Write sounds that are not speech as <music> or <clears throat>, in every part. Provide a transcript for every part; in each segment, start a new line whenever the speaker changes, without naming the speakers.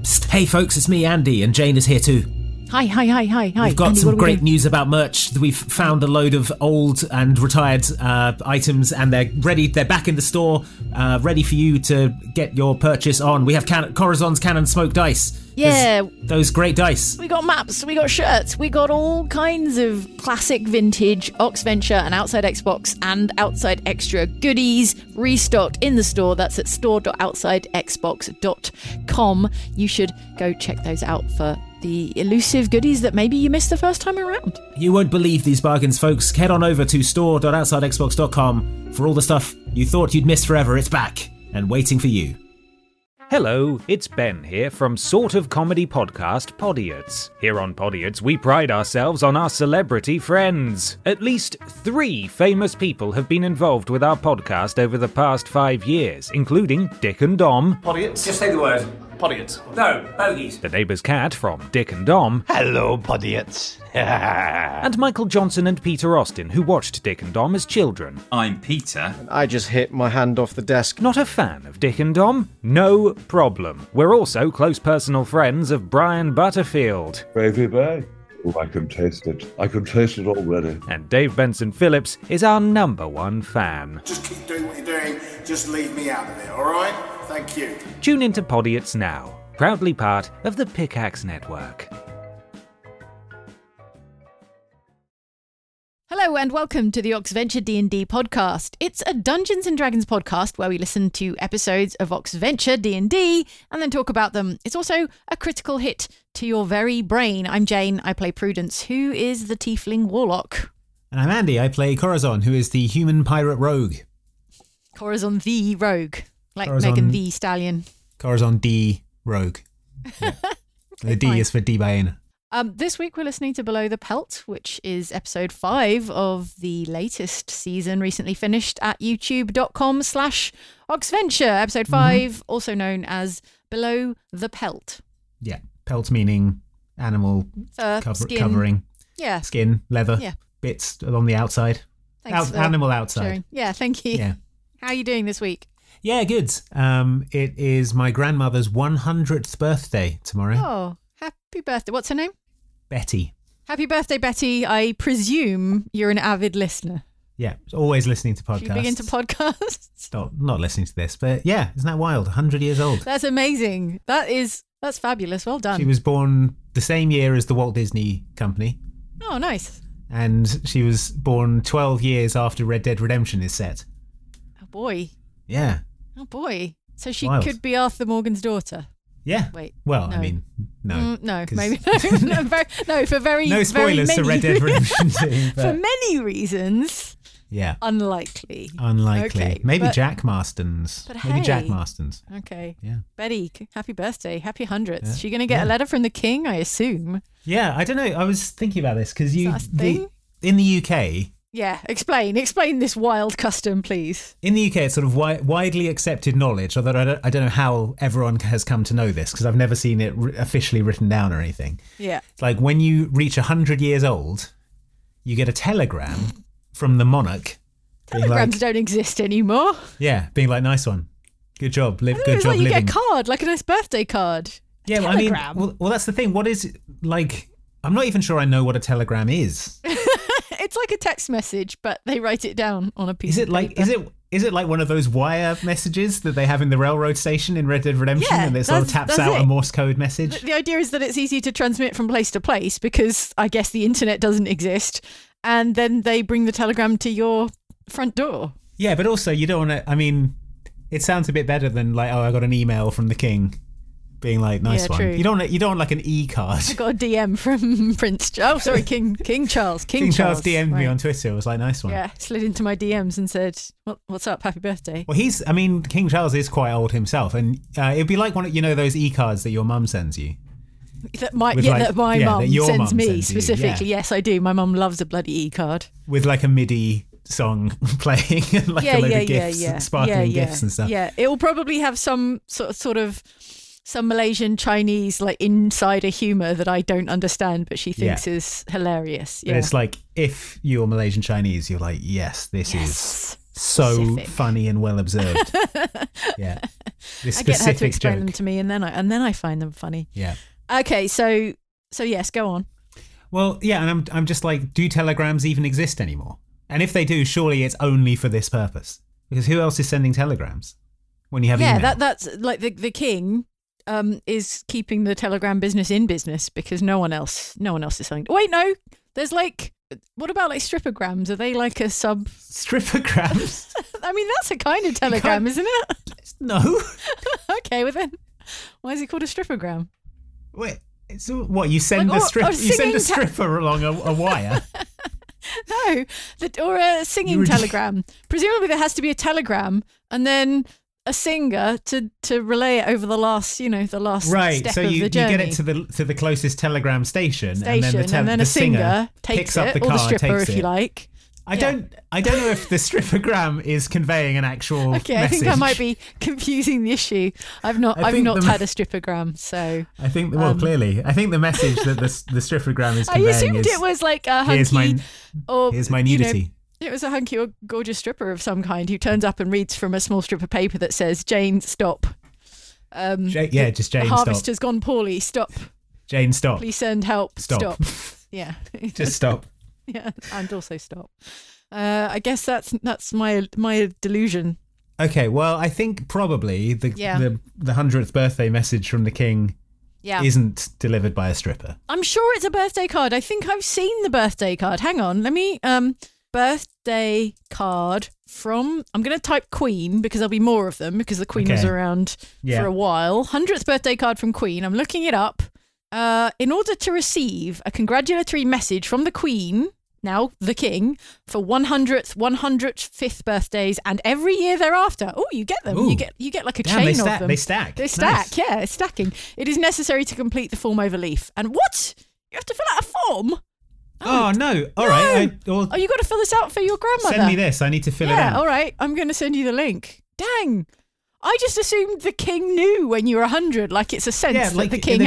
Psst, hey folks, it's me, Andy, and Jane is here too.
Hi, hi, hi, hi, hi.
We've got
Andy, what
some
are we
great
doing?
news about merch. We've found a load of old and retired uh, items, and they're ready. They're back in the store, uh, ready for you to get your purchase on. We have can- Corazon's Cannon Smoke Dice. There's
Yeah.
those great dice.
We got maps, we got shirts, we got all kinds of classic vintage Ox Venture and Outside Xbox and Outside Extra goodies restocked in the store. That's at store.outsidexbox.com. You should go check those out for the elusive goodies that maybe you missed the first time around.
You won't believe these bargains, folks. Head on over to store.outsidexbox.com for all the stuff you thought you'd missed forever. It's back and waiting for you.
Hello, it's Ben here from Sort of Comedy Podcast Podiots. Here on Podiots, we pride ourselves on our celebrity friends. At least three famous people have been involved with our podcast over the past five years, including Dick and Dom,
Podiots?
Just say the word.
Podiots.
No, bogeys.
the neighbour's cat from Dick and Dom,
Hello, podiots. <laughs>
and Michael Johnson and Peter Austin, who watched Dick and Dom as children.
I'm Peter.
I just hit my hand off the desk.
Not a fan of Dick and Dom? No problem. We're also close personal friends of Brian Butterfield.
Gravy bag? Oh, I can taste it. I can taste it already.
And Dave Benson Phillips is our number one fan.
Just keep doing what you're doing. Just leave me out of it, all right? Thank you.
Tune into Podiots now, proudly part of the Pickaxe Network.
Hello and welcome to the Oxventure D&D podcast. It's a Dungeons and Dragons podcast where we listen to episodes of Oxventure D&D and then talk about them. It's also a critical hit to your very brain. I'm Jane, I play Prudence, who is the tiefling warlock.
And I'm Andy. I play Corazon, who is the human pirate rogue.
Corazon the rogue, like
Corazon-
Megan the stallion.
Corazon D
<laughs>
Rogue. the D
fine.
is for D Baena.
Um, this week we're listening to Below the Pelt, which is episode five of the latest season, recently finished at youtube.com slash Oxventure, episode
Mm-hmm.
5 also known as Below the Pelt.
Yeah, pelt meaning animal
Uh,
cover-
skin.
covering,
Yeah.
skin, leather,
Yeah.
bits along the outside,
Thanks
Out-
for
animal outside.
sharing. Yeah, thank you.
Yeah.
How are you doing this week?
Yeah, good. Um, it is my grandmother's 100th birthday tomorrow.
Oh, happy birthday. What's her name?
Betty.
Happy birthday, Betty. I presume you're an avid listener.
Yeah, she's always listening to podcasts.
Should we begin to podcasts?
not, not listening to this, but yeah, isn't that wild? 100 years old.
<laughs> That's amazing. That is, that's fabulous. Well done.
She was born the same year as the Walt Disney Company,
oh, nice.
and she was born 12 years after Red Dead Redemption is set.
Oh, boy.
Yeah.
Oh boy. So she
Wild.
could be Arthur Morgan's daughter.
Yeah.
Wait,
Well, I
no.
mean, no.
Mm, no,
'cause-
maybe <laughs> no, no, very, no, for very
no spoilers
very
to Red
many,
Dead Redemption 2.
<laughs> for
But,
many reasons,
yeah.
unlikely.
Unlikely.
Okay,
Maybe
but-
Jack Marston's.
but
Maybe Jack
hey.
Marston's.
Okay,
Yeah.
Betty, c- happy birthday, happy hundredth.
Yeah.
She gonna get
Yeah.
a letter from the king, I assume.
Yeah, I don't know. I was thinking about this because you
that a
the,
thing?
in the UK,
Yeah, explain, explain this wild custom, please.
in the UK, it's sort of wi- widely accepted knowledge. Although I don't, I don't know how everyone has come to know this because I've never seen it r officially written down or anything.
Yeah.
It's like when you reach hundred years old, you get a telegram from the monarch, being like,
Telegrams don't exist anymore.
yeah, being like, nice one, good job, live,
It
good
was
job
like you
living.
get a card, like a nice birthday card.
yeah, well, I
telegram.
mean, well, well, that's the thing. What is like? I'm not even sure I know what a telegram is.
It's like a text message, but they write it down on a piece.
Is it
of
like
paper.
is it is it like one of those wire messages that they have in the railroad station in Red Dead Redemption,
Yeah,
and it sort of
that's-
taps
that's
out
it.
a Morse code message?
The idea is that it's easy to transmit from place to place because I guess the internet doesn't exist. And then they bring the telegram to your front door.
Yeah, but also you don't want to. I mean, it sounds a bit better than like, oh, I got an email from the king, being like, nice
Yeah,
one.
true.
You don't want you don't want like an e card.
I got a DM from <laughs> Prince. Ch- Oh, sorry, King King Charles. King,
King Charles DM'd me
right.
on Twitter. It was like, nice one.
Yeah, slid into my DMs and said, "What- "What's up? Happy birthday."
Well, he's. I mean, King Charles is quite old himself, and uh, it'd be like one of you know those e cards that your mum sends you.
That my
With
yeah,
like-
that my
yeah,
mum
that your
sends
mum
me
sends you,
specifically. Yes, I do. My mum loves a bloody e card.
with like a MIDI song <laughs> playing and like
yeah,
a load
yeah,
of gifts,
yeah, yeah.
sparkling
yeah, yeah.
gifts and stuff.
Yeah, it will probably have some sort sort of some Malaysian Chinese like insider humor that I don't understand, but she thinks is hilarious.
But
Yeah.
it's like if you're Malaysian Chinese, you're like, yes, this is so
Specific.
funny and well observed.
<laughs>
yeah, this
I get her to
specific
explain them
joke.
to me, and then I and then I find them funny.
Yeah.
Okay, so so yes, go on.
Well, yeah, and I'm I'm just like, do telegrams even exist anymore? And if they do, surely it's only for this purpose. Because who else is sending telegrams when you have
yeah,
email? <laughs>
that that's like the the king um, is keeping the telegram business in business because no one else no one else is selling. Wait, no, there's like what about like strippergrams? Are they like a sub?
Strippergrams?
<laughs> I mean, that's
<laughs>
a kind of telegram, isn't it? <laughs>
no.
okay, well then, why is it called a strippergram?
Wait. So what you send
Like,
a
or-
strip?
or
You send a
singing te-
stripper along a, a
<laughs>
wire.
No, Oh, the, or a singing
You would- <laughs>
telegram. Presumably, there has to be a telegram, and then a singer to to relay it over the last, you know, the last
right.
step
So
of
you,
the
you
journey.
get it to the to the closest telegram station,
station,
and then the, te-
and then
the
a singer, takes
picks
it,
up the
or
car,
the stripper,
takes
if
it. <laughs>
you like.
I
Yeah.
don't. I don't know if the <laughs> strippergram is conveying an actual.
Okay, I think I
message.
might be <laughs> confusing the issue. I've not,
I
I've
think
not
the-
had a strippergram, so
I think well,
Um,
clearly, I think the message that the the strippergram
<laughs>
is
I
conveying
assumed
is
it was like a
here's
hunky
my
or
here's my
you know,
nudity.
it was a hunky or gorgeous stripper of some kind who turns up and reads from a small strip of paper that says, "Jane, stop. Um,
Ja- yeah, just Jane.
the harvest
Stop.
has gone poorly. Stop.
Jane, stop.
Please send help.
Stop. <laughs>
Yeah, <laughs>
Just stop.
yeah, and also stop. Uh, I guess that's that's my my delusion.
Okay. Well, I think probably the
Yeah.
the the hundredth birthday message from the king
Yeah,
isn't delivered by a
<gasps>
stripper.
I'm sure it's a birthday card. I think I've seen the birthday card. Hang on, let me um birthday card from I'm going to type Queen because there'll be more of them because the Queen was
Okay.
around
Yeah.
for a while. 100th birthday card from Queen. I'm looking it up. Uh in order to receive a congratulatory message from the Queen, now the King, for 100th, 105th birthdays and every year thereafter. Oh, you get them.
Ooh.
You get you get like a
Damn,
chain
they
of
stack.
them.
They stack.
They
Nice.
stack, yeah, it's stacking. It is necessary to complete the form over leaf. And what? You have to fill out a form?
Oh no! All right. I, well,
Oh, you got to fill this out for your grandmother.
send me this. I need to fill <laughs> it
yeah,
out.
all right. I'm going to send you the link. Dang. I just assumed the king knew when you were 100, like it's a sense
Yeah, like the-
that the king
the-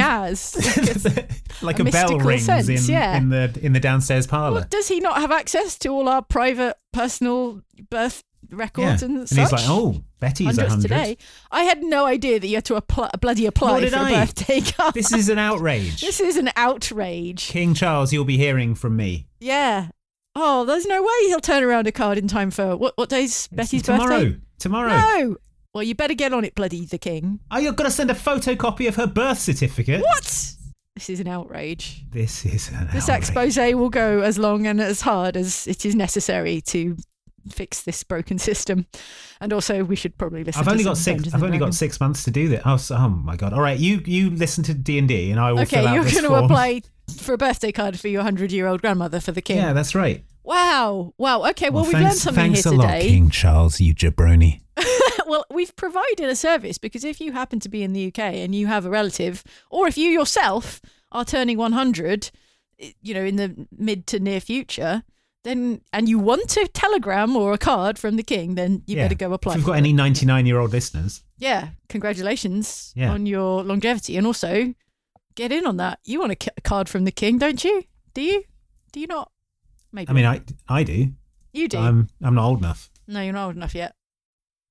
<laughs>
has.
like
a
a, bell
mystical
rings
sense,
in,
yeah.
in the in the downstairs parlour.
Well, does he not have access to all our private, personal birth
yeah.
records and
And
such?
he's like, "Oh, Betty's a
100th
hundred
today. I had no idea that you had to apply, bloody apply
Nor did
for a
I.
birthday <laughs> card.
This is an outrage.
<laughs> this is an outrage.
King Charles, you'll be hearing from me.
Yeah. Oh, there's no way he'll turn around a card in time for what? What day's Betty's
tomorrow.
birthday?
Tomorrow.
No. Well, you better get on it, bloody the king.
Oh, you've got to send a photocopy of her birth certificate.
What? This is an outrage.
This is an
This
outrage.
expose will go as long and as hard as it is necessary to fix this broken system. And also, we should probably listen.
I've
to
only
some
got six.
Dungeons
I've
and
only got
Dragons.
six months to do this. Oh, so- oh my god! All right, you you listen to D and D, and I will fill
Okay,
out
you're
this
going to
form.
apply for a birthday card for your hundred-year-old grandmother for the king.
Yeah, that's right.
Wow. Wow. Okay. Well, we've
thanks,
learned something
thanks
here
a
today.
lot, King Charles, you jabroni.
well, we've provided a service because if you happen to be in the UK and you have a relative, or if you yourself are turning 100, i- you know, in the mid to near future, then and you want a telegram or a card from the king, then you
Yeah.
better go apply.
If you've
for
got
it.
any ninety-nine-year-old listeners,
yeah, congratulations
Yeah.
on your longevity, and also get in on that. You want a ca- card from the king, don't you? Do you? Do you not? Maybe.
I mean, I I do.
you do.
I'm I'm not old enough.
No, you're not old enough yet.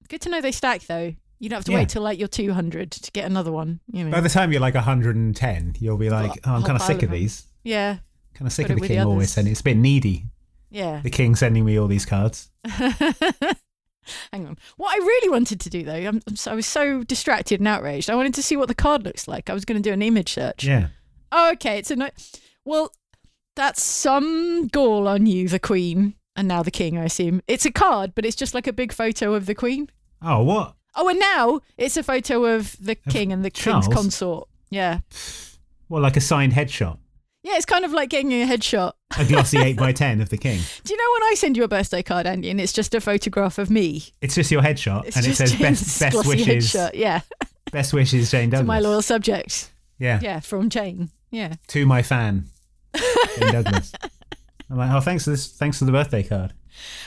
Good to know they stack though. You don't have to
Yeah.
wait till like you're 200 to get another one. You know.
By the time you're like 110, you'll be like, oh, I'm
whole
kind of
pile
sick
of
of
them.
these.
yeah,
Kind of sick
Put it
of the
with the
king always
others.
sending. It's a bit needy.
yeah.
The king sending me all these cards.
<laughs> Hang on. What I really wanted to do though, I'm, I'm so, I was so distracted and outraged. I wanted to see what the card looks like. I was going to do an image search.
Yeah.
Oh, okay. It's a no. Well, that's some gall on you, the queen, and now the king. I assume it's a card, but it's just like a big photo of the queen.
Oh, what?
Oh, and now it's a photo of the king and the king's
Charles?
consort. Yeah.
Well, like a signed headshot,
Yeah, it's kind of like getting a headshot.
a glossy eight by ten of the king.
Do you know when I send you a birthday card, Andy, and it's just a photograph of me?
It's just your headshot,
It's
and it
just <laughs>
says
Jane's
best best
glossy
wishes,
Headshot. Yeah,
best wishes, Jane Douglas.
to my loyal subject.
yeah.
Yeah, from Jane. Yeah.
to my fan,
<laughs>
Jane Douglas. I'm like, oh, thanks for this, thanks for the birthday card.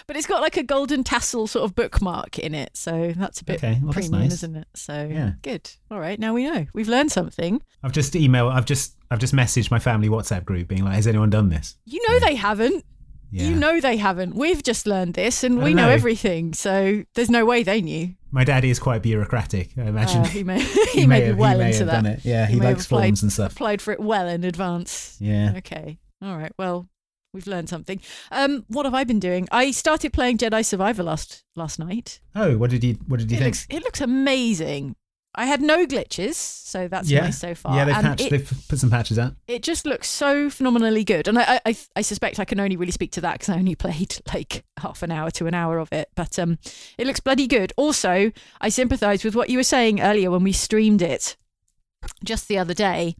But it's got like a golden tassel sort of bookmark in it. So that's a bit
Okay, well, that's
premium,
nice.
isn't it? So
Yeah.
good. All right. Now we know. We've learned something.
I've just emailed, I've just, I've just messaged my family WhatsApp group, being like, has anyone done this?
You know they haven't.
Yeah.
You know they haven't. We've just learned this, and
I
we know.
know.
everything. So there's no way they knew.
My daddy is quite bureaucratic. I imagine
Uh,
<laughs>
he may he, may, be
have-
well
may
into
have
that.
Done it. Yeah, he,
may have
likes
applied-
forms and stuff.
Applied for it well in advance.
Yeah.
Okay. All right. Well, we've learned something. Um, what have I been doing? I started playing Jedi Survivor last last night.
Oh, what did you what did you
it
think?
looks it looks amazing. I had no glitches, so that's nice so far.
Yeah, they've
and
patched,
it,
they've put some patches out.
it just looks so phenomenally good. And I, I- I, I suspect I can only really speak to that because I only <laughs> played like half an hour to an hour of it. But um, it looks bloody good. Also, I sympathise with what you were saying earlier when we streamed it just the other day,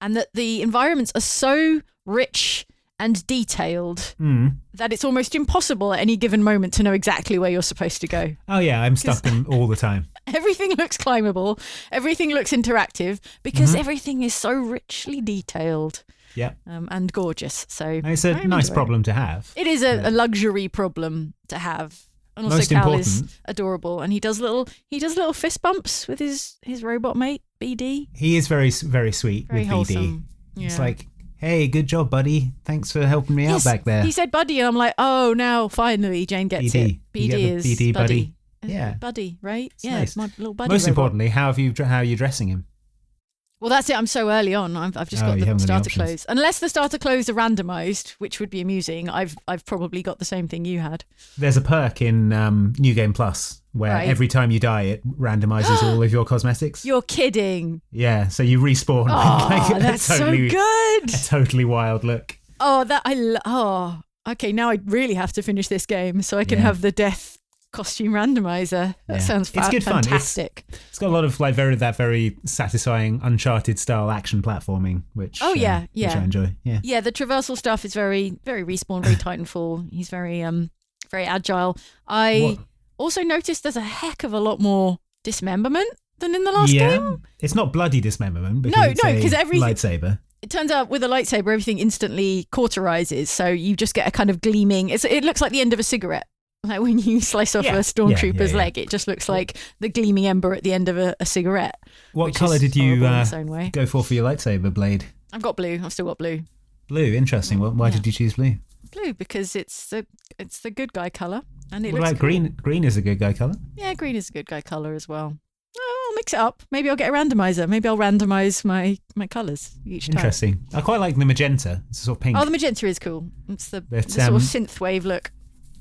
and that the environments are so rich and detailed that it's almost impossible at any given moment to know exactly where you're supposed to go. <laughs>
Oh yeah, I'm stuck in all the time.
Everything looks climbable. Everything looks interactive because everything is so richly detailed
Yeah.
um, and gorgeous. So
And
<laughs>
it's a
I'm
nice
enjoying
problem to have.
It. it is a, a luxury problem to have. And also,
Most
Cal is
important.
adorable, and he does little he does little fist bumps with his his robot mate BD.
He is very s- very sweet
Very
with BD.
wholesome.
It's
Yeah.
like, "Hey, good job, buddy. Thanks for helping me
Yes,
out back there."
He said buddy, and I'm like, oh, now finally Jane gets
BD.
it.
You
BD
get the
is
BD buddy.
Is it
Yeah.
buddy, right?
It's
yeah,
nice.
my little buddy.
Most
robot.
importantly, how have you dr- how are you dressing him?
Well, that's it. I'm so early on. I've, I've just
Oh,
got
you
the
haven't got any
starter
options.
clothes. Unless the starter clothes are randomised, which would be amusing. I've I've probably got the same thing you had.
There's a perk in um, New Game Plus where
Right.
every time you die, it
<gasps>
randomizes all of your cosmetics. <laughs>
You're kidding.
yeah, so you respawn. <laughs>
Oh,
like, a
that's
totally,
so good.
A totally wild look.
Oh, that I lo- oh. Okay, now I really have to finish this game so I can
Yeah.
have the death costume randomizer. That
Yeah.
sounds fa-
It's good fun. It's-
fantastic.
It's got a lot of like very that very satisfying Uncharted style action platforming, which
Oh,
uh,
yeah,
which
yeah.
I enjoy. Yeah,
yeah, the traversal stuff is very very
<laughs>
respawn, very Titanfall. He's very um very agile. I
What-
also noticed there's a heck of a lot more dismemberment than in the last
yeah.
game.
It's not bloody dismemberment. Because
No,
it's
no,
a
'cause everything-
lightsaber.
It turns out with a lightsaber, everything instantly cauterizes, so you just get a kind of gleaming. It's, it looks like the end of a cigarette. Like when you <laughs> slice off
Yeah.
a stormtrooper's
Yeah, yeah, yeah.
leg, it just looks like the gleaming ember at the end of a, a cigarette.
What
which
color
is
did you
horrible in
uh,
its own way.
go for for your lightsaber blade?
I've got blue. I've still got blue.
Blue. Interesting. Why- Why
Yeah.
did you choose blue?
Blue because it's the it's the good guy color, and it
What
looks
about
cool.
green? Green is a good guy color.
Yeah, green is a good guy color as well. Oh, I'll mix it up. Maybe I'll get a randomizer. Maybe I'll randomize my my colors each time.
Interesting. I quite like the magenta. It's sort of pink.
Oh, the magenta is cool. It's the,
But,
the sort of
um,
synth wave look.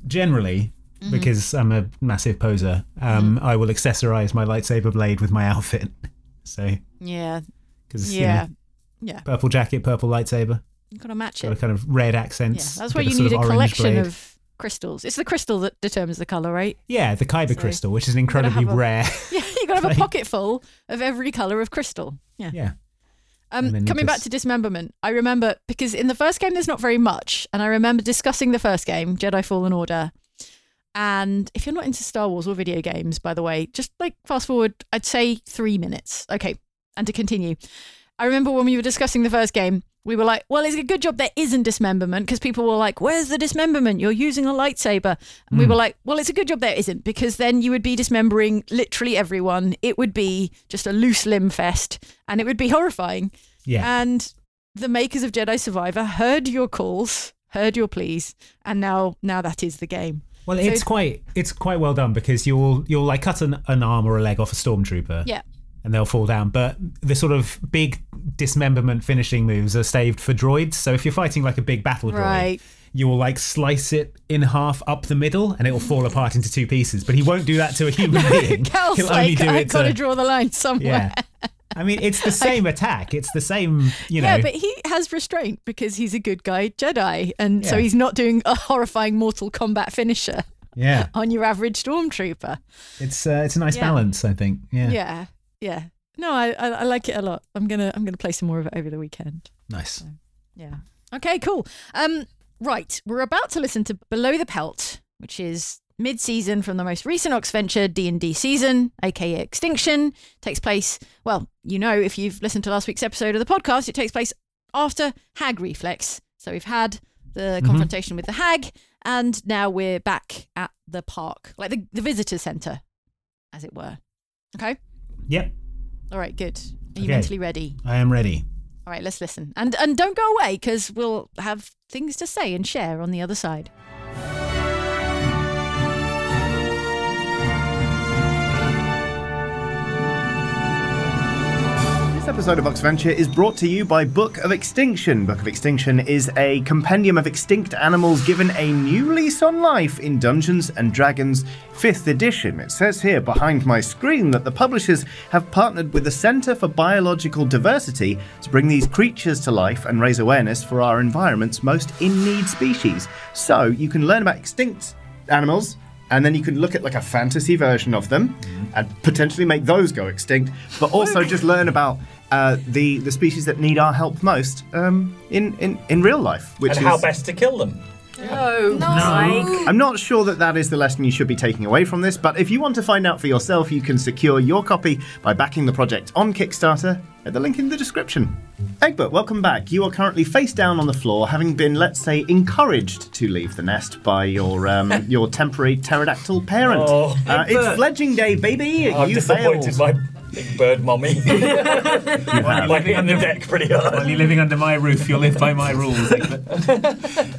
Generally,
Mm-hmm.
because I'm a massive poser, um, I will accessorize my lightsaber blade with my outfit. <laughs> So,
Yeah,
because
yeah,
you know,
yeah.
purple jacket, purple lightsaber,
You've got to match
got a
it.
kind of red
Yeah,
accents.
that's
bit
where
of
you
sort
need a
orange
collection
blade.
of crystals. It's the crystal that determines the color, right? <laughs>
Yeah, the Kyber
So,
crystal, which is
gotta have
incredibly
a-
rare. <laughs>
Yeah, you got to have a
Right.
pocket full of every color of crystal. Yeah.
yeah.
Um,
And then you
coming back
just-
to dismemberment, I remember because in the first game there's not very much, and I remember discussing the first game, Jedi Fallen Order. And if you're not into Star Wars or video games, by the way, just like fast forward, I'd say three minutes. Okay, and to continue, I remember when we were discussing the first game, we were like, "Well, it's a good job there isn't dismemberment because people were like, "Where's the dismemberment? You're using a lightsaber," and
Hmm.
we were like, "Well, it's a good job there isn't because then you would be dismembering literally everyone. It would be just a loose limb fest, and it would be horrifying."
Yeah.
And the makers of Jedi Survivor heard your calls, heard your pleas, and now now that is
<laughs>
the game.
well,
so-
it's quite it's quite well done because you'll you'll like cut an, an arm or a leg off a stormtrooper.
Yeah.
And they'll fall down, but the sort of big dismemberment finishing moves are saved for droids. So if you're fighting like a big battle droid,
Right.
you will like slice it in half up the middle, and it will fall apart into two pieces. But he won't do that to a
<laughs>
human being.
Cal's
He'll only
like,
do
I've
it
got to
to
draw the line somewhere.
<laughs> yeah. I mean, it's
<laughs>
the same attack. It's the same, you know.
yeah, but he has restraint because he's a good guy Jedi, and so
Yeah.
he's not doing a horrifying Mortal Kombat finisher
yeah.
on your average stormtrooper.
It's uh, it's a nice
Yeah.
balance, I think. Yeah.
Yeah, yeah. No, I, I I like it a lot. I'm gonna I'm gonna play some more of it over the weekend.
Nice.
Yeah. Okay, cool. Um, right, we're about to listen to Below the Pelt, which is mid-season from the most recent Oxventure D&D season, aka Extinction. Takes place, well, you know if you've listened to last week's episode of the podcast, it takes place after Hag Reflex. So we've had the confrontation with the Hag and now we're back at the park, like the, the visitor center as it were. Okay?
Yep.
All right, good. Are you
Okay.
mentally ready?
I am ready.
All right, let's listen. And and don't go away because we'll have things to say and share on the other side.
This episode of Vox Venture is brought to you by Book of Extinction. Book of Extinction is a compendium of extinct animals given a new lease on life in Dungeons and Dragons 5th edition. It says here behind my screen that the publishers have partnered with the Center for Biological Diversity to bring these creatures to life and raise awareness for our environment's most in need species. So you can learn about extinct animals and then you can look at like a fantasy version of them and potentially make those go extinct but also just learn about uh, the the species that need our help most um, in, in in real life which
and
is
how best to kill them.
I'm not sure that that is the lesson you should be taking away from this, but if you want to find out for yourself, you can secure your copy by backing the project on Kickstarter at the link in the description. Egbert, welcome back. You are currently face down on the floor, having been, let's say, encouraged to leave the nest by your um, your temporary pterodactyl parent.
Oh.
Uh, it's fledgling day, baby.
I've
you failed.
disappointed my big
<laughs>
bird mommy. Like me on the deck pretty hard.
While you're living under my roof, you'll live by my rules. Egbert, <laughs>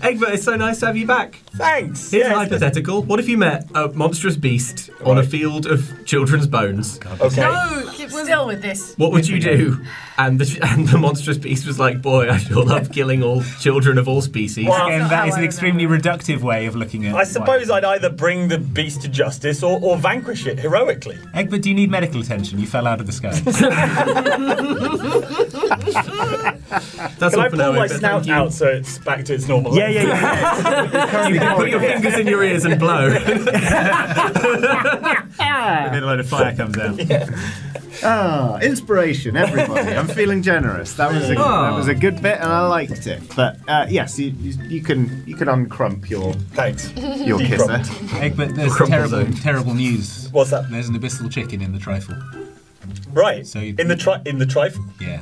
Egbert it's so nice to have you back.
Thanks.
Here's
yes.
a hypothetical. What if you met a monstrous beast on a field of children's bones?
Okay.
Still with this.
What would you do? And the, <laughs> and the monstrous beast was like, boy, I sure love killing all children of all species.
Well,
Again,
how
that is
I
an
would
extremely reductive way of looking at
I suppose I'd either bring the beast to justice or, or vanquish it heroically.
Egbert, do you need medical attention? You fell out of the sky. That's
Can
all
I
for
pull
now,
my
Egbert.
snout
Thank you.
out so it's back to its normal?
Yeah,
length?
yeah, yeah.
<laughs>
you can put your fingers in your ears and blow. and then a load of fire comes out.
Ah, inspiration, everybody. I'm feeling generous. That was a, that was a good bit, and I liked it. But uh, yes, you, you, you can you can uncrump your
Thanks.
your kisser.
Egbert, there's terrible, terrible news.
What's that?
There's an abyssal chicken in the trifle.
Right.
So you-
in the tri- in the trifle.
Yeah.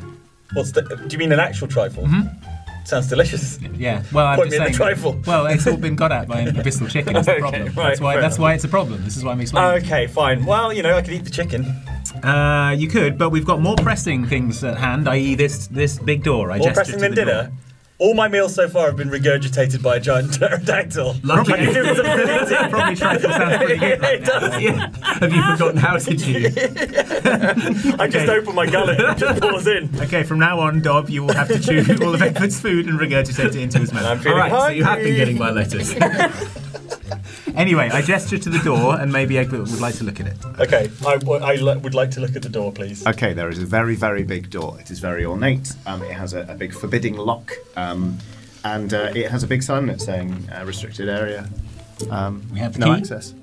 What's the? Do you mean an actual trifle? Sounds delicious.
Mm-hmm. Yeah. Well, I'm
Point
just
me
saying.
in the trifle.
Well, it's all been got at by an abyssal chicken. Is the
<laughs> Okay,
problem.
right,
that's why.
fair
That's
enough.
why it's a problem. This is why I'm explaining.
Oh, Okay, fine. Well, you know, I could eat the chicken.
Uh, you could, but we've got more pressing things at hand, i.e., this this big door. I
More
gestured to
pressing than
the door.
dinner.
<laughs>
All my meals so far have been regurgitated by a giant <laughs> pterodactyl.
Lucky
I
<laughs>
could do with some eating.
Probably trifle sounds pretty good. <laughs>
<laughs> it does.
Have you forgotten how to chew?
I just open my gullet and it just pours in.
Okay, from now on, Dob, you will have to chew <laughs> all of Edward's food and regurgitate it into his mouth.
I'm feeling
all right, so you have been
hungry.
getting my letters. <laughs> anyway, I gesture to the door, and maybe Egbert would like to look at it.
Okay, I, w- I l- would like to look at the door, please.
Okay, there is a very, very big door. It is very ornate. Um, it has a, a big forbidding lock, um, and uh, it has a big sign that's saying uh, restricted area. Um, we
have the
no
key?
access.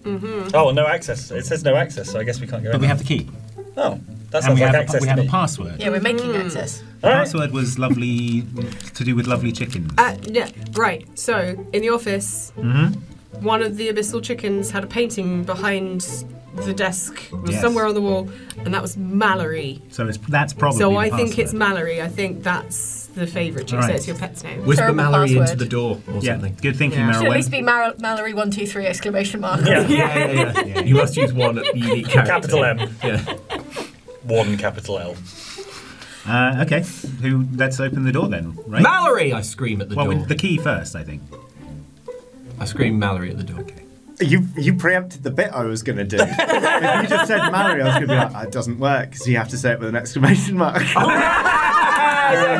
Oh, no access. It says no access, so I guess we can't go in.
Um, But we have the key,
oh, that
and
sounds
we
like
have,
access
a, we
to
have a
me.
password.
Yeah, we're making access.
The
All right.
password was lovely, to do with lovely chickens.
Uh, yeah, right. So, in the office,
Mm-hmm.
one of the abyssal chickens had a painting behind the desk, It was
Yes.
somewhere on the wall, and that was Mallory.
so it's, that's probably.
so
the
I think it's
password.
Mallory. I think that's the favourite chick.
All
So
right.
it's your pet's name.
Whisper
Terrible Mallory into password. the
door or something. Good thinking,
Yeah.
Meryl.
Should at least be Mar- Mallory one two three exclamation mark.
yeah, yeah, yeah. <laughs> You must use one unique character.
Capital M.
Yeah.
One capital L.
Uh, okay. Who? Let's open the door then, right?
Mallory! I scream at the
well, with the key first, I think.
I scream Mallory at the door.
You you preempted the bit I was going to do. <laughs> if you just said Mallory, I was going to be like, that doesn't work because you have to say it with an exclamation mark.
Oh,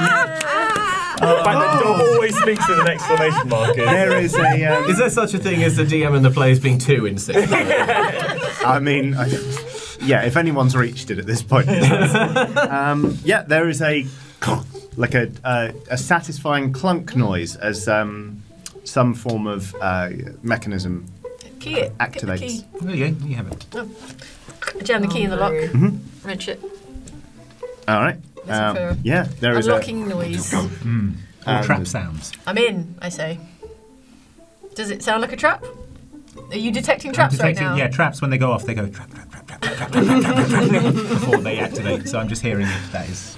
In fact, the door always speaks with an exclamation mark. in.
there is a. Um,
there such a thing as the DM and the players being two in
<laughs>
six?
I mean, I, yeah, if anyone's reached it at this
<laughs>
point. it's us. um, yeah, there is a like a, a a satisfying clunk noise as um, some form of uh, mechanism
Key it. Get the
Activates.
key.
there you go. You have it.
Jam the key in the
Oh,
lock.
Mm-hmm.
Wrench it.
All right. Um,
fair.
yeah, there is a,
Unlocking noise.
Um,
All trap sounds.
I'm in, I say. Does it sound like a trap? Are you detecting
I'm
traps
detecting,
right now?
yeah, traps when they go off, they go trap, trap, trap, trap, trap, trap, trap, trap, trap, trap, trap, before they activate. So I'm just hearing if that is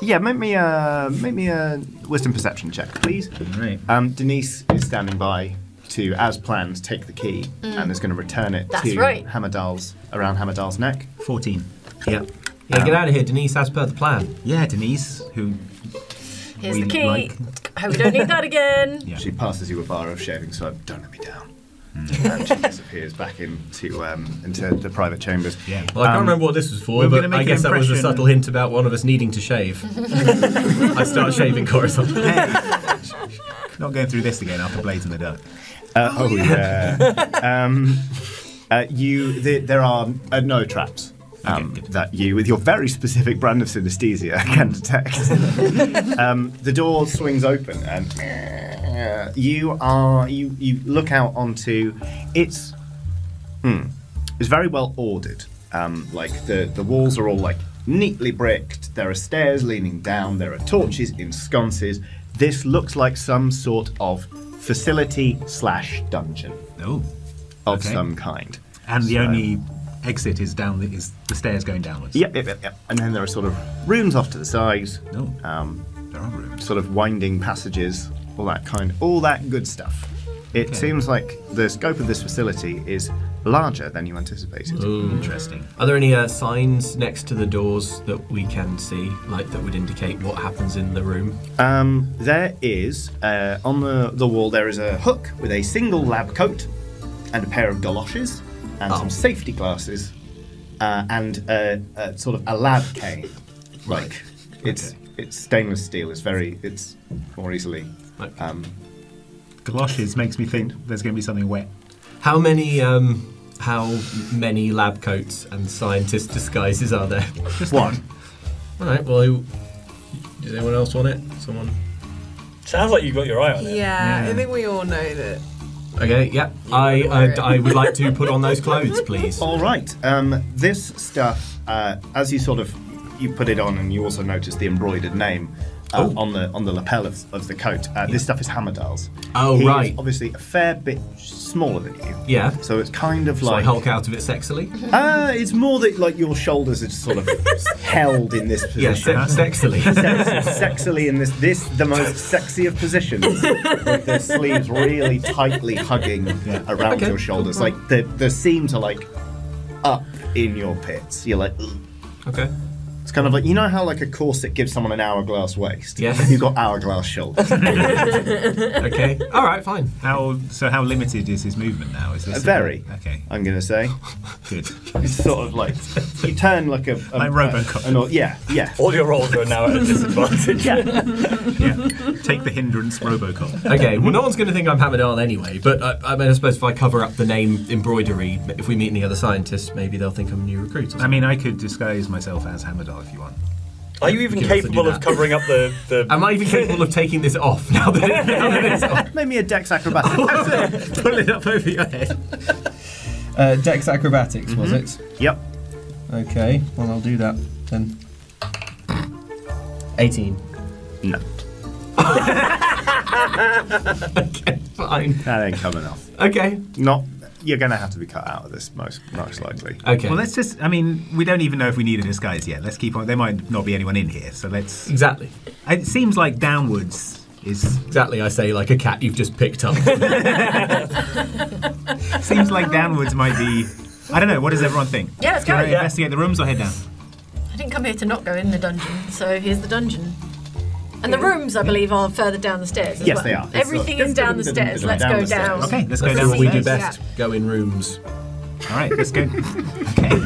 yeah. Make me a make me a wisdom perception check, please.
right.
Um, Denise is standing by to, as planned, take the key and is going to return it
Mm. That's
to
right.
Hammerdal's around Hammerdal's neck.
14.
Yeah.
Yeah, get out of here. Denise has per the plan.
Yeah, Denise, who
<laughs> Here's
we
the key.
like.
Hope we don't need that again.
She passes you a bar of shaving soap. Don't let me down.
Mm.
and she disappears back into um, into the private chambers. Yeah.
Well, I
Um,
can't remember what this was for, but I guess that was a subtle hint about one of us needing to shave.
<laughs>
I start shaving Coruscant.
Not going through this again after Blades in the Dark.
Uh, oh yeah. um, uh, you there, there are uh, no traps. Um, that you, with your very specific brand of synesthesia, <laughs> can detect. um, the door swings open, and uh, you are you you look out onto it's hmm, it's very well ordered. Um, like the the walls are all like neatly bricked. There are stairs leaning down. There are torches in sconces. This looks like some sort of facility slash dungeon.
Oh,
of
okay.
some kind.
And the
So-
only exit is down the, is the stairs going downwards.
Yep, yep, yep, yep. And then there are sort of rooms off to the sides.
Oh.
Um,
there are rooms.
Sort of winding passages, all that kind, all that good stuff. It
Okay.
seems like the scope of this facility is larger than you anticipated.
Interesting.
Are there any uh, signs next to the doors that we can see, like that would indicate what happens in the room?
Um, there is uh, on the, the wall there is a hook with a single lab coat and a pair of galoshes and some safety glasses uh, and uh, uh, sort of a lab cane. Like it's it's stainless steel. It's very it's more easily. Um,
Galoshes makes me think there's going to be something wet.
How many um, how many lab coats and scientist disguises are there?
Just one.
All right. Well, who- does anyone else want it? Someone. Sounds like you've got your eye on
Yeah, I think we all know that.
Okay. Yeah. I I, I would like to put on those clothes, please.
All right. Um, this stuff, uh, as you sort of you put it on, and you also notice the embroidered name uh, on the on the lapel of, of the coat. Uh, This stuff is Hammerdal's.
Oh,
He is
right.
obviously, a fair bit smaller than you.
Yeah.
So it's kind of
So I
like
hulk out of it sexily.
Uh, it's more that like your shoulders are sort
<laughs>
of held in this
Yeah,
position.
se- sexily.
Sex- sexily in this this the most sexy of positions. with the sleeves really tightly hugging around
Okay.
your shoulders. Like the the seams are like up in your pits. You're like "Ugh."
Okay.
It's kind of like you know how like a corset gives someone an hourglass waist.
Yes.
You've got hourglass
<laughs>
<laughs>
shoulders.
okay. All right. Fine.
How so? How limited is his movement now? Is this
Very.
okay?
I'm gonna say.
Good.
It's sort of like you turn like a, a
Like Robocop.
an au- yeah, yeah.
All your rolls are now at a disadvantage.
Take the hindrance, Robocop.
<laughs> Okay, well, no one's going to think I'm Hamadal anyway, but I, I mean, I suppose if I cover up the name embroidery, if we meet any other scientists, maybe they'll think I'm a new recruit. Or something.
I mean, I could disguise myself as Hamadal if you want.
Are you even
Give us a do
capable of
that.
covering up the. the
<laughs> Am I even capable of taking this off <laughs> now that, now that it's off?
Make me a dex
<laughs>
acrobatics.
Pull it up over your head. <laughs> Uh, Dex acrobatics, was it?
yep.
Okay, well, I'll do that then. 18.
No.
<laughs> okay, fine.
That ain't coming off.
Okay.
Not. You're going to have to be cut out of this, most most likely.
Okay.
Well, let's just. I mean, we don't even know if we need a disguise yet. Let's keep on. There might not be anyone in here, so let's.
exactly.
It seems like downwards is.
Exactly, I say like a cat you've just picked
<laughs>
up.
Seems like downwards might be. I don't know. What does everyone think?
Yeah, let's
Can
go,
I
yeah.
investigate the rooms or head down?
I didn't come here to not go in the dungeon, so here's the dungeon. And the rooms, I believe, are further down the stairs. As
Yes,
well.
they are.
Everything is down the stairs. Let's go down.
Okay, let's go
That's
down.
what we do
the stairs.
best go in rooms.
All right, let's go. Okay,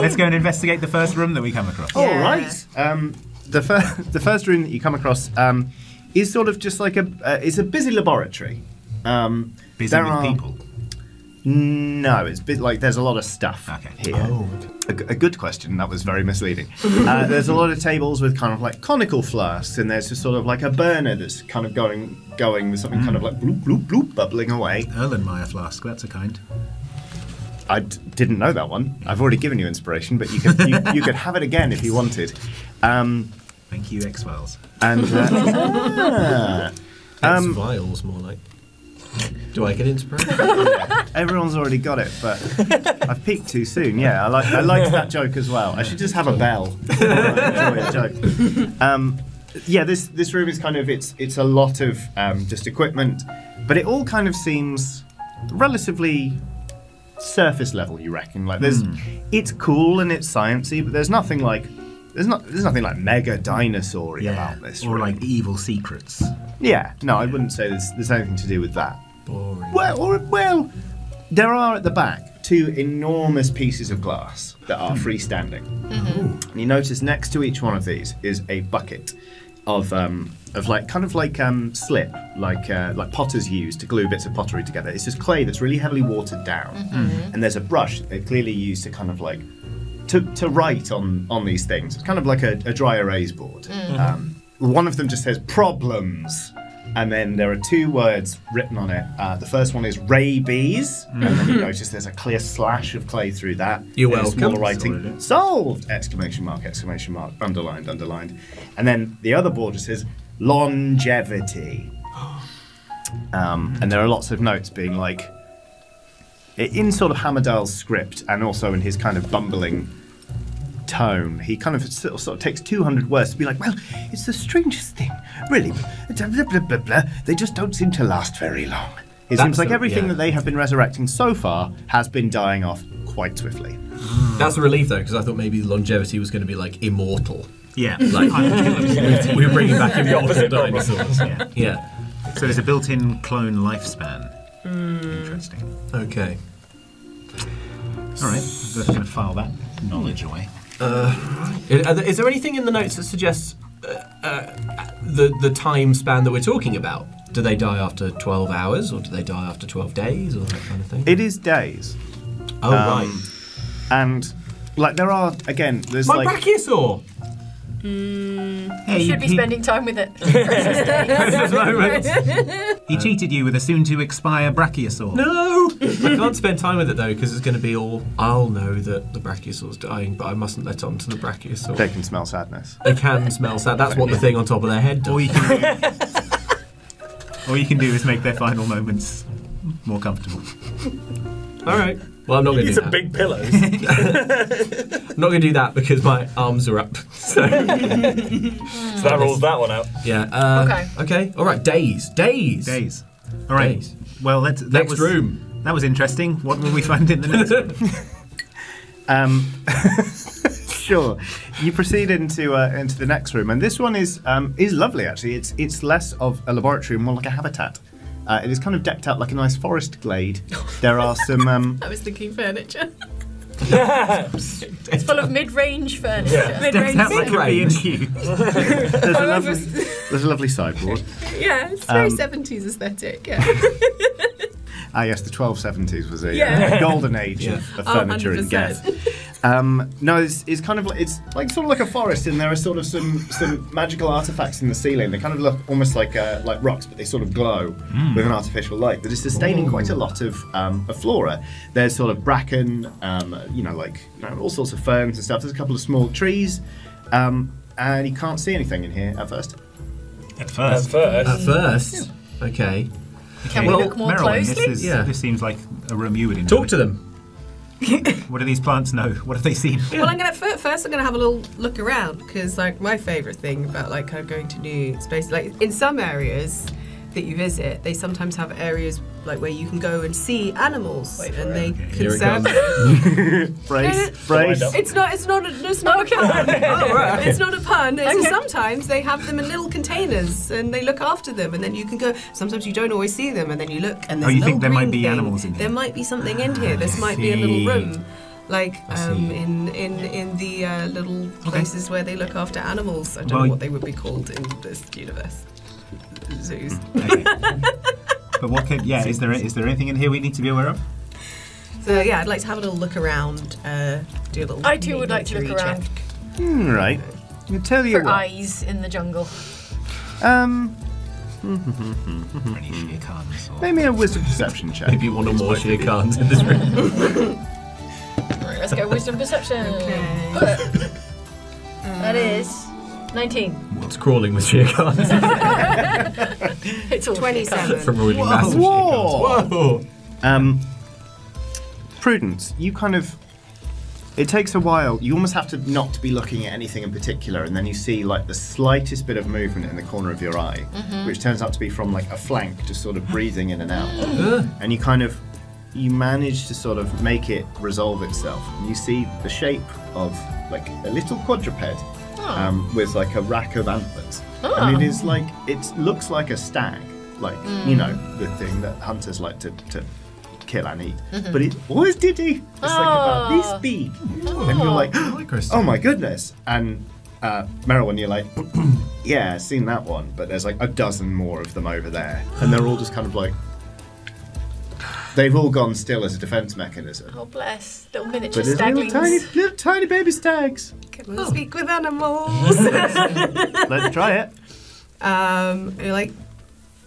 let's go and investigate the first room that we come
Oh,
across.
All right. Um, the first <laughs> the first room that you come across um, is sort of just like a uh, it's a busy laboratory. Um,
Busy
there
with
are-
people.
No, it's bit like there's a lot of stuff here.
Oh.
A, g- a good question. That was very misleading. uh, there's a lot of tables with kind of like conical flasks, and there's just sort of like a burner that's kind of going going with something kind of like bloop bloop bloop bubbling away.
Erlenmeyer flask. That's a kind.
I d- didn't know that one. I've already given you inspiration, but you could you, you could have it again if you wanted. Um,
Thank you, X Files.
and uh,
That's vials, more like. Do I get inspiration?
yeah, <laughs> everyone's already got it, but I've peaked too soon. Yeah, I like I liked that joke as well. I should just have a bell. <laughs> I enjoy a joke. Um, yeah, this this room is kind of it's it's a lot of um, just equipment, but it all kind of seems relatively surface level. You reckon? Like there's, it's cool and it's sciency, but there's nothing like, there's not, there's nothing like mega dinosaur about this.
Or like evil secrets.
Yeah, no, I wouldn't say there's, there's anything to do with that. Boring. Well, or, well, there are at the back two enormous pieces of glass that are freestanding. And you notice next to each one of these is a bucket of um, of like kind of like um, slip, like uh, like potters use to glue bits of pottery together. It's just clay that's really heavily watered down,
Mhm.
Mm-hmm.
and there's a brush that they clearly use to kind of like to, to write on on these things. It's kind of like a, a dry erase board.
Mm.
Um, one of them just says problems. And then there are two words written on it. Uh, the first one is Ray Bees. And then you notice there's a clear slash of clay through that.
You're
There's
welcome.
Smaller writing. Solved! Exclamation mark, exclamation mark, underlined, underlined. And then the other board just says longevity. <gasps> Um, and there are lots of notes being like, in sort of Hammerdale's script and also in his kind of bumbling tone, he kind of sort of, sort of takes 200 words to be like, well, it's the strangest thing, really. Blah, blah, blah, blah, blah. They just don't seem to last very long. It
That's
seems like
a-
everything
yeah.
that they have been resurrecting so far has been dying off quite swiftly.
That's a relief though, because I thought maybe longevity was going to be like immortal.
Yeah.
<laughs>
like
Yeah.
we were bringing back
The
immortal
opposite problem.
dinosaurs.
Yeah.
yeah.
So there's a built-in clone lifespan.
Hmm.
Interesting.
Okay.
All right, I'm just going to file that knowledge away.
Uh, is are there- is there anything in the notes that suggests uh, uh, the the time span that we're talking about? Do they die after 12 hours, or do they die after 12 days, or that kind of thing?
It um, is days.
Oh right.
And like there are again, there's
My
like
brachiosaur.
<laughs>
Hey,
you should be
he-
spending time
<laughs>
with it.
Precious moments. He cheated you with a soon-to-expire brachiosaur.
No! I can't spend time with it though because it's going to be all. I'll know that the brachiosaur's dying, but I mustn't let on to the brachiosaur.
They can smell sadness.
They can smell sad. That's what the thing on top of their head does.
All you can do is make their final moments more comfortable.
all right. Well, I'm not going to do
These are
that.
big
pillows. <laughs> I'm not going to do that because my arms are up. So,
So that rules that one out.
Yeah. Uh,
Okay.
Okay. All right. Days. Days.
Days. All right. Well, let's, that
Next
was, <laughs>
room.
That was interesting. What will we find in the
<laughs>
next room?
Um, <laughs> sure. You proceed into uh, into the next room, and this one is um, is lovely actually. It's it's less of a laboratory, more like a habitat. Uh, it is kind of decked out like a nice forest glade. There are some. Um,
I was thinking furniture.
it's
It's full of mid-range furniture.
Yeah.
Mid-range.
Sounds like a B&Q. there's, a
I was
lovely, <laughs> there's a lovely sideboard.
<laughs> Yeah, it's very
Um,
70s aesthetic. Yeah.
<laughs> Ah, yes, the 1270s was a
Yeah.
uh, <laughs> golden age
Yeah.
of, of
Oh,
furniture and
100%.
Geth. Um, no, it's, it's kind of like, it's like sort of like a forest, and there are sort of some some magical artifacts in the ceiling. They kind of look almost like uh, like rocks, but they sort of glow
Mm.
with an artificial light that is sustaining quite a lot of, um, of flora. There's sort of bracken, um, you know, like you know, all sorts of ferns and stuff. There's a couple of small trees, um, and you can't see anything in here at first.
At
first. At first.
At first. Okay.
Can we look more
Marilyn,
closely?
This, is,
Yeah.
this seems like a room you would enjoy.
Talk to them.
what do these plants know? <laughs> What have they seen?
Well, I'm gonna fir- first. I'm gonna have a little look around because, like, my favorite thing about like kind of going to new spaces, like in some areas that you visit, they sometimes have areas like where you can go and see animals and they
Here it
conserve. <laughs>
comes.
No, no, It's not. It's not. A, it's not a pun. It's not a pun. It's
Okay.
sometimes they have them in little containers and they look after them, and then you can go. Sometimes you don't always see them, and then you look and
Oh,
there's
you
a
think
little
there might
green
be
thing.
animals in
There might be something in here. This
I
might be a little
see.
room. Like
I
um,
see.
in in in the uh, little places where they look after animals, I don't
Well,
know what they would be called in this universe. Zoos.
But what could? Yeah, is there is there anything in here we need to be aware of?
So yeah, I'd like to have a little look around. Uh, do a little.
I too would like to look
meat-eatery check.
around
Hmm, right. I tell you
for
what.
eyes in the jungle.
Um, maybe a wisdom
<laughs>
perception check.
Maybe one or more Shere Khans in this
<laughs>
room.
Right, let's go wisdom perception. that is
<laughs>
19.
What's crawling with Shere Khans?
it's all
27.
<laughs> From a really massive
Whoa.
Whoa!
Um, Prudence, you kind of. It takes a while. You almost have to not be looking at anything in particular, and then you see like the slightest bit of movement in the corner of your eye,
Mhm.
which turns out to be from like a flank just sort of breathing in and out.
Ugh.
and you kind of you manage to sort of make it resolve itself. And you see the shape of like a little quadruped
Oh.
um, with like a rack of antlers,
Ah.
and it is like it looks like a stag, like you
Mm.
know the thing that hunters like to, to kill and eat.
Mhm.
But it's oh, it's ditty. It's like about this
Oh.
big, and you're like, oh my goodness, and. Uh, Merowyn, you're like, <clears throat> yeah, seen that one, but there's like a dozen more of them over there, and they're all just kind of like, they've all gone still as a defense mechanism.
Oh, bless. Little miniature
But they're little
staglings.
tiny, little tiny baby stags.
Can we speak with
<laughs>
animals? Let's
try it.
Um, you're like,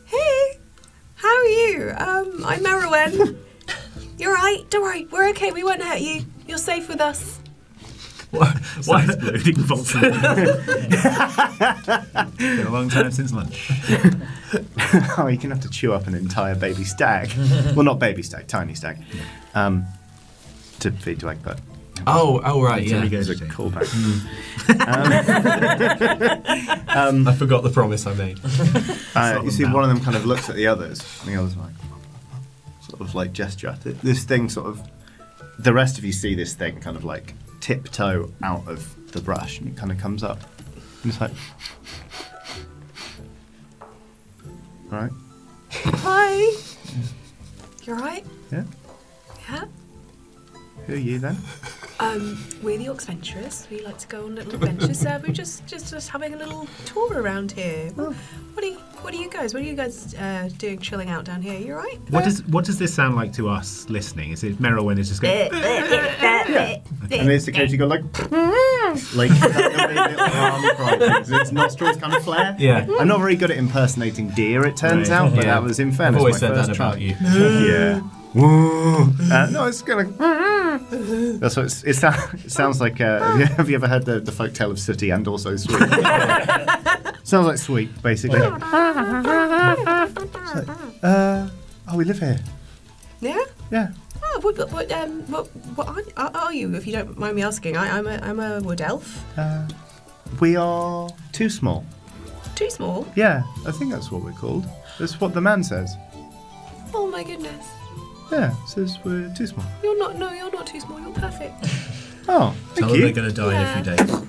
hey, how are you? Um, I'm Merowyn. You're right. Don't worry. We're okay. We won't hurt you. You're safe with us.
Why exploding Volkswagen?
<laughs>
Been
a long time since lunch.
<laughs> oh, you can have to chew up an entire baby stag. well, not baby stag, tiny stag. Um, to feed to Egbert.
Oh, oh right,
Until
yeah.
he goes a callback.
I forgot the promise I made.
Uh, you see, one of them kind of looks at the others, and the other's like, sort of like gesture at it. This thing sort of, the rest of you see this thing kind of like tiptoe out of the brush, and it kind of comes up. And it's like, <laughs> right?
Hi. You're right.
Yeah.
Yeah.
Who are you then?
Um, we're the Ox Venturers. We like to go on little adventures. Uh, we're just, just just having a little tour around here. What are you What are you guys? What are you guys uh, doing? Chilling out down here? You all right?
What does what does this sound like to us listening? Is it Merowyn is just going?
Yeah.
And it's the case you
<laughs>
go like, like its nostrils kind of flare.
Yeah.
I'm not very good at impersonating deer, it turns
Right.
out, but
Yeah.
that was in fairness.
I've always
my
said
first
that
try.
about you.
<laughs>
yeah. Woo. Uh, no, it's kind of. That's what it's, it, sound, it sounds like. Uh, have, you, <laughs> have you ever heard the, the folk tale of Sooty and also
<laughs>
Sweet? sounds like Sweet,
<laughs>
basically. Uh, oh, we live here.
Yeah.
Yeah.
Oh, what, what, what, um, what, what are, are- are you? If you don't mind me asking, I, I'm a I'm a wood elf.
Uh, we are too small.
Too small.
Yeah, I think that's what we're called. That's what the man says.
Oh my goodness.
Yeah, says we're too small.
You're not. No, you're not too small. You're perfect.
<laughs> Oh, thank
Tell them
you.
they're going to die in a few days.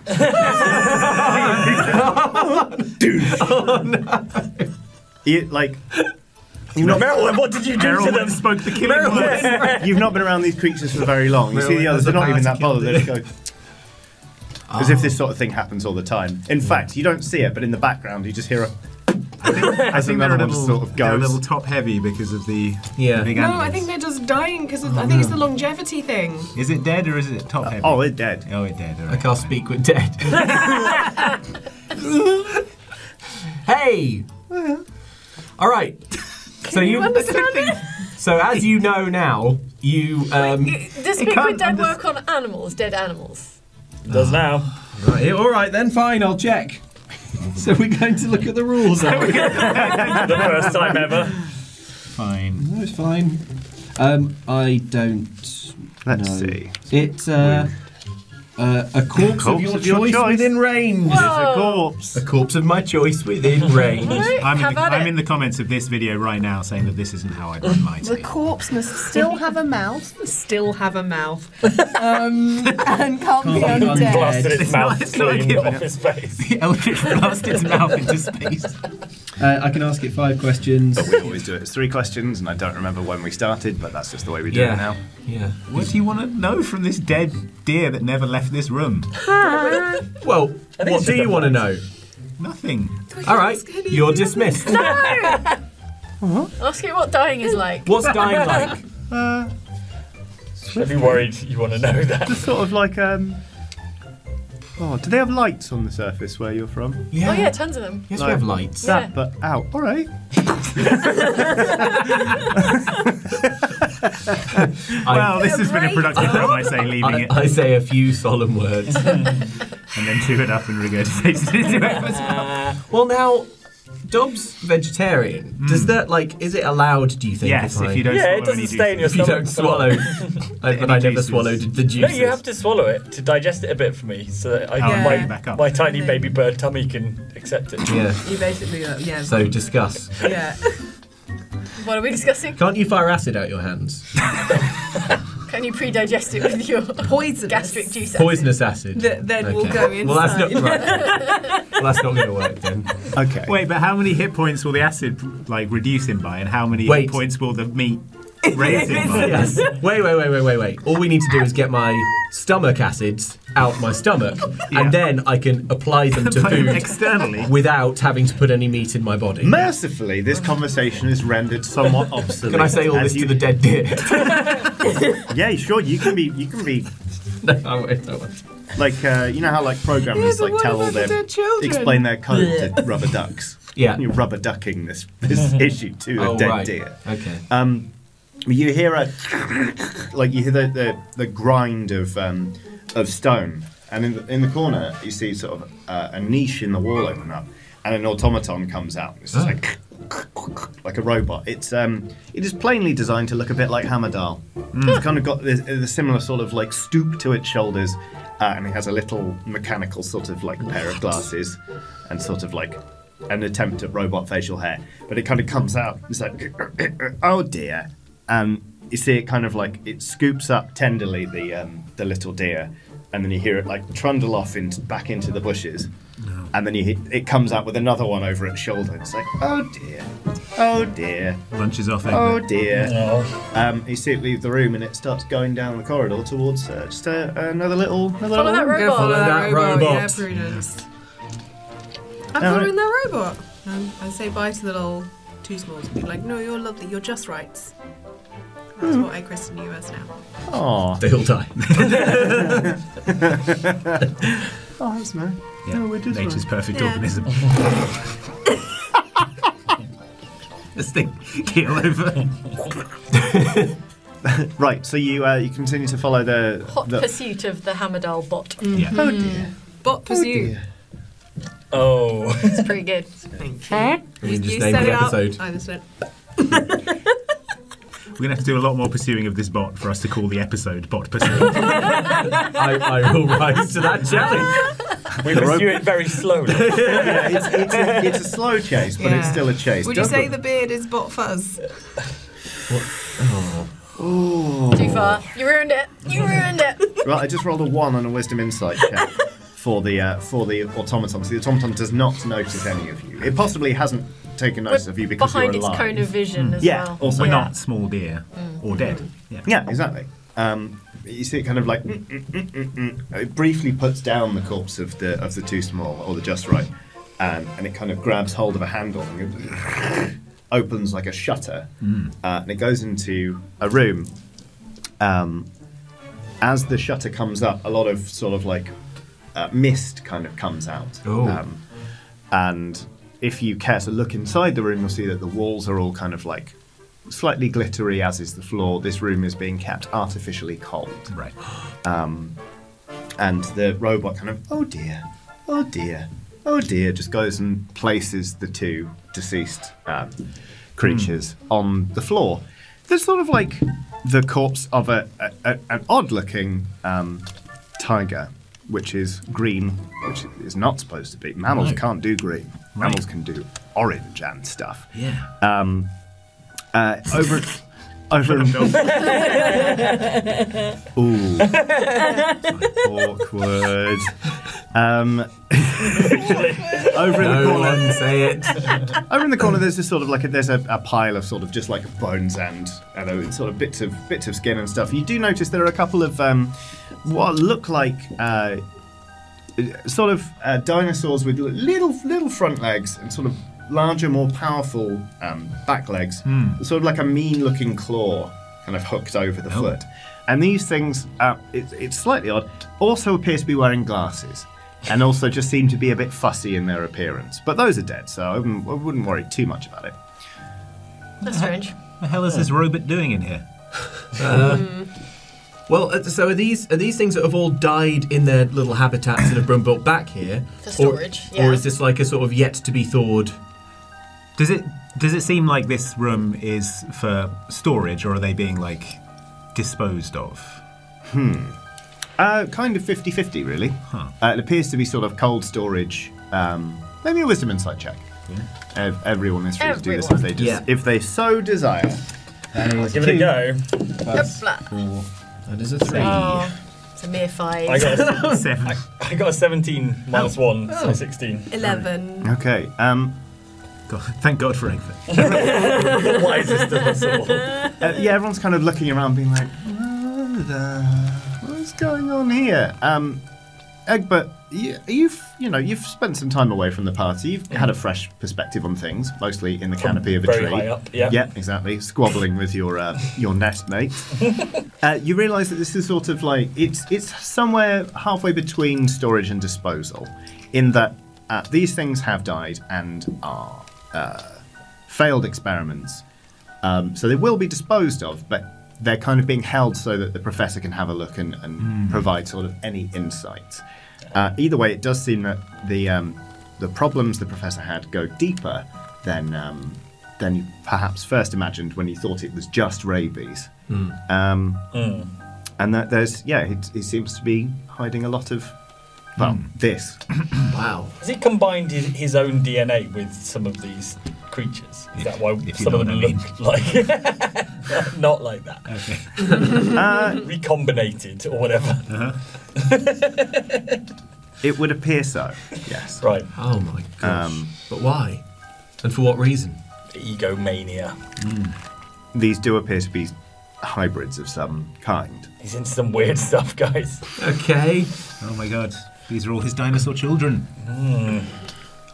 You, like, you've not,
Merylwyn, what did you do to
Merylwyn
them?
spoke the
killing Merylwyn. words.
You've not been around these creatures for very long. You see
Merylwyn
the others;
has
they're
the
not even
power
that
to kill
bothered. They just go. As if this sort of thing happens all the time. In fact, you don't see it, but in the background, you just hear a. <laughs>
I think they're a
another one
little
sort of
they're a
goes.
little top heavy because of the
yeah.
big
No,
antlers.
I think they're just dying because I
Oh,
think it's
no.
the longevity thing.
Is it dead or is it top heavy?
Oh, it's dead.
Oh, it's dead.
I can't speak with dead. hey! All right. so you, <laughs> So as you know now, you um,
Does speak with dead work on animals, dead animals?
does now.
Right, all right then, fine, I'll check. so we're going to look at the rules. are we?
<laughs> the first time ever.
Fine. No, it's fine. Um, I don't.
Let's
know.
see.
It's uh, uh, a corpse, of,
Corpse
your
of your
choice,
choice.
within range.
It's a
corpse.
A corpse of my
<laughs>
choice within range.
Right,
I'm, in
have
the,
at
I'm
it.
in the comments of this video right now saying that this isn't how I run
<laughs>
mine.
The corpse must still have a mouth.
<laughs>
Still have a mouth.
Um,
and can't, be
Can't be
undead.
Blasted
<laughs>
its mouth clean off his face.
The eldritch blast its mouth into space.
Uh, I can ask it five questions.
But we always do it. It's three questions, and I don't remember when we started, but that's just the way we do
Yeah.
it now.
Yeah.
What do you want to know from this dead deer that never left this room?
well,
think
what
it's
do
just
you
a
want to
voice.
know?
Nothing.
All right, you're dismissed.
No! Ask you what dying is like.
What's dying like?
Uh,
Have you worried you want to know that?
Just sort of like um. Oh, do they have lights on the surface where you're from?
Oh yeah, tons of them.
Yes, we have lights.
That,
Yeah.
but out. All right.
Wow, this has been a productive round, I say, leaving
I,
it.
I say a few solemn words.
And then chew it up and <laughs>
<laughs>
regurgitate it into it.
well, now, Dob's vegetarian. Does that, like, is it allowed, do you think?
Yes,
I-
if you don't Yeah, it swallow
doesn't any stay in juices. your
If you don't swallow.
stomach
<laughs> I, but I never swallowed the
No,
juices.
you have to swallow it to digest it a bit for me, so that I,
Oh, and bring
my,
it back up.
my tiny baby bird tummy can accept it.
Yeah.
You basically, uh, yeah.
So discuss.
yeah.
What are we discussing?
Can't you fire acid out your hands?
Can you pre-digest it with your poison gastric juice?
Poisonous acid.
That
then
we'll Okay. go Well, that's not- Well, that's not going to work then.
Okay.
Wait, but how many hit points will the acid like reduce him by, and how many
Wait.
hit points will the
<laughs>
meat raise him by?
Wait, wait, wait, wait, wait, wait. All we need to do is get my stomach acids out my stomach, and then I can apply them <laughs> to
Apply them
food
externally.
without having to put any meat in my body.
Mercifully, this conversation is
<laughs>
rendered somewhat obsolete.
Can I say all
as
this to the dead <laughs> deer?
yeah, sure. You can be. You can be.
no, I won't. I won't.
Like uh, you know how like
Yeah,
programmers
but
like
what
tell all
about the
their
dead children?
explain their code
Yeah.
to rubber ducks.
<laughs> Yeah.
you're rubber ducking this
<laughs>
this issue to
Oh,
a dead
right.
deer.
Okay.
Um, you hear a like you hear the the, the grind of um, of stone, and in the, in the corner you see sort of uh, a niche in the wall open up, and an automaton comes out. It's just like like a robot. It's um it is plainly designed to look a bit like Hamadal. It's kind of got the, the similar sort of like stoop to its shoulders, uh, and it has a little mechanical sort of like pair of glasses, and sort of like an attempt at robot facial hair. But it kind of comes out. It's like oh dear, and Um, you see it kind of like it scoops up tenderly the um, the little deer, and then you hear it like trundle off into back into the bushes. And then you hit, it comes out with another one over its shoulder. It's like, oh dear, oh dear.
Lunches off.
Oh dear. Um, you see it leave the room and it starts going down the corridor towards uh, just uh, another little. Another
Follow
little
that
room.
robot. Follow that robot. Yeah, prudence. I'm
All right.
following that robot. Um, I say bye to the little two smalls. Be like, no, you're lovely. You're just right. That's what I christen you as now.
Aw.
They'll die.
Oh, that's nice.
Yeah.
No, we're just
Nature's
right.
perfect
Yeah.
<laughs>
organism. <laughs> This thing keel over.
Right, so you uh, you continue to follow the.
Hot
the
pursuit of the Hamadal bot.
Yeah. Oh, dear.
Bot pursuit.
Oh.
It's pretty
<laughs>
good.
We can just
you
name
set
the
it up.
episode.
Oh, I just went,
We're gonna have to do a lot more pursuing of this bot for us to call the episode "Bot Pursuit."
I, I will rise to that
<laughs>
challenge.
We
The rope-
pursue it very slowly.
Yeah, it's, it's, a,
<laughs>
it's a slow chase, but it's
Yeah.
still a chase.
Would you
Doesn't-
say the beard is bot fuzz?
Too far. You ruined it. You ruined it.
Right, I just rolled a one on a wisdom insight check for the uh, for the automaton. So the automaton does not notice any of you. It possibly hasn't taken notice of you because
Behind
you're
its
alive.
cone of vision as
yeah,
well.
also
We're
Yeah.
not small deer or dead. Yeah.
Yeah, exactly. Um, you see it kind of like mm, mm, mm, mm, mm. it briefly puts down the corpse of the of the too small or the just right, um, and it kind of grabs hold of a handle and it opens like a shutter, uh, and it goes into a room. Um, as the shutter comes up, a lot of sort of like uh, mist kind of comes out.
Oh.
Um, and if you care to look inside the room, you'll see that the walls are all kind of like slightly glittery, as is the floor. This room is being kept artificially cold.
Right.
And the robot kind of, oh dear, oh dear, oh dear, just goes and places the two deceased um, creatures
Hmm.
on the floor. There's sort of like the corpse of a, a, a- an odd looking um, tiger, which is green, which is not supposed to be. Mammals
No.
can't do green,
Right.
mammals can do orange and stuff.
Yeah.
Um, uh,
<laughs>
over. Over Ooh. Awkward. Um, <laughs> over in the
No
corner,
one say it.
over in the corner, there's this sort of like a, there's a, a pile of sort of just like bones and and uh, sort of bits of bits of skin and stuff. You do notice there are a couple of um, what look like uh, sort of uh, dinosaurs with li- little little front legs and sort of larger, more powerful um, back legs, sort of like a mean-looking claw, kind of hooked over the foot. And these things, uh, it, it's slightly odd, also appear to be wearing glasses, and also just seem to be a bit fussy in their appearance. But those are dead, so I wouldn't, I wouldn't worry too much about it.
That's strange.
What the hell is this robot doing in here?
Well, uh, so are these are these things that have all died in their little habitats and have been brought back here
For storage,
Or,
yeah.
or is this like a sort of yet to be thawed?
Does it does it seem like this room is for storage, or are they being like disposed of?
Uh, kind of 50 50, really. Uh, it appears to be sort of cold storage. Um, maybe a wisdom insight check. Ev- everyone is free to do this if they
Everyone.
des-
Yeah.
if they so desire. That is
Give it a
two.
go.
That's Yep.
That is a
Oh, it's a mere five.
I got a, I, I got a 17 minus 1, so
Oh.
16.
Eleven.
Okay. Um.
thank God <laughs> for England.
Why is this still possible?
Uh, yeah, everyone's kind of looking around, being like, "What, uh, "What's going on here?" Um, Egbert, you, you've you know you've spent some time away from the party. You've had a fresh perspective on things, mostly in the canopy of a
Mm. very
tree.
high up, yeah.
yeah, exactly. Squabbling with your uh, your nest mate. uh, you realise that this is sort of like it's it's somewhere halfway between storage and disposal, in that uh, these things have died and are uh, failed experiments. Um, so they will be disposed of, but they're kind of being held so that the professor can have a look and, and
Mm.
provide sort of any insights. Uh, either way, it does seem that the um, the problems the professor had go deeper than um, than you perhaps first imagined when you thought it was just rabies. Um,
Mm.
And that there's yeah, it, it seems to be hiding a lot of well
Hmm.
this. <clears throat>
wow.
Has he combined his, his own DNA with some of these creatures? Is that why some of them look like
<laughs>
<laughs>
not like that? Recombinated or whatever.
It would appear so. Yes.
Right.
Oh my gosh. but why? And for what reason?
Egomania.
These do appear to be hybrids of some kind.
He's into some weird stuff, guys.
Okay.
Oh my god. These are all his dinosaur children.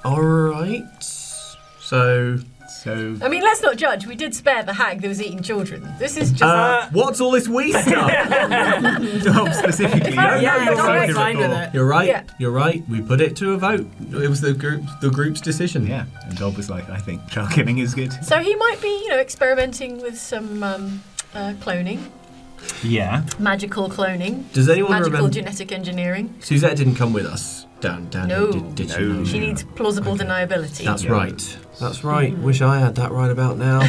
All right. So. So.
I mean, let's not judge. We did spare the hag that was eating children. This is just.
Uh, what's all this wee stuff?
<laughs>
<laughs>
no, specifically.
Yeah, yeah, don't worry,
you're,
fine with
right.
it.
you're right.
Yeah.
You're right. We put it to a vote. It was the group, the group's decision.
Yeah. And Bob was like, I think child killing is good.
So he might be, you know, experimenting with some um, uh, cloning,
Yeah.
magical cloning.
Does anyone
magical
remember-
genetic engineering?
Suzette didn't come with us down down
No.
here, did, did she?
Mm.
She needs plausible deniability.
That's right. That's
Mm.
right. Wish I had that right
<laughs>
about now.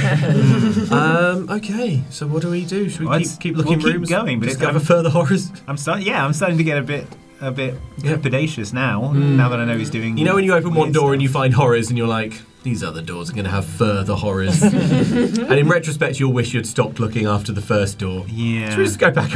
um, okay, so what do we do? Should we
Well,
keep,
it's-
keep looking
we'll keep
rooms?
going, but it's-
discover
I'm-
further horrors.
I'm starting. Yeah, I'm starting to get a bit, a bit trepidatious now. Now that I know he's doing.
Hmm. You know when you open one door and you find horrors, and you're like, these other doors are going to have
<laughs>
further horrors. and in retrospect, you'll wish you'd stopped looking after the first door.
Yeah.
Should we just go back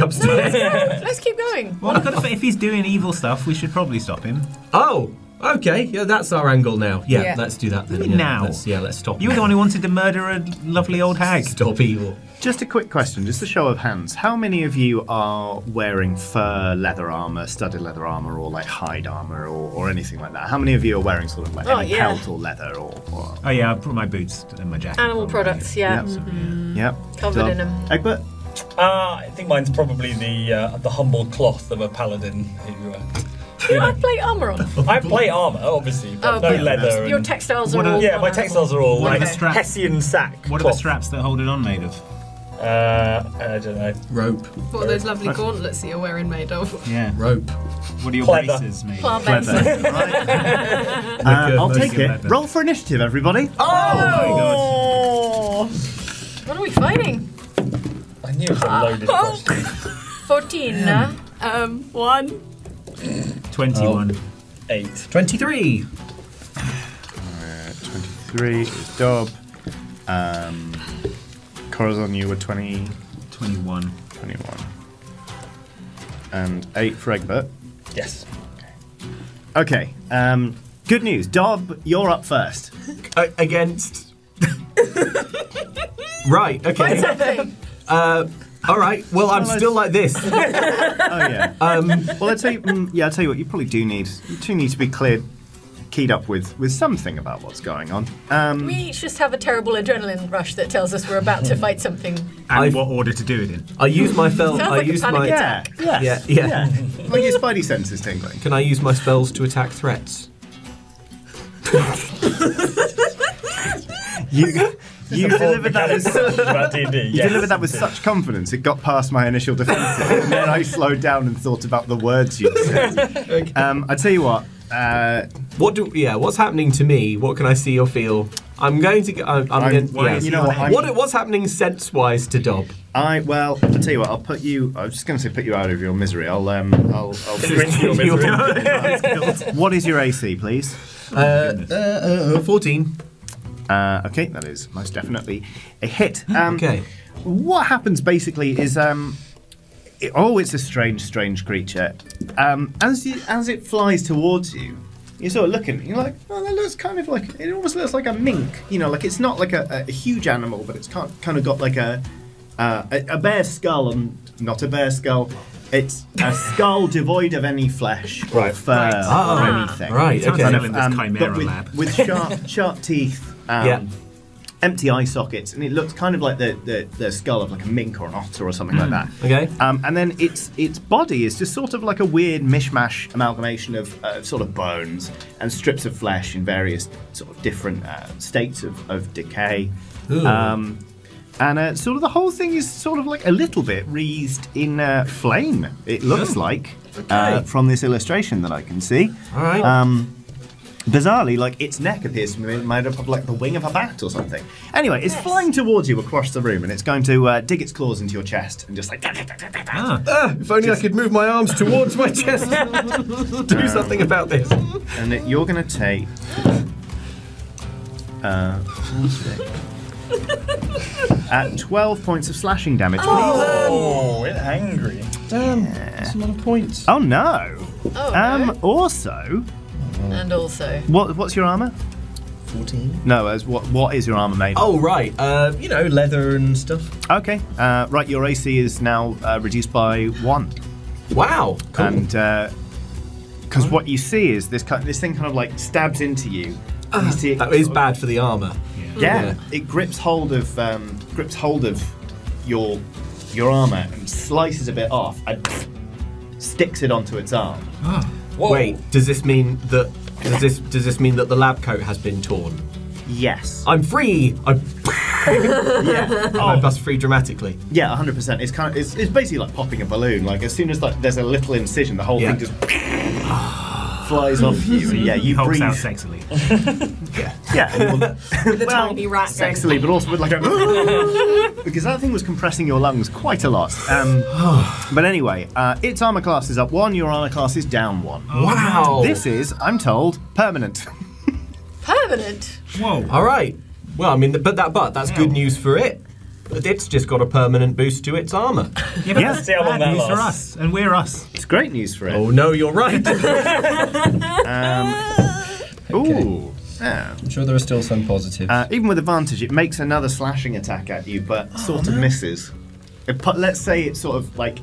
<laughs>
upstairs?
Let's keep going.
Well, I've got to- if he's doing evil stuff, we should probably stop him.
Oh, okay. Yeah, that's our angle now. Yeah,
Yeah.
let's do that then.
Do it
yeah,
now.
Let's, yeah, let's stop.
You were the one who wanted to murder a lovely
<laughs>
old hag.
Stop evil.
Just a quick question, just a show of hands. How many of you are wearing fur, leather armor, studded leather armor, or like hide armor, or, or anything like that? How many of you are wearing sort of like
Oh,
any
yeah.
pelt or leather or? or...
Oh yeah, I put my boots and my jacket.
Animal
Um,
products, yeah. Mhm.
Yep.
Covered in 'em.
Egbert.
Uh, I think mine's probably the uh, the humble cloth of a paladin who. Uh, you
I
know.
plate armor on.
I play armor, obviously, but
Oh,
no
but
leather.
Your
and-
textiles are
What are-
all.
yeah,
on
my
animal.
textiles are all
What are
like
the straps?
Hessian sack.
What are the
cloth.
straps that hold it on made of?
Uh, I don't know.
Rope.
What are those lovely gauntlets that you're wearing made of?
Yeah.
Rope.
What are your
Pleather.
braces made?
Pleather.
of?
Pleather.
Uh, I'll take it. Roll for initiative, everybody.
Oh! What are we fighting?
I knew it was a loaded
Ah,
question.
oh. <laughs>
14. uh,
Um, one.
Twenty-one.
Eight.
Twenty-three.
Uh, Twenty-three is Dob. Um, Corazon, you were twenty.
Twenty-one.
Twenty-one. And eight for Egbert.
Yes.
Okay. Um, good news, Dob. You're up first.
against. right. Okay.
What's
<laughs>
that thing?
Uh, all right. Well, I'm still like this.
oh yeah. well, I tell you, mm, yeah, I tell you what. You probably do need you do need to be cleared, keyed up with with something about what's going on. Um,
We each just have a terrible adrenaline rush that tells us we're about to fight something.
And what order to do it in?
I use my fel.
Sounds
I
like a
use
panic
my.
attack.
Yeah.
Yeah.
Yes.
Yeah.
like your spidey sense is tingling.
Can I use my spells to attack threats?
You you
It's a bold
delivered that with
mechanic about
such,
D&D,
you
yes.
delivered that with such confidence. It got past my initial defenses, and then I slowed down and thought about the words you said. Um, I tell you what. Uh,
What do? Yeah. What's happening to me? What can I see or feel? I'm going to. go- I'm, I'm,
I'm-
going.
why
yeah.
is he not hanging?
what, what's happening sense wise to Dob?
I well, I tell you what. I'll put you. I was just going to say put you out of your misery. I'll um. I'll. I'll
Drink your misery.
<laughs> what is your AC, please?
Uh, uh, uh, 14.
Uh, okay, that is most definitely a hit. Um, okay. What happens basically is, um, it- oh, it's a strange, strange creature. Um, as you, as it flies towards you, you're sort of looking. You're like, oh, that looks kind of like it almost looks like a mink. You know, like it's not like a, a huge animal, but it's kind kind of got like a uh, a, a bear skull and not a bear skull. It's a skull devoid of any flesh or
Right.
fur
Right.
or
Ah.
anything.
Right, Sounds okay. like I'm in this
Um,
chimera
but with, <laughs>
lab.
with sharp, sharp teeth. Um,
Yeah.
Empty eye sockets, and it looks kind of like the, the, the skull of like a mink or an otter or something like that.
Hmm. Okay.
Um, and then its its body is just sort of like a weird mishmash amalgamation of uh, sort of bones and strips of flesh in various sort of different uh, states of, of decay.
Ooh.
Um, and uh, sort of the whole thing is sort of like a little bit wreathed in uh, flame. It looks
Ooh.
like uh,
Okay.
from this illustration that I can see.
All right.
Um, bizarrely, like its neck appears to be made up of like the wing of a bat or something. Anyway, it's flying towards you across the room, and it's going to uh, dig its claws into your chest and just like.
Ah, if only I could move my arms towards my chest. <laughs> Do something about this.
And that you're going to take. Uh, one sec. at 12 points of slashing damage.
Oh, it's angry.
Damn, that's a lot of points. Oh no.
Oh,
um, also,
And also.
what what's your armor?
14.
No, as what what is your armor made? of?
Oh, right. Uh, you know, leather and stuff.
Okay. Uh, right, your AC is now uh, reduced by one.
Wow. Cool.
And because what you see is this kind, this thing kind of like stabs into you. and you see it
That is bad for the armor.
Yeah, it grips hold of um, grips hold of your your armor and slices a bit off and sticks it onto its arm.
Whoa.
Wait, does this mean that does this does this mean that the lab coat has been torn?
Yes. Oh,
I'm free. I
yeah.
I bust free dramatically.
Yeah, 100%. It's kind of it's, it's basically like popping a balloon. Like as soon as like there's a little incision, the whole
Yeah.
thing just <sighs> flies off you. And, yeah, you
Hulks
breathe
out sexily.
<laughs>
Yeah, and you're
With a tiny rat going-
sexily, but also with like a <laughs> because that thing was compressing your lungs quite a lot. Um, but anyway, uh, its armor class is up one. Your armor class is down one.
Wow.
This is, I'm told, permanent. <laughs>
Permanent.
Whoa.
All right. Well, I mean, but that but that's good news for it. But It's just got a permanent boost to its armor.
Yeah, but
Yeah.
that's
See how long
bad
that
news for
lasts.
us, and we're us.
It's great news for it.
Oh no, you're <laughs> right.
Ooh. Yeah.
I'm sure there are still some positives.
Uh, even with advantage, it makes another slashing attack at you, but sort of misses. It pu- let's say it sort of like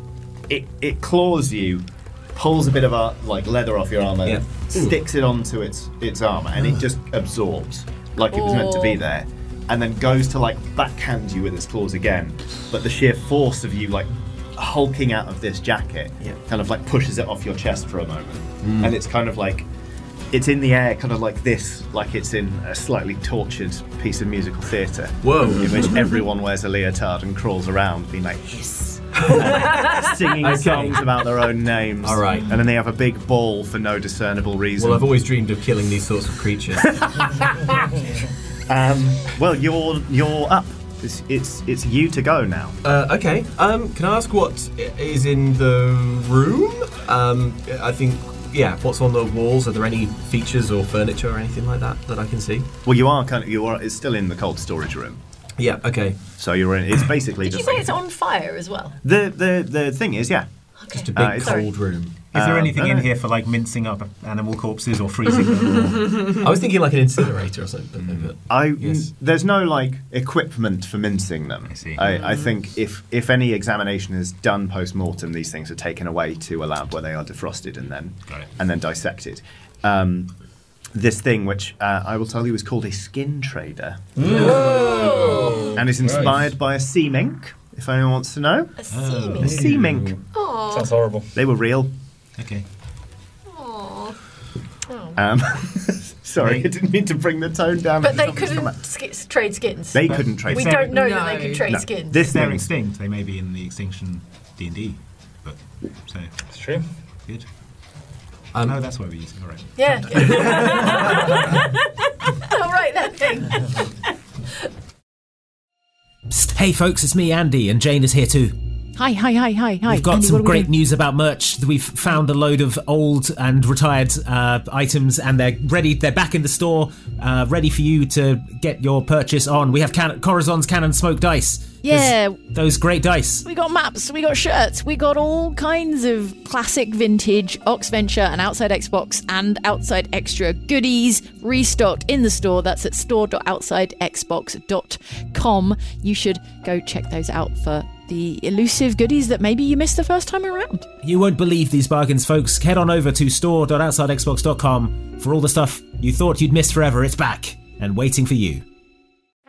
it it claws you, pulls a bit of uh, like leather off your armor,
Yeah. Ah.
sticks it onto its its armor, and it just absorbs like it was meant to be
Oh.
there, and then goes to like backhand you with its claws again, but the sheer force of you like hulking out of this jacket
Yeah. Hmm.
kind of like pushes it off your chest for a moment, and it's kind of like it's in the air, kind of like this, like it's in a slightly tortured piece of musical theatre.
Whoa.
In which everyone wears a leotard and crawls around, being like, hiss. <laughs> singing
Okay.
songs about their own names.
All right.
And then they have a big ball for no discernible reason.
well, I've always dreamed of killing these sorts of creatures.
um, well, you're you're up. It's, it's it's you to go now.
Uh, okay. Um, can I ask what i- is in the room? Um, I think, yeah. What's on the walls? Are there any features or furniture or anything like that that I can see?
Well, you are kind of you are. It's still in the cold storage room.
Yeah. Okay.
So you're in. It's basically
Did you
just
say
like-
it's on fire as well?
the the the thing is yeah.
Okay.
Just a big
Uh, it's-
cold room.
Is there
Um,
anything
uh,
in here for like mincing up animal corpses or freezing
<laughs>
them? or-
I was thinking like an incinerator or something. But
I
Yes.
there's no like equipment for mincing them. I
see.
I, think if if any examination is done post mortem, these things are taken away to a lab where they are defrosted and then
Got it.
and then dissected. Um, this thing, which uh, I will tell you, is called a skin trader, and is inspired by a sea mink. If anyone wants to know,
A
Oh.
seeming.
a sea mink.
Oh.
Sounds horrible.
They were real. <laughs>
okay.
Um, sorry, I
They-
didn't mean to bring the tone down.
But they
Something's come
couldn't
out.
sk- trade skins.
They couldn't trace.
we
it.
don't know that
No.
they could trade
No.
skins.
This
If they're
thing.
extinct, they may be in the extinction D and D book. So
It's true.
good.
Um,
no, that's why we're using. All right.
Yeah. <laughs> yeah. All right, that thing.
Psst, hey folks, it's me, Andy, and Jane is here too.
Hi, hi, hi, hi, hi.
We've got
Andy, what
some
are we
great
doing?
news about merch. We've found a load of old and retired uh, items, and they're ready. They're back in the store, uh, ready for you to get your purchase on. We have can- Corazon's Cannon Smoke Dice. There's
Yeah.
those great dice.
We got maps, we got shirts, we got all kinds of classic vintage Ox Venture and Outside Xbox and Outside Extra goodies restocked in the store. That's at store.outsidexbox.com. You should go check those out for the elusive goodies that maybe you missed the first time around.
You won't believe these bargains, folks. Head on over to store.outsidexbox.com for all the stuff you thought you'd missed forever. It's back and waiting for you.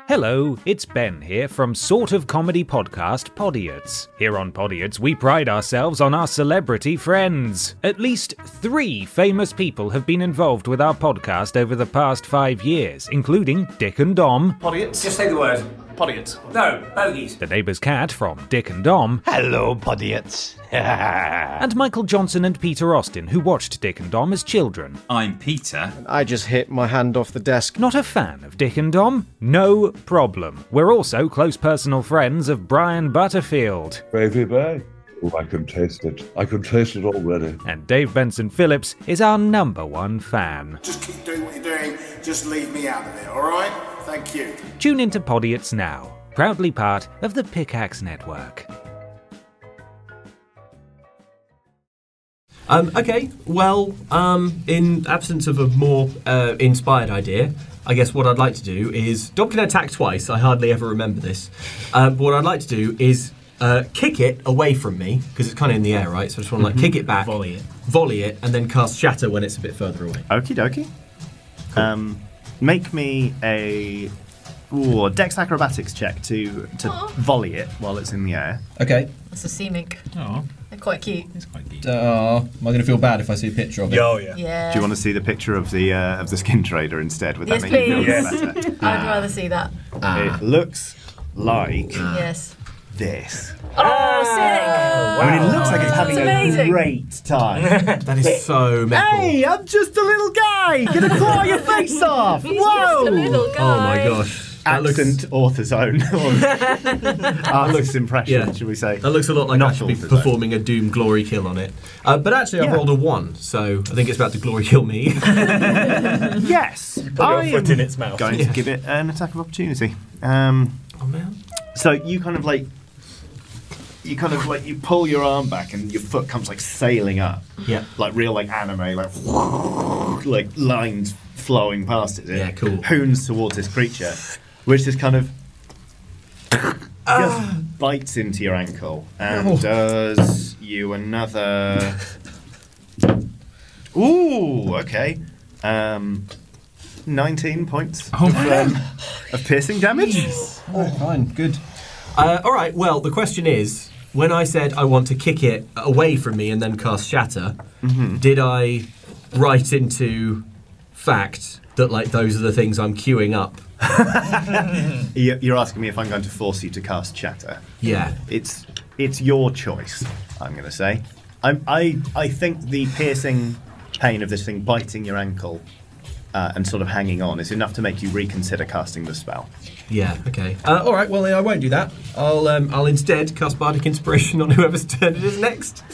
Hello, it's Ben here from Sort of Comedy Podcast Podiots. Here on Podiots, we pride ourselves on our celebrity friends. At least three famous people have been involved with our podcast over the past five years, including Dick and Dom,
Podiots? Just say the word. Podiots. No, bogies.
the neighbour's cat from Dick and Dom.
Hello, Podiots. <laughs>
and Michael Johnson and Peter Austin, who watched Dick and Dom as children.
I'm Peter.
I just hit my hand off the desk. Not a fan of Dick and Dom? No problem. We're also close personal friends of Brian Butterfield.
Gravy Bay. Oh, I can taste it. I can taste it already.
And Dave Benson Phillips is our number one fan.
Just keep doing what you're doing. Just leave me out of it, all right? Thank you.
Tune into Podiots now, proudly part of the Pickaxe Network.
Um, okay, well, um, in absence of a more uh, inspired idea, I guess what I'd like to do is Dom can attack twice. I hardly ever remember this. Um, but what I'd like to do is uh, kick it away from me because it's kind of in the air, right? So I just want to like
Mhm.
kick it back, Mm-hmm. volley it, Uh, volley it, and then cast shatter when it's a bit further away.
Okie dokie. Um, make me a ooh, dex acrobatics check to to volley it while it's in the air.
Okay.
That's a sea mink.
Oh.
They're quite cute.
Uh, am I going to feel bad if I see a picture of it?
Oh, yeah. Yeah.
Do you want to see the picture of the uh, of the skin trader instead? Would that
yes,
make you feel
please. <laughs>
better?
I'd rather see that.
It looks like
Yes.
this.
Oh, sick!
I mean, it looks like it's having
That's
a
amazing.
great time.
<laughs> that is so metal.
Hey, I'm just a little guy.
<laughs>
Gonna claw your face off.
He's
Whoa!
just a little guy.
Oh my gosh.
Accent author's own. <laughs> Artist's impression, should we say?
That looks a lot like I should be
author's own.
performing a Doom glory kill on it. Uh, but actually, I've
Yeah.
rolled a one, so I think it's about to glory kill me.
yes.
put your foot in its mouth.
Going
Yeah.
to give it an attack of opportunity. Um,
oh man.
So you kind of like, you kind of like, you pull your arm back and your foot comes like sailing up.
Yeah.
Like real like anime, like like lines flowing past it. Yeah, cool. Hoons towards this creature, which just kind of just bites into your ankle and
Ow.
does you another. Ooh, okay. Um, 19 points of, um, of piercing damage.
Oh, fine, good. Uh, all right. Well, the question is, when I said I want to kick it away from me and then cast Shatter, did I write into fact that like those are the things I'm queuing up?
You- You're asking me if I'm going to force you to cast Chatter.
Yeah.
It's it's your choice. I'm going to say. I'm, I I think the piercing pain of this thing biting your ankle uh, and sort of hanging on is enough to make you reconsider casting the spell.
Yeah. Okay. Uh, all right. Well, then I won't do that. I'll um, I'll instead cast Bardic Inspiration on whoever's <laughs> turn it is next.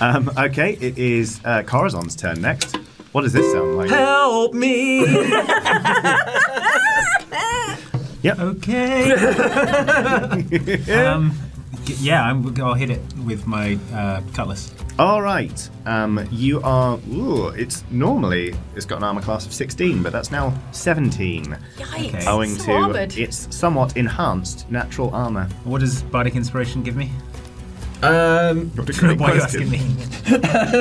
Um, okay, it is uh, Corazon's turn next. What does this sound like?
Help me! <laughs>
Yep.
Okay. um, g- yeah, I'm, I'll hit it with my uh, cutlass.
All right. Um, you are. Ooh, it's normally it's got an armor class of 16, but that's now 17.
Yikes. Okay.
Owing
So
to
armored.
its somewhat enhanced natural armor.
What does bardic inspiration give me?
Um,
<laughs> Why are you asking me?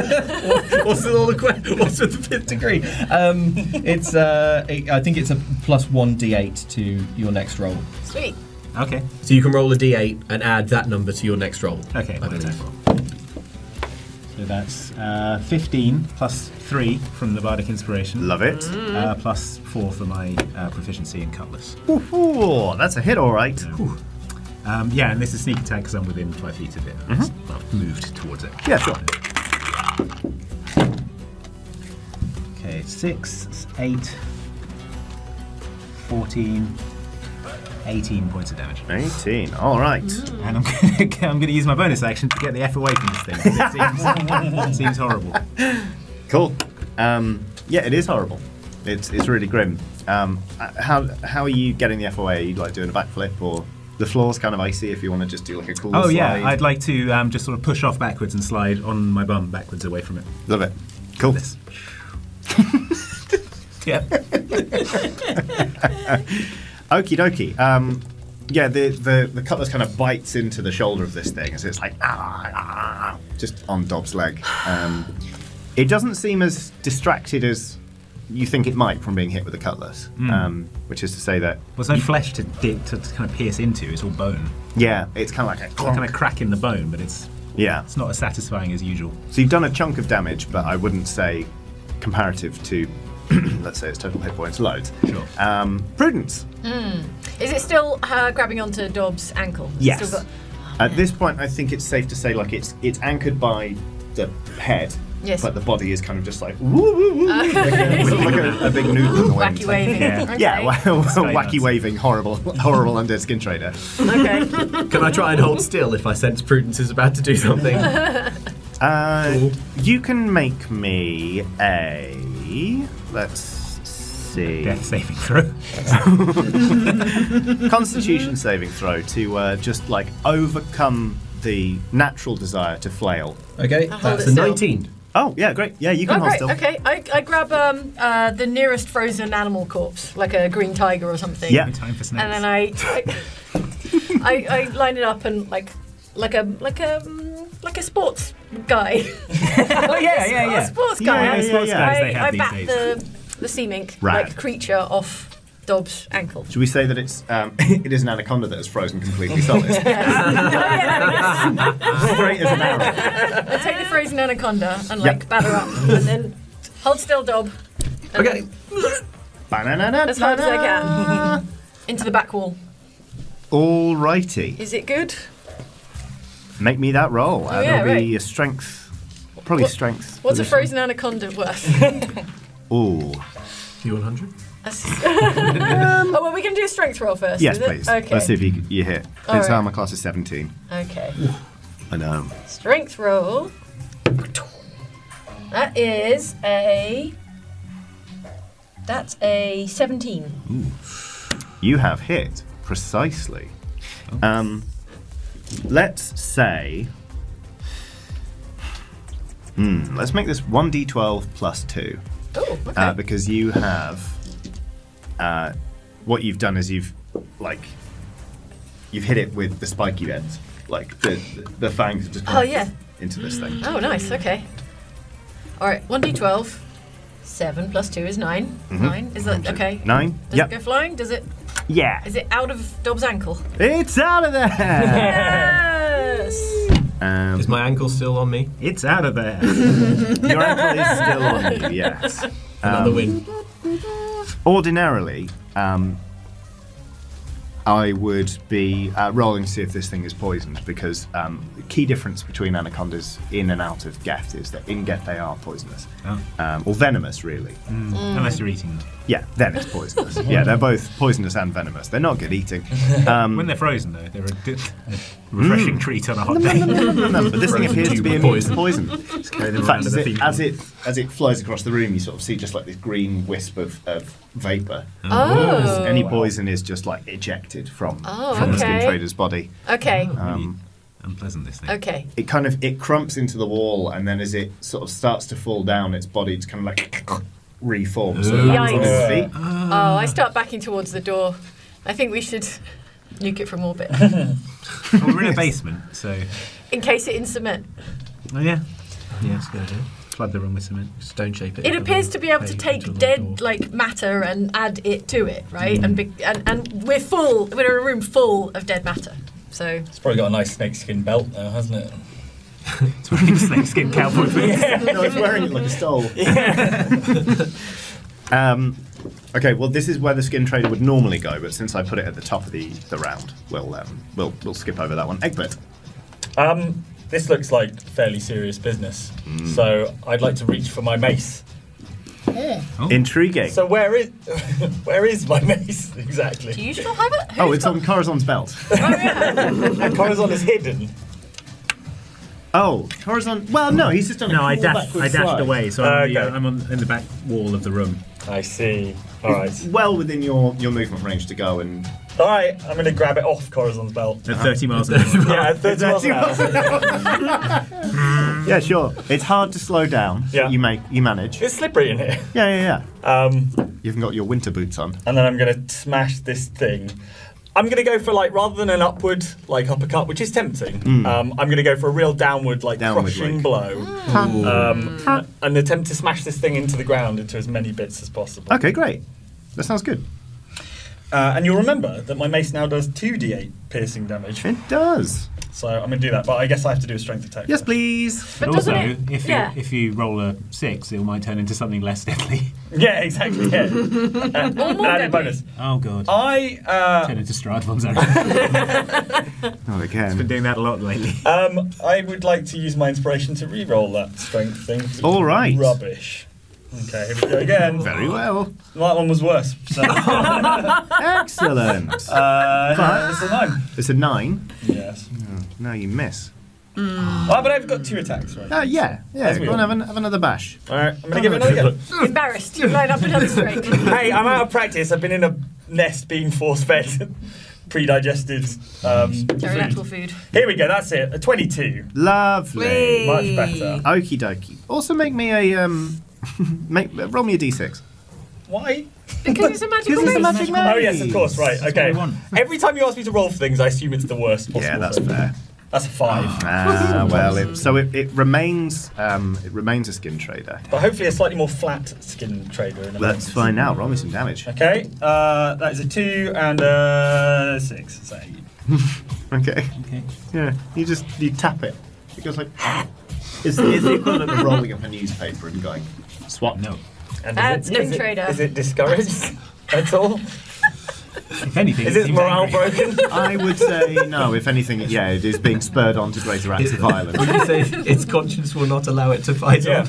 what's with all the que- what's with the fifth degree? Um, it's uh, it- I think it's a plus one d8 to your next roll.
Sweet.
Okay.
So you can roll a d8 and add that number to your next roll.
Okay.
I believe.
So that's uh, 15 plus 3 from the bardic inspiration.
Love it.
Uh, plus 4 for my uh, proficiency in cutlass.
Ooh, that's a hit, all right.
Um, yeah, and this is sneak attack because I'm within 5 feet of it. I've moved towards it.
Mm-hmm. Yeah, sure.
Okay, 6, 8, 14,
18 points of damage.
18. All right.
And I'm <laughs> going to I'm going to use my bonus action to get the F away from this thing. It
<laughs>
seems, seems horrible.
Cool. Um, yeah, it is horrible. It's it's really grim. Um, uh, how how are you getting the FOA? Are you like doing a backflip or the floor's kind of icy if you want to just do like a cool
Oh
slide?
yeah, I'd like to um, just sort of push off backwards and slide on my bum backwards away from it.
Love it. Cool.
yeah.
Okie dokie. Um, yeah, the, the, the cutlass kind of bites into the shoulder of this thing, so it's like, ah, ah, just on Dob's leg. Um, it doesn't seem as distracted as you think it might from being hit with a cutlass,
Mm.
um, which is to say that,
Well, there's no flesh to, di- to kind of pierce into. It's all bone.
yeah, it's kind of like a
It's kind of crack in the bone, but it's
yeah.
it's not as satisfying as usual.
So you've done a chunk of damage, but I wouldn't say comparative to, <clears throat> let's say, its total hit points loads. Sure. Um, prudence.
Mm. Is it still uh, grabbing onto Dobbs' ankle? It's
Yes.
Still got-
At this point, I think it's safe to say like it's it's anchored by the head,
Yes.
but the body is kind of just like woo woo
<laughs>
woo, like a, sort of like a, a big noodle in the wind.
Wacky waving.
Yeah,
Okay.
yeah <laughs> wa- wacky waving, horrible, <laughs> horrible undead skin trader.
Can I try and hold still if I sense Prudence is about to
<laughs>
do something?
Uh, You can make me a. Let's see.
Death saving throw.
<laughs>
<laughs>
Constitution saving throw to uh, just like overcome the natural desire to flail.
Okay,
I'll hold that's it a still. 19.
Oh, yeah, great. Yeah, you can
oh,
hold
great.
still.
Okay. I, I grab um, uh, the nearest frozen animal corpse, like a green tiger or something.
Yeah.
Time for
And then I, I, I, I line it up and like, like a like a um, like a sports
<laughs>
guy. oh
yeah, yeah, yeah.
<laughs> A sports
Yeah,
guy.
yeah, yeah, Sports yeah. guys they have
I, I
these
bat
days.
the the sea mink
Right.
like creature off Dobbs' ankle.
Should we say that it's um, <laughs> it is an anaconda that is frozen completely solid? Straight as an arrow.
<laughs> I take the frozen anaconda and
Yep.
like batter up and then hold still, Dob. and
Okay. Ba-na-na-na-na-na.
As hard as I can. Into the back wall.
Alrighty.
Is it good?
Make me that roll.
Oh,
Uh,
yeah,
that'll be a strength. Probably strength.
What's a
position.
frozen anaconda
<laughs>
worth?
Ooh.
You 100?
That's- oh, well, we can do a strength roll first.
Um, Yes,
is it?
please.
Okay.
Let's see if you, you hit.
All
it's
right.
armor class is 17.
Okay.
I know.
Strength roll. That is a. That's a 17.
Ooh. You have hit precisely. Um, let's say. Hmm, let's make this 1d12 plus 2.
Oh,
uh, because you have. Uh, what you've done is you've, like, you've hit it with the spiky ends. Like, the, the, the fangs have just
Oh, yeah.
into this thing.
Oh, nice. Okay. All right. 1d12. 7 plus 2 is 9.
Mhm.
9. Is that okay?
Nine.
Does
Yep.
it go flying? Does it.
Yeah.
Is it out of Dob's
<laughs>
ankle?
It's out
<laughs>
of there!
Yes!
Um,
is my ankle still on me?
It's out of
<laughs>
there.
Your ankle is still on you, yes.
Another
Um,
win.
Ordinarily, um, I would be uh, rolling to see if this thing is poisoned because um, the key difference between anacondas in and out of Geth is that in Geth they are poisonous.
Oh.
Um, or venomous, really.
um,
Mm. Unless you're eating them.
Yeah, then
<laughs>
it's poisonous. yeah, they're both poisonous and venomous. They're not good eating. Um,
when they're frozen, though, they're a good, a
Mm.
refreshing treat on a hot
<laughs>
day.
but this thing appears to be immune to poison.
carry them
In
around
fact, as
in a
it,
fecal.
as it as it flies across the room, you sort of see just like this green wisp of, of vapor.
Oh.
Any poison is just like ejected from
Oh,
from the skin
okay.
trader's body.
Okay.
Um,
Unpleasant, this thing.
Okay.
It kind of it crumps into the wall, and then as it sort of starts to fall down, its body just kind of like <coughs> reforms. So it lands on its
Yikes.
feet.
Oh,
Mm.
I start backing towards the door. I think we should nuke it from
<laughs>
orbit
Well, we're in a basement, so
encase it in cement.
oh, yeah, yeah, that's a good idea. Flood the room with cement.
Stone shape
It appears to be able to take dead like matter and add it to it, right?
Mm.
And, be- and and we're full. We're in a room full of dead matter. So
It's probably got a nice snakeskin belt now, hasn't it?
it's wearing <laughs> snakeskin cowboy boots.
no, it's wearing it like a stole. <laughs> um, okay, well, this is where the skin trader would normally go, but since I put it at the top of the, the round, we'll, um, we'll we'll skip over that one. Egbert.
Um, this looks like fairly serious business. So I'd like to reach for my mace
Intriguing.
So where is where is my mace exactly?
Do you still have it?
Oh, it's on
<laughs>
Corazon's belt.
and Corazon is hidden.
Oh, Corazon. Well, no, he's just done a
No, I
cool
dashed,
backward
I dashed
slide.
away, so I'm, yeah, I'm on, in the back wall of the room.
I see. All right.
It's well within your, your movement range to go and.
All right, I'm going to grab it off Corazon's belt.
At 30 miles an
hour. yeah, at 30 miles an hour.
Yeah, sure. It's hard to slow down. Yeah. You make you manage.
It's slippery in here.
Yeah, yeah,
yeah. Um,
you haven't got your winter boots on.
<laughs> and then I'm going to smash this thing. I'm going to go for like rather than an upward like uppercut, which is tempting.
Mm.
Hmm.
Um, I'm going to go for a real downward like
Downward
crushing
rake.
blow, um, and attempt to smash this thing into the ground into as many bits as possible.
Okay, great. That sounds good.
Uh, and you'll remember that my mace now does two d8 piercing damage.
It does.
So I'm going to do that, but I guess I have to do a strength attack.
Yes, please.
But,
But
also,
doesn't it-
if,
yeah.
you, if you roll a six, it might turn into something less deadly.
Yeah, exactly.
<laughs>
Yeah. <laughs> and and added bonus.
Oh, God.
I. Uh,
turn into Stradvon's
Oh, again. It's
been doing that a lot lately.
Um, I would like to use my inspiration to re-roll that strength thing.
All right.
Rubbish. Okay, here we go again.
Very well.
That one was worse. So.
Excellent.
Uh, that's a nine.
It's a nine.
Yes.
No, you miss.
Oh, but I've got two attacks, right?
Uh, yeah, yeah.
That's
Go
weird.
and have, an, have another bash.
All right, I'm gonna give it another go.
Embarrassed. You line up another
<laughs>
straight.
<laughs> hey, I'm out of practice. I've been in a nest being force-fed, pre-digested. Um,
Pterodactyl food.
Here we go. That's it. A 22.
Lovely.
Whee. Much better.
Okie dokie. Also, make me a um, <laughs> make roll me a d6.
Why?
Because it's a magical
Because it's a
mace.
magic
Oh yes, of
maze.
course. Right. Okay. Every time you ask me to roll for things, I assume it's the worst possible.
Yeah, that's
thing.
fair.
That's a five.
Ah, well, it, so it, it remains um, it remains a skin trader.
But hopefully a slightly more flat skin trader. In a
Let's
minute.
find out. Roll me some damage.
Okay, uh, that is a two and a six. So
Okay.
Okay.
Yeah, you just you tap it. It <gasps> goes like. It's, it's the equivalent of rolling up a newspaper and going swap. No.
and
Uh,
is, it,
no
is, it,
trader.
is it discouraged <laughs> at all?
If anything,
Is its
seems
morale
angry.
broken?
I would say no. If anything, yeah, it is being spurred on to greater acts of violence.
<laughs>
Would you say its conscience will not allow it to fight
Yeah.
on?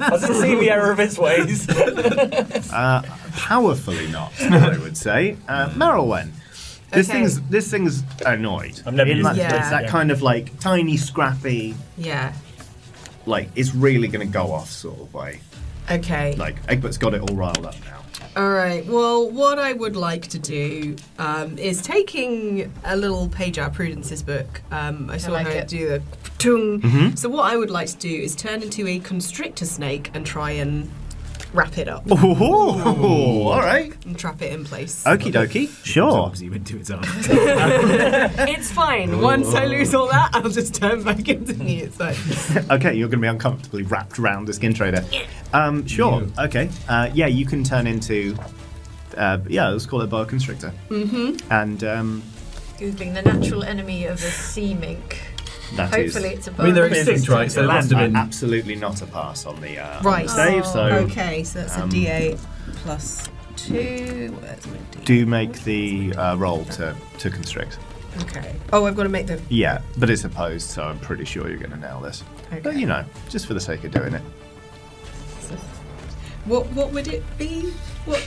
Hasn't seen the error of its ways.
Uh, powerfully not, I would say. Uh, Marylwen. This
Okay.
thing's this thing's annoyed.
I've never
In
used
that,
this
it's
thing,
that
yeah.
kind of like tiny, scrappy,
Yeah.
like it's really going to go off sort of way.
Okay.
Like Egbert's got it all riled up now.
All right. Well, what I would like to do um, is taking a little page out of Prudence's book. Um, I saw
like
her
it.
do the tung.
Mm-hmm.
Mhm.
So what I would like to do is turn into a constrictor snake and try and wrap it up
Oh, all right.
and trap it in place.
Okie dokie. Sure.
You went to its arm.
it's
Oh.
fine. Once I lose all that, I'll just turn back into me. It's like
okay, you're going to be uncomfortably wrapped around a skin trader. Um, sure. Okay. Uh, yeah, you can turn into. Uh, yeah, let's call it a boa constrictor.
Mhm.
Mm-hmm.
And um,
Googling the natural enemy of a sea mink.
That is-
Hopefully it's a
I mean, they're
bug.
extinct, right? So it
That's
must have been.
absolutely not a pass on the uh, on
right.
the
Oh,
save. So
okay, so that's
um,
a D8 plus two. Where's my D?
do make the uh, roll to to constrict.
Okay. Oh, I've got to make the.
Yeah, but it's opposed, so I'm pretty sure you're going to nail this. But
Okay.
you know, just for the sake of doing it.
What What would it be? What?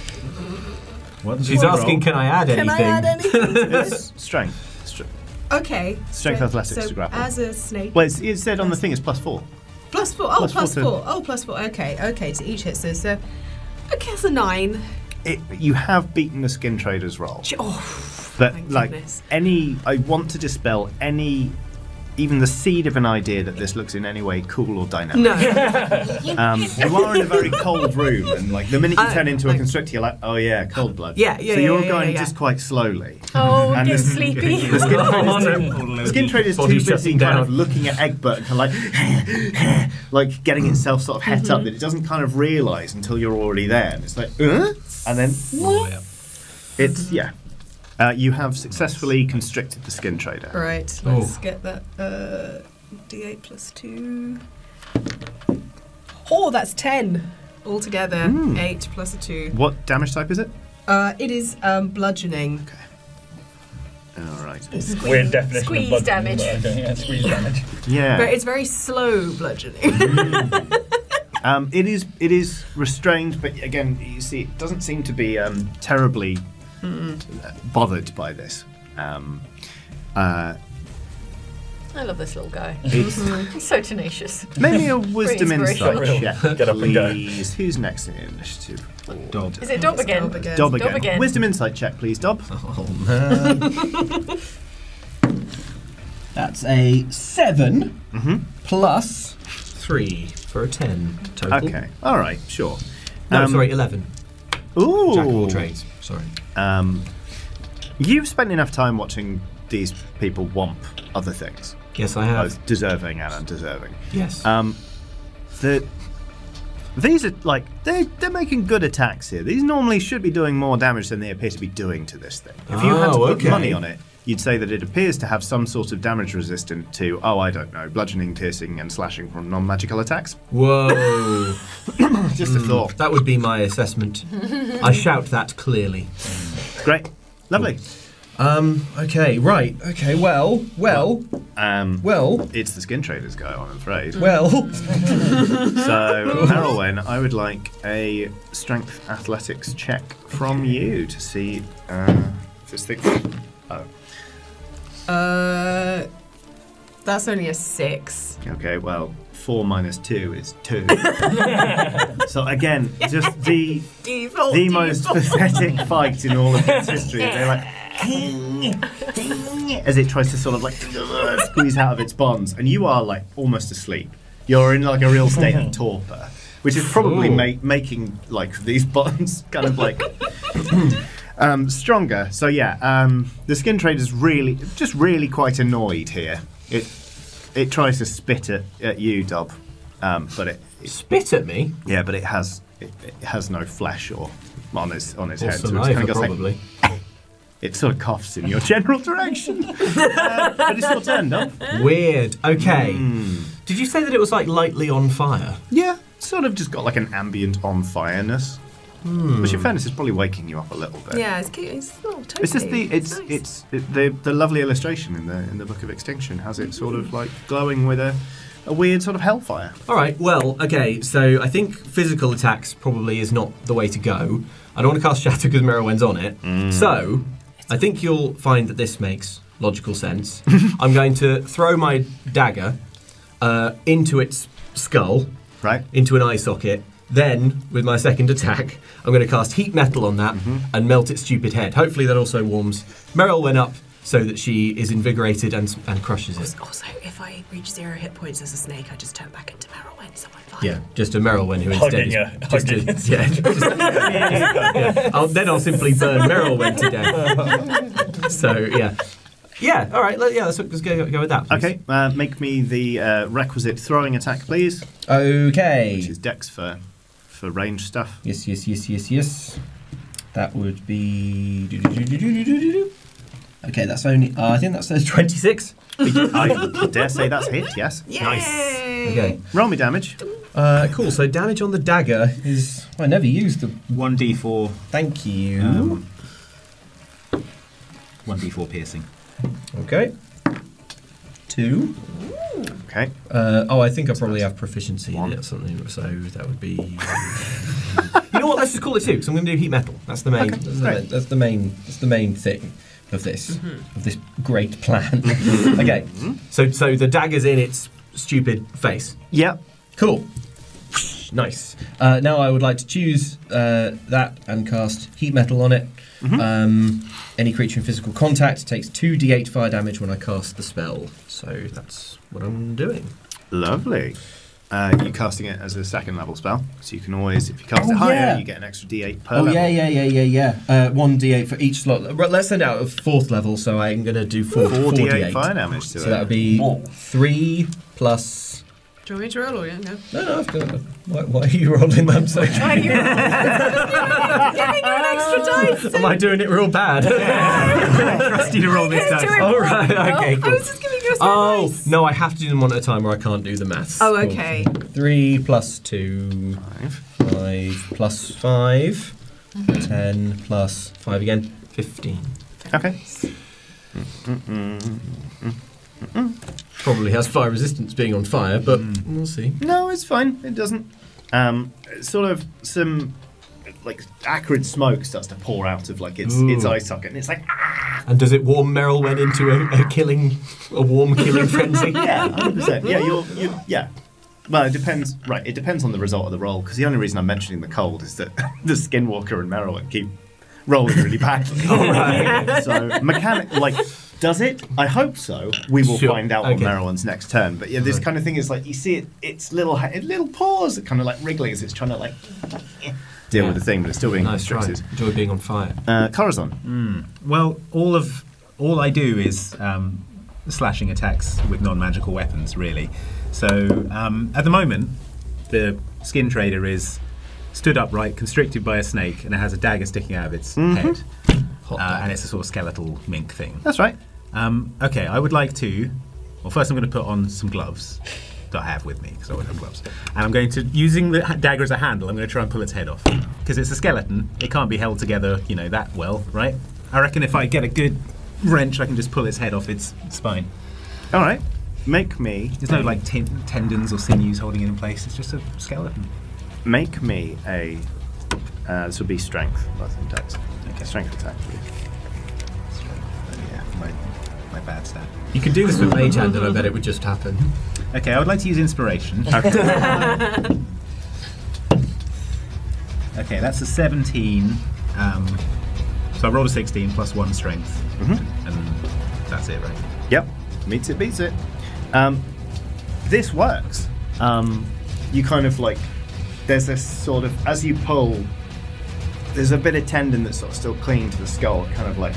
She's asking, can I add anything?
Can I add anything?
It's strength. Str-
Okay.
Strength
so-
athletics
so
to grapple.
As a snake.
well, it's, it said on the thing it's plus four.
plus four. Oh,
plus
plus,
four
plus
to-
four. Oh, plus four. Okay, okay. To each hit. So, so okay, that's a nine.
It, you have beaten the skin trader's roll.
Ch- Oh,
But
Thank
like
goodness.
any, I want to dispel any, even the seed of an idea that this looks in any way cool or dynamic.
no. Uh,
Um, you are in a very cold room, and like the minute you
I-
turn into a constrictor, you're like, oh yeah, cold blood.
Yeah, yeah,
So
yeah,
you're
yeah,
going
yeah, yeah.
just quite slowly.
Oh, I'm
And <laughs>
getting
this-
sleepy.
The skin trader's too-
All
the
over
skin
the
trader's
body
too busy
shutting
kind
down.
of looking at Egbert and kind of like, <laughs> like getting itself sort of het up
Mm-hmm.
that it doesn't kind of realise until you're already there, and it's like, huh? and then
Mm-hmm.
Oh,
it's yeah. Uh, you have successfully constricted the skin trader.
<laughs>
Right. Let's get that. Uh, D8 plus two. Oh, that's ten altogether.
Hmm.
Eight plus a two.
What damage type is it?
Uh, it is um, bludgeoning.
All right.
Weird definition
Squeeze
of blood
damage.
Okay, yeah, squeeze damage.
Yeah.
But it's very slow bludgeoning.
Um, it is it is restrained, but again, you see, it doesn't seem to be um, terribly uh, bothered by this. Um, uh,
I love this little guy.
It's-
Mhm. He's so tenacious.
<laughs> maybe a
Pretty
wisdom
inspirational.
insight check,
Get up and go.
please. Who's next in initiative? Dob.
Is it Dobbigan?
Dob again. Wisdom insight check, please, Dob.
<laughs> Oh That's a seven
Mm-hmm.
plus three for a ten total.
Okay. All right. Sure.
No,
Um,
sorry, eleven.
Ooh.
Jack of all trades. Sorry.
Um, you've spent enough time watching these people womp other things.
Yes, I have.
Both deserving and undeserving.
Yes.
Um, the these are like they they're making good attacks here. These normally should be doing more damage than they appear to be doing to this thing. If you had to
Oh,
put
okay.
money on it, you'd say that it appears to have some sort of damage resistant to oh I don't know bludgeoning, piercing, and slashing from non-magical attacks.
Whoa.
Just
Hmm.
a thought.
That would be my <laughs> assessment. I shout that clearly.
Great. Lovely.
Um, okay, right. Okay, well, well,
Um,
well,
it's the skin traders guy, I'm afraid.
well.
So, Arwen, I would like a strength athletics check from you to see uh, if this thing. Oh,
Uh, that's only a six.
okay. Well, four minus two is two. so again, just the
Default.
the most
default.
pathetic fight in all of its history. They're like "Ding, ding," as it tries to sort of like squeeze out of its bonds, and you are like almost asleep. You're in like a real state of torpor, which is probably
Ooh.
ma- making like these bonds <laughs> kind of like <clears throat> um, stronger. So yeah, um, the skin trade is really just really quite annoyed here. It it tries to spit at, at you, Dob, um, but it, it
Spit at me?
yeah, but it has it, it has no flesh or on its on its
Or
head.
saliva,
kinda goes like-
probably.
it sort of coughs in your general direction. Uh, but it's your turn, Dom.
Weird. Okay. Hmm. Did you say that it was like lightly on fire?
Yeah, sort of just got like an ambient on fireness,
Hmm.
which in fairness is probably waking you up a little bit.
Yeah, it's cute. It's not totally.
It's just the it's it's it, the the lovely illustration in the in the Book of Extinction has it sort of like glowing with a, a weird sort of hellfire.
All right. Well, okay. So I think physical attacks probably is not the way to go. I don't want to cast Shatter because Merowin's on it.
Hmm.
So I think you'll find that this makes
<laughs>
logical sense. I'm going to throw my dagger uh, into its skull,
right?
Into an eye socket. Then, with my second attack, I'm going to cast heat metal on that
Mm-hmm.
and melt its stupid head. Hopefully, that also warms Merowin up so that she is invigorated and, s- and crushes it.
Also, if I reach zero hit points as a snake, I just turn back into Merylwen, so I'm fine.
Yeah, just a Merylwen who instead
Hugging
is
her,
just a,
hugging her.
yeah, just- yeah. I'll, then I'll simply burn Merylwen to death. So yeah, yeah. All right, let, yeah. Let's, let's go, go with that. please.
Okay, uh, make me the uh, requisite throwing attack, please.
Okay.
Which is Dex for for range stuff.
Yes, yes, yes, yes, yes. That would be. do, do, do, do, do, do, do, do. Okay, that's only. Uh, I think that's uh, twenty-six.
I dare say that's hit. Yes. Nice.
Okay.
Roll me damage.
Uh, cool. So damage on the dagger is. I never used the
One d four.
Thank you.
Um, One d four piercing.
Okay. Two.
Okay.
Uh, oh, I think I probably have proficiency in it or something, so that would be. <laughs> you know what? Let's just call it two, because I'm going to do heat metal. That's the main. that's, the main
great.
that's the main. That's the main thing of this of this great <laughs> plan. okay. So so the dagger's in its stupid face.
Yep.
Cool. Nice. Uh, now I would like to choose uh, that and cast heat metal on it. Um, any creature in physical contact takes 2d8 fire damage when I cast the spell. So that's what I'm doing.
Lovely. Uh, you casting it as a second level spell, so you can always, if you cast
Oh,
it higher,
yeah.
you get an extra D8 per
Oh
level.
yeah, yeah, yeah, yeah, yeah. Uh, one d8 for each slot. Right, Let's send out a fourth level, so I'm going to do four,
Four
four
D8
d8
fire damage to
so
it.
that would be three plus.
Do you want me to roll or yeah? No.
No, no. I've got- Why, why are you rolling? I'm so.
Why are you giving her an extra dice?
Am I doing it real
<laughs>
bad?
Trust <laughs> you to roll this
It's
dice.
doing
<laughs> All right.
Oh,
well.
Okay.
I
Cool.
was just giving you a
Oh no, I have to do them one at a time, or I can't do the maths.
Oh,
Cool.
okay.
Three plus two,
Five.
five plus five,
Uh-huh.
ten plus five again, fifteen.
Okay.
Probably has fire resistance being on fire, but we'll see.
No, it's fine. It doesn't.
Um, sort of some like acrid smoke starts to pour out of like its
Ooh.
its eye socket, and it's like
ah,
And does it warm Meryl when into a, a killing, a warm killing frenzy?
<laughs> yeah, 100%. Yeah, you're, you yeah. Well, it depends. Right, it depends on the result of the roll. Because the only reason I'm mentioning the cold is that <laughs> the Skinwalker and Merrill keep rolling really badly. <laughs> So
<laughs>
mechanic, like, does it? I hope so. We will
Sure,
find out on
okay.
Meryl's next turn. But yeah, this kind of thing is like you see it. Its little ha- little paws are kind of like wriggling as it's trying to like <laughs> deal with the thing, but it's still being
Nice try.
restricted.
Enjoy being on fire.
Uh, Corazon.
Well, all of all I do is um, slashing attacks with non-magical weapons, really. So um, at the moment, the skin trader is stood upright, constricted by a snake, and it has a dagger sticking out of its
Mhm.
head, Uh, and it's a sort of skeletal mink thing.
That's right.
Um, okay, I would like to. Well, first I'm going to put on some gloves that I have with me because I would have gloves, and I'm going to using the ha- dagger as a handle. I'm going to try and pull its head off because it's a skeleton. It can't be held together, you know, that well, right? I reckon if I get a good wrench, I can just pull its head off its spine.
All right, make me.
There's no like ten- tendons or sinews holding it in place. It's just a skeleton.
Make me a. Uh, this would be strength, not dex. Okay. Strength attack.
Yeah, my, my bad stat.
You could do this with Mage Hand, and I bet it would just happen.
Okay, I would like to use
<laughs>
inspiration. <laughs> Okay, that's a 17. Um, so I rolled a 16 plus one strength. And that's it, right?
Mm-hmm. Yep, meets it, beats it. Um, this works. Um, you kind of like, there's this sort of, as you pull, there's a bit of tendon that's sort of still clinging to the skull, kind of like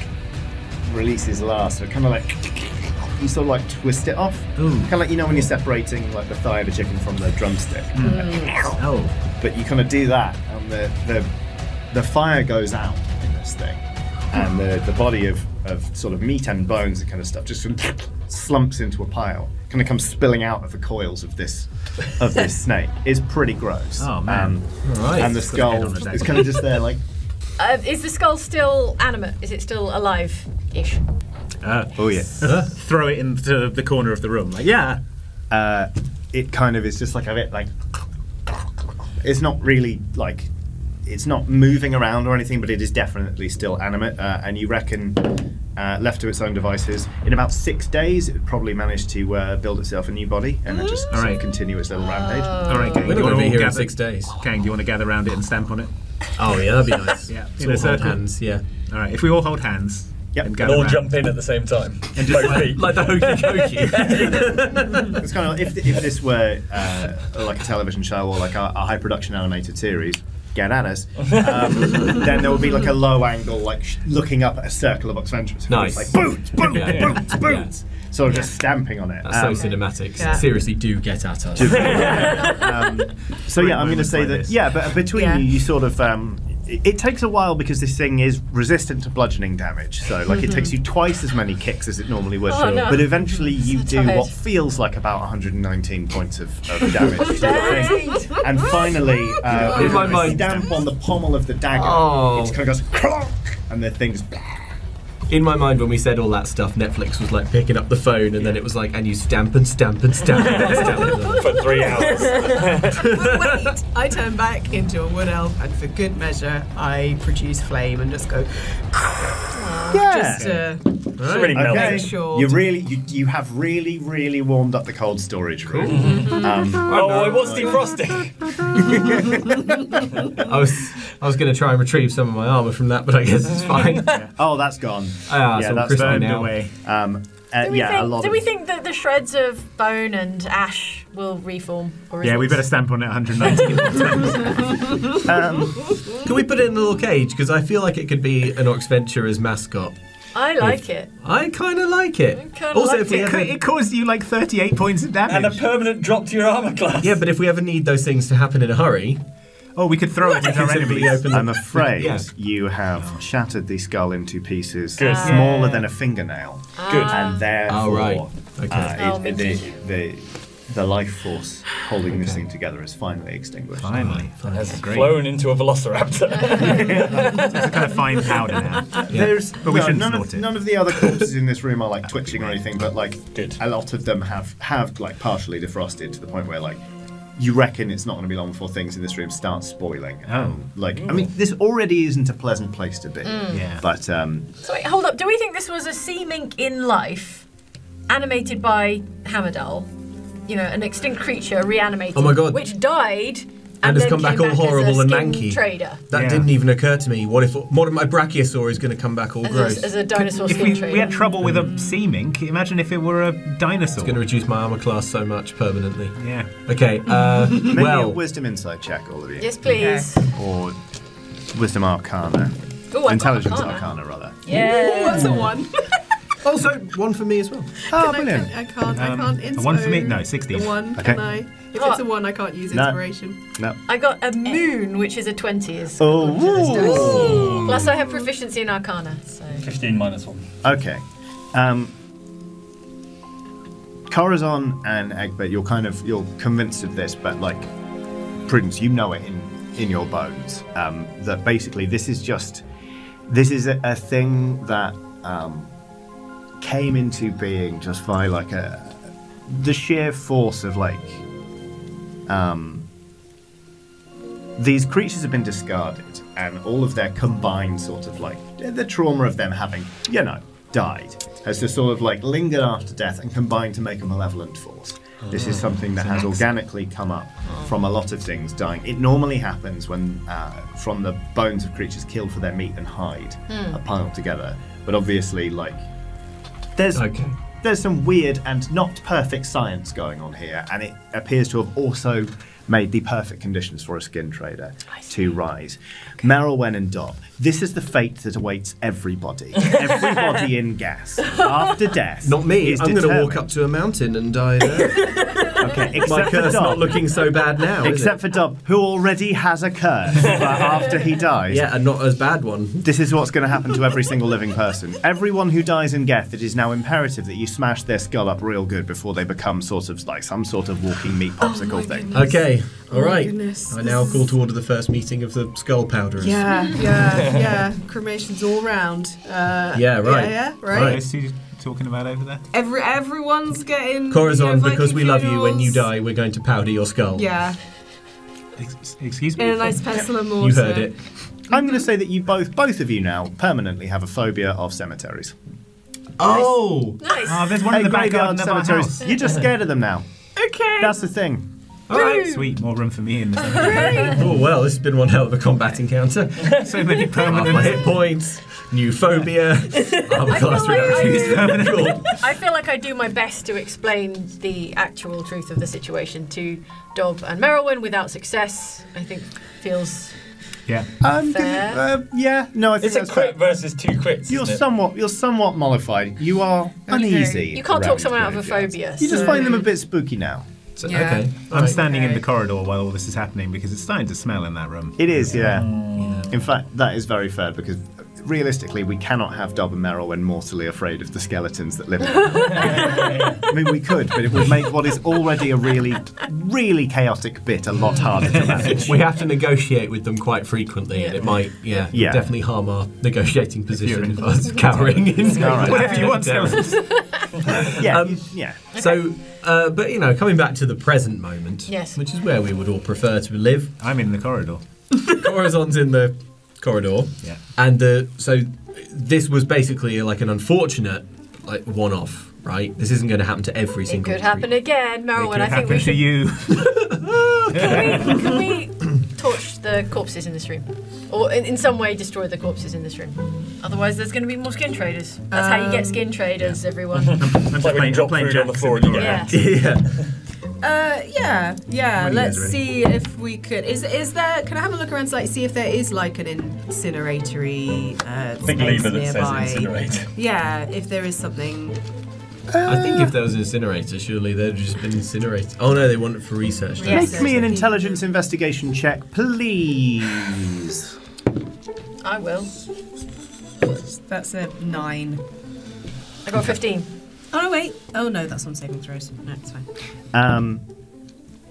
releases last, so it kind of like, you sort of like twist it off. Kind of like, you know, when you're separating like the thigh of a chicken from the drumstick.
Mm.
Mm.
Oh.
But you kind of do that, and the, the, the fire goes out in this thing. And the, the body of, of sort of meat and bones and kind of stuff just sort of slumps into a pile, kind of comes spilling out of the coils of this
<laughs>
of this snake. It's pretty gross.
Oh, man.
Um,
Right.
And the
It's got a head
skull
on its
is
ankle.
kind of just there, like
Uh, is the skull still animate? Is it still alive-ish?
oh yeah,
Uh-huh. throw it into the corner of the room. Like, yeah.
Uh, it kind of is just like a bit like it's not really like it's not moving around or anything, but it is definitely still animate. Uh, and you reckon, uh, left to its own devices, in about six days, it would probably manage to uh, build itself a new body and then just sort of continue its little rampage.
All right, gang.
We're
do you
going
wanna
to be
all
here in
gather-
six days.
Gang, do you want to gather around it and stamp on it?
Oh, yeah, that'd be
<laughs>
nice.
yeah.
So we'll hold hands, yeah.
All right, if we all hold hands and
And
gather
all
around-
jump in at the same time.
And just
Both
like-
feet.
Like the
<laughs>
hokey
It's kind of if, if this were uh, like a television show or like a, a high production animated series, get at us. Um, then there would be like a low angle, like sh- looking up at a circle of Oxventress.
Nice.
Like boots, boots,
Yeah, yeah.
boots, boots. Sort of just stamping on it.
That's
Um,
so cinematic.
Yeah.
Seriously, do get at us.
um, so yeah, I'm going to say that. Yeah, but between you, you sort of. Um, it, it takes a while because this thing is resistant to bludgeoning damage. So like it
Mhm.
Mm-hmm.
takes you twice as many kicks as it normally would.
Oh, no.
But eventually you do
tired.
what feels like about 119 points of,
<laughs>
of damage. to the thing. and finally, uh,
In
with
my
a
mind-
stamp on the pommel of the dagger.
Oh.
It kind of goes clonk, and the thing's.
In my mind, when we said all that stuff, Netflix was like picking up the phone, and then it was like, and you stamp and stamp and stamp and
<laughs>
stamp
for three hours.
<laughs> Wait, I turn back into a wood elf, and for good measure, I produce flame and just go. Just to
really
make
Okay.
sure.
You really, you, you have really, really warmed up the cold storage room. Um,
oh, I was defrosting.
<laughs> I was, I was going to try and retrieve some of my armor from that, but I guess it's fine.
Oh, that's gone.
Ah, so crispy now.
Um, uh,
Do we
yeah,
think,
a lot.
do
of,
we think that the shreds of bone and ash will reform? Or is
Yeah,
it-
we better stamp on it 190.
Can we put it in a little cage? Because I feel like it could be an Oxventurer's mascot.
I like it.
I kind of like it.
kinda
Also,
like
if we
it.
ever...
It
caused you like 38 points of damage.
And a permanent drop to your armor class.
Yeah, but if we ever need those things to happen in a hurry,
oh, we could throw it
<laughs> into our enemies.
I'm afraid
Yeah.
you
Oh.
have shattered the skull into pieces
Good. Ah.
smaller than a fingernail.
Good.
Ah.
And therefore,
Oh, right. Okay.
uh,
Oh,
it- the, the, the life force holding this thing together is finally extinguished.
Finally.
Has flown into a
<laughs>
velociraptor.
It's a kind of fine powder
<laughs>
now.
There's,
but we
no,
shouldn't
none
snort
of,
it.
None of
<laughs>
the other corpses in this room are like twitching or anything, but like a lot of them have have like partially defrosted to the point where like you reckon it's not going to be long before things in this room start spoiling.
Oh,
like I mean, this already isn't a pleasant place to be.
Mm. Yeah.
But um,
So wait, hold up. Do we think this was a sea mink in life, animated by Hamadal? You know, an extinct creature reanimated.
Oh my God.
Which died
And
and,
has
then
come back
came
all horrible
as a
and
skin
manky.
Trader.
That
Yeah.
didn't even occur to me. What if what if my brachiosaur is going to come back all
As a-
gross?
as a dinosaur
If
skin
we,
trader.
we had trouble with a sea mink, imagine if it were a dinosaur.
It's going to reduce my armor class so much permanently.
Yeah.
Okay. <laughs> Uh,
maybe a
well,
wisdom insight check, all of you,
Yes, please.
or wisdom arcana,
Ooh, I've got
intelligence
Arcana.
arcana rather.
Yeah.
Ooh, Oh, that's a one.
<laughs> also one for me as well.
Oh,
Can I-
brilliant.
I can't. I
Um,
can't.
a one for me?
inspo
No, 60.
The one.
Okay.
Can I? If
Oh.
it's a one, I can't use
No.
inspiration.
No.
I got a moon, which is a twenty. Is
Oh.
Plus, I have proficiency in Arcana. So.
15 minus 1.
Okay. Um, Corazon and Egbert, you're kind of you're convinced of this, but like Prudence, you know it in in your bones um, that basically this is just this is a, a thing that um, came into being just by like a the sheer force of like um, these creatures have been discarded and all of their combined sort of like the trauma of them having you know died has just sort of like lingered after death and combined to make a malevolent force this
Ah,
is something that has organically come up from a lot of things dying. It normally happens when uh, from the bones of creatures killed for their meat and hide
Hmm.
are piled together. But obviously, like there's
<laughs>
there's some weird and not perfect science going on here, and it appears to have also made the perfect conditions for a skin trader to rise. Merylwen and Dot, this is the fate that awaits everybody. everybody in gas after death.
Not me.
is
I'm going to walk
determined-
up to a mountain and die <laughs> there.
Okay,
my
except for
curse
Dot.
not looking so bad now. is
Except for Dub, who already has a curse, but after he
it?
dies.
yeah, and not as bad one.
This is what's going to happen to every single living person. Everyone who dies in Geth, it is now imperative that you smash their skull up real good before they become sort of like some sort of walking meat
Oh
popsicle thing.
Okay. All
Oh my
right.
goodness,
I now
this
call to order the first meeting of the skull powderers.
Yeah, yeah, yeah. Cremations all round. Uh,
Yeah, right.
Yeah, yeah, right.
Right. Those two talking about over there?
Every everyone's getting you know,
Corazon,
Viking
because we love you when you
funerals.
die, we're going to powder your skull.
Yeah,
Ex- excuse me?
in a nice pencil and mortar.
You heard it.
I'm going to say that you both, both of you now, permanently have a phobia of cemeteries.
Oh!
Nice.
Oh, there's one in the back garden of our house.
You're just scared of them now.
Okay.
That's the thing.
All right.
Sweet, more room for me in
<laughs>
the
Oh, well, this has been one hell of a combat encounter.
So <laughs> many
Half
permanent
my hit points, new phobia, armor class
like I
reduction. Cool.
I feel like I do my best to explain the actual truth of the situation to Dob and Merylwyn without success. I think feels
Yeah.
Um,
Fair.
uh, yeah, no, I think
It's a
that's
crit <laughs>
fair.
versus two crits.
You're
isn't it?
somewhat, you're somewhat mollified. You are uneasy.
you can't talk
around
someone out of a
graveyards.
phobia.
You just
so-
find them a bit spooky now.
So,
Yeah.
Okay.
I'm standing in
Okay.
the corridor while all this is happening because it's starting to smell in that room.
It is, yeah. In fact, that is very fair because realistically, we cannot have Dob and Merrill when mortally afraid of the skeletons that live in
<laughs>
them. I mean, we could, but it would make what is already a really, really chaotic bit a lot harder to
<laughs>
manage.
We have to negotiate with them quite frequently, and it might, yeah,
Yeah.
definitely harm our negotiating position of <laughs> us cowering in.
right.
Whatever you want, skeletons.
Yeah,
Um,
yeah.
<laughs> So, uh, but you know, coming back to the present moment,
Yes.
which is where we would all prefer to live.
I'm in the corridor.
<laughs> Corazon's in the corridor,
Yeah.
and the so this was basically like an unfortunate like one-off, right? This isn't going to happen to every
It
single.
could happen again,
it
Merylwyn.
could
I think
happen to
we should.
you.
Can we, can we <coughs> torch the corpses in this room, or in, in some way destroy the corpses in this room? Um, Otherwise, there's going to be more skin traders. That's how you get skin traders, everyone.
I'm just
Like when you
playing,
drop
playing
food on the
Jackson.
floor and you get
<laughs> yeah.
<laughs> yeah.
<laughs> Uh, yeah, yeah.
What do you
Let's
guys reckon?
see if we could. Is is there? Can I have a look around to like see if there is like an incineratory uh,
Big
space
lever that says
nearby?
incinerate.
<laughs> Yeah, if there is something.
I think if there was an incinerator, surely they'd have just been incinerated. Oh no, they want it for research. don't
Yes.
Make me an intelligence investigation check, please.
I will.
That's a nine.
I got 15.
Oh no, wait. Oh no, that's on saving throws. No, it's fine.
Um,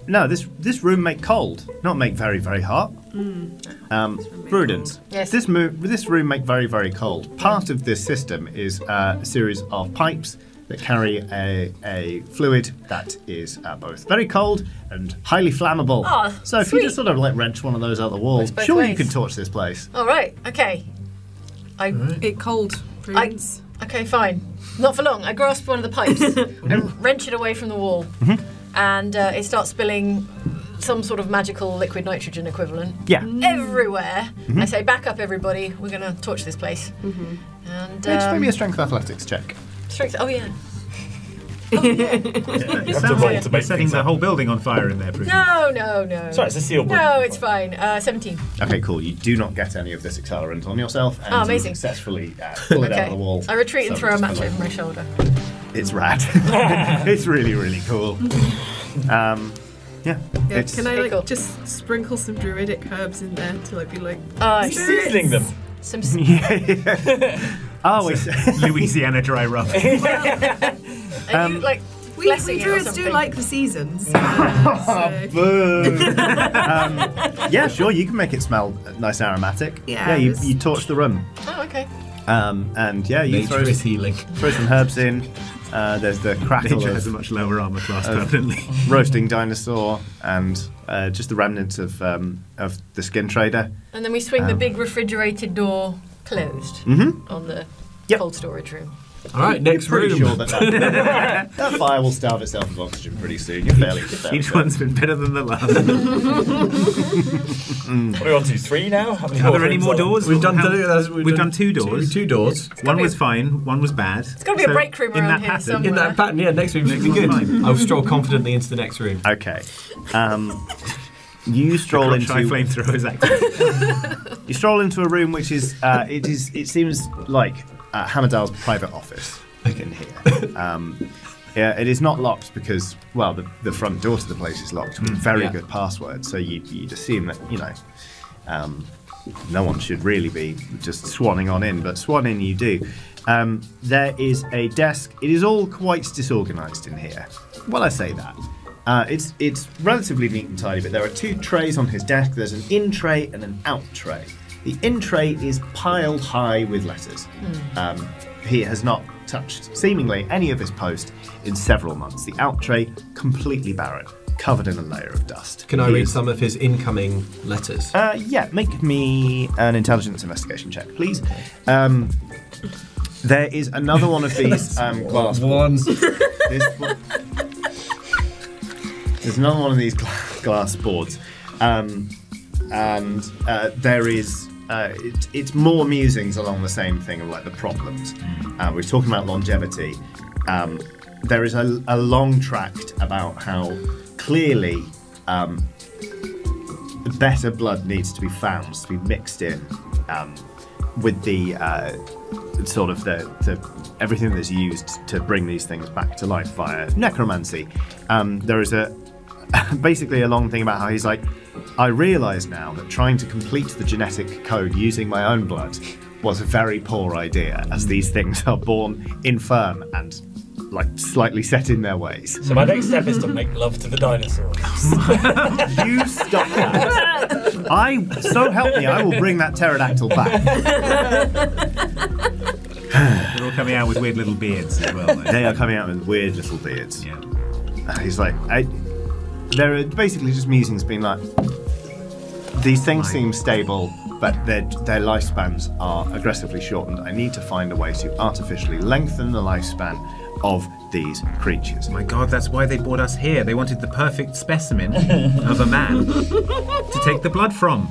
no, this this room make cold, not make very very hot.
Mm.
Um, Prudence,
Yes.
this mo- this room make very very cold. Part of this system is uh, a series of pipes that carry a, a fluid that is uh, both very cold and highly flammable.
Aw,
so if
Ah, sweet.
you just sort of like wrench one of those out the wall,
Works both
sure you
ways.
can torch this place.
All right. Okay. I
it cold.
I, okay, fine. Not for long. I grasp one of the
<laughs>
pipes, and wrench it away from the wall,
Mm-hmm.
and uh, it starts spilling some sort of magical liquid nitrogen equivalent
Yeah.
everywhere.
Mhm.
I say, back up, everybody. We're gonna torch this place.
Mm-hmm.
And
It's
um,
maybe a strength athletics check.
strength. Oh yeah.
It sounds
roll
like
to
they're
make
setting
things
the whole building on fire in there, Prue.
No, no, no.
Sorry, it's a seal book.
No, it's fine. Uh, Seventeen.
Okay, cool. You do not get any of this accelerant on yourself, and
Oh,
you
amazing.
successfully
<laughs>
uh, pull it out of
Okay.
the wall.
I retreat and
So
throw a
it's
match
kind of-
over my shoulder.
<laughs>
It's rad. it's really, really cool. Um, yeah,
Yeah,
it's
can I like, just sprinkle some druidic herbs in there to like be like
Uh,
"Spirits!"
Seasoning them.
Some.
<laughs> Oh, <laughs>
Louisiana dry rub.
Are you
Um,
like?
We,
blessing
we
it or
druids do
something?
like the seasons. uh, so-
um, <laughs> yeah, sure. You can make it smell nice and aromatic.
Yeah,
you,
it's-
you torch the room,
Oh, okay.
um, and yeah, you
Nature
throw,
is healing.
throw some herbs in. Uh, there's the crackle
Nature
of,
has a much lower armor class
Oh.
of
permanently.
roasting dinosaur and uh, just the remnants of um, of the skin trader.
And then we swing the
Um,
big refrigerated door closed
Mhm.
on the cold storage room.
All right, next
You're pretty
room.
sure that, <laughs> that, that fire will starve itself of oxygen pretty soon. You're fairly. You're fairly
Each
certain.
one's been better than the
<laughs>
last.
Mm.
What are we on to? Three now? How many
Are there any
rooms
more
are there?
doors?
We've done
How-
three- that's- we've
we've
done
done two doors.
two doors.
One was fine. One was bad. It's
gotta be a break room
in
around
that
here
pattern,
somewhere.
In
<laughs>
that pattern, yeah, next room should be good. I'll stroll confidently into the next room.
Okay. Um, you stroll into
Shy flamethrowers active.
<laughs> you stroll into a room which is uh, it is it seems like uh, Hamadal's private office in here. Um, yeah, it is not locked because well the, the front door to the place is locked with very
yeah.
good password, so you you'd assume that you know. Um, no one should really be just swanning on in, but swan in you do. Um, there is a desk. It is all quite disorganized in here. Well, I say that. Uh, it's it's relatively neat and tidy, but there are two trays on his desk. There's an in tray and an out tray. The in tray is piled high with letters. Um, he has not touched seemingly any of his post in several months. The out tray completely barren, covered in a layer of dust.
Can I
He
read
is-
some of his incoming letters?
uh, yeah, make me an intelligence investigation check, please. Um, there is another one of these um,
<laughs>
glass
One.
There's, there's another one of these gla- glass boards, um, and uh, there is uh, it, it's more musings along the same thing of like the problems. Uh, we're talking about longevity. Um, there is a, a long tract about how clearly um, better blood needs to be found to be mixed in um, with the uh, sort of the, the everything that's used to bring these things back to life via necromancy. Um, there is a <laughs> basically a long thing about how he's like, I realise now that trying to complete the genetic code using my own blood was a very poor idea, as these things are born infirm and like slightly set in their ways.
So my next step is to make love to the dinosaurs.
<laughs> You stop that. I so help me, I will bring that pterodactyl back.
They're all coming out with weird little beards as well. though.
They are coming out with weird little beards.
Yeah.
And he's like, I, there are basically just musings being like, these things seem stable, but their their lifespans are aggressively shortened. I need to find a way to artificially lengthen the lifespan of these creatures.
My God, that's why they brought us here. They wanted the perfect specimen of a man to take the blood from.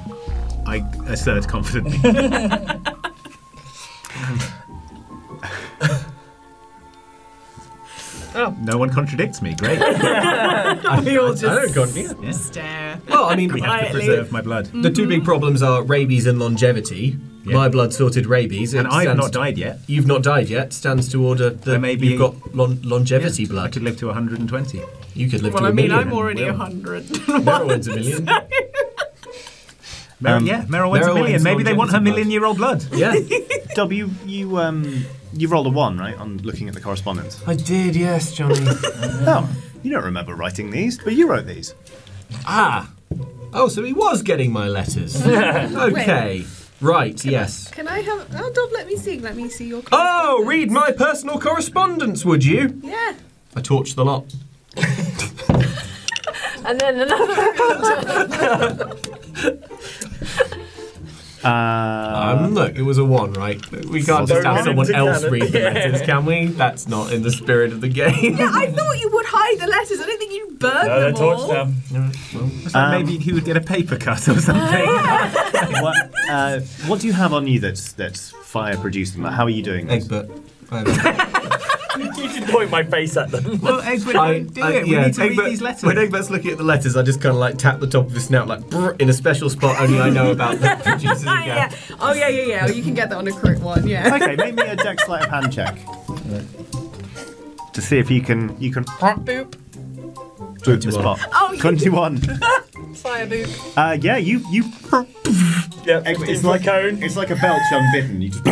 I assert confidently.
Oh.
No one contradicts me. Great.
we all just I don't go
Yeah.
Stare.
Well,
<laughs>
I mean,
We have to
Quietly.
preserve my blood.
the two big problems are rabies and longevity.
Yeah.
My blood sorted rabies,
And
it
I've
stands-
not died yet.
You've not died yet. Stands to order
I
that
may be-
you've got lon- longevity
I
blood.
could live to 120.
You could live
Well,
to a
I mean,
million.
I'm already a
Well.
hundred.
Merylwyn's
<laughs>
a million.
Mer-
Um,
yeah, Meryl wins a
Meryl
million.
wins
Maybe they want her
longevity
million year old blood.
yeah,
W, you um, you rolled a one, right, on looking at the correspondence.
I did. Yes, Johnny.
<laughs> Oh, you don't remember writing these, but you wrote these.
<laughs>
ah, oh, so he was getting my letters. okay. Right, yes.
Can I have? Oh, Dov, let me see. Let me see your.
Oh, read my personal correspondence, would you?
Yeah.
I torched the lot.
And then another.
Uh,
Um, look, it was a one, right? We can't just have someone else read the letters, can we? That's not in the spirit of the game.
yeah, I thought you would hide the letters. I don't think you burned them all.
maybe he would get a paper cut
<laughs>
or
<laughs>
something.
what, uh, what do you have on you that's that's fire producing? Like, how are you
<laughs>
doing?
Egbert.
you should point my face at them.
well, Egbert,
I-
do
I-
it. We
yeah,
need to read
Egbert-
these letters.
When Egbert's looking at the letters, I just kind of like tap the top of his snout, like brr, in a special spot only I know
<laughs>
about that produces
Ah, yeah. Oh yeah, yeah, yeah. You can get that on a crit one. Yeah.
okay, make me a deck sleight of hand check to see if you can you can
Boop.
boot the spot.
Oh, you-
Twenty-one.
Fire boop.
Uh, yeah, you you.
Yeah,
Egbert, it's like cone. It's like a belch unbidden. You just. <laughs>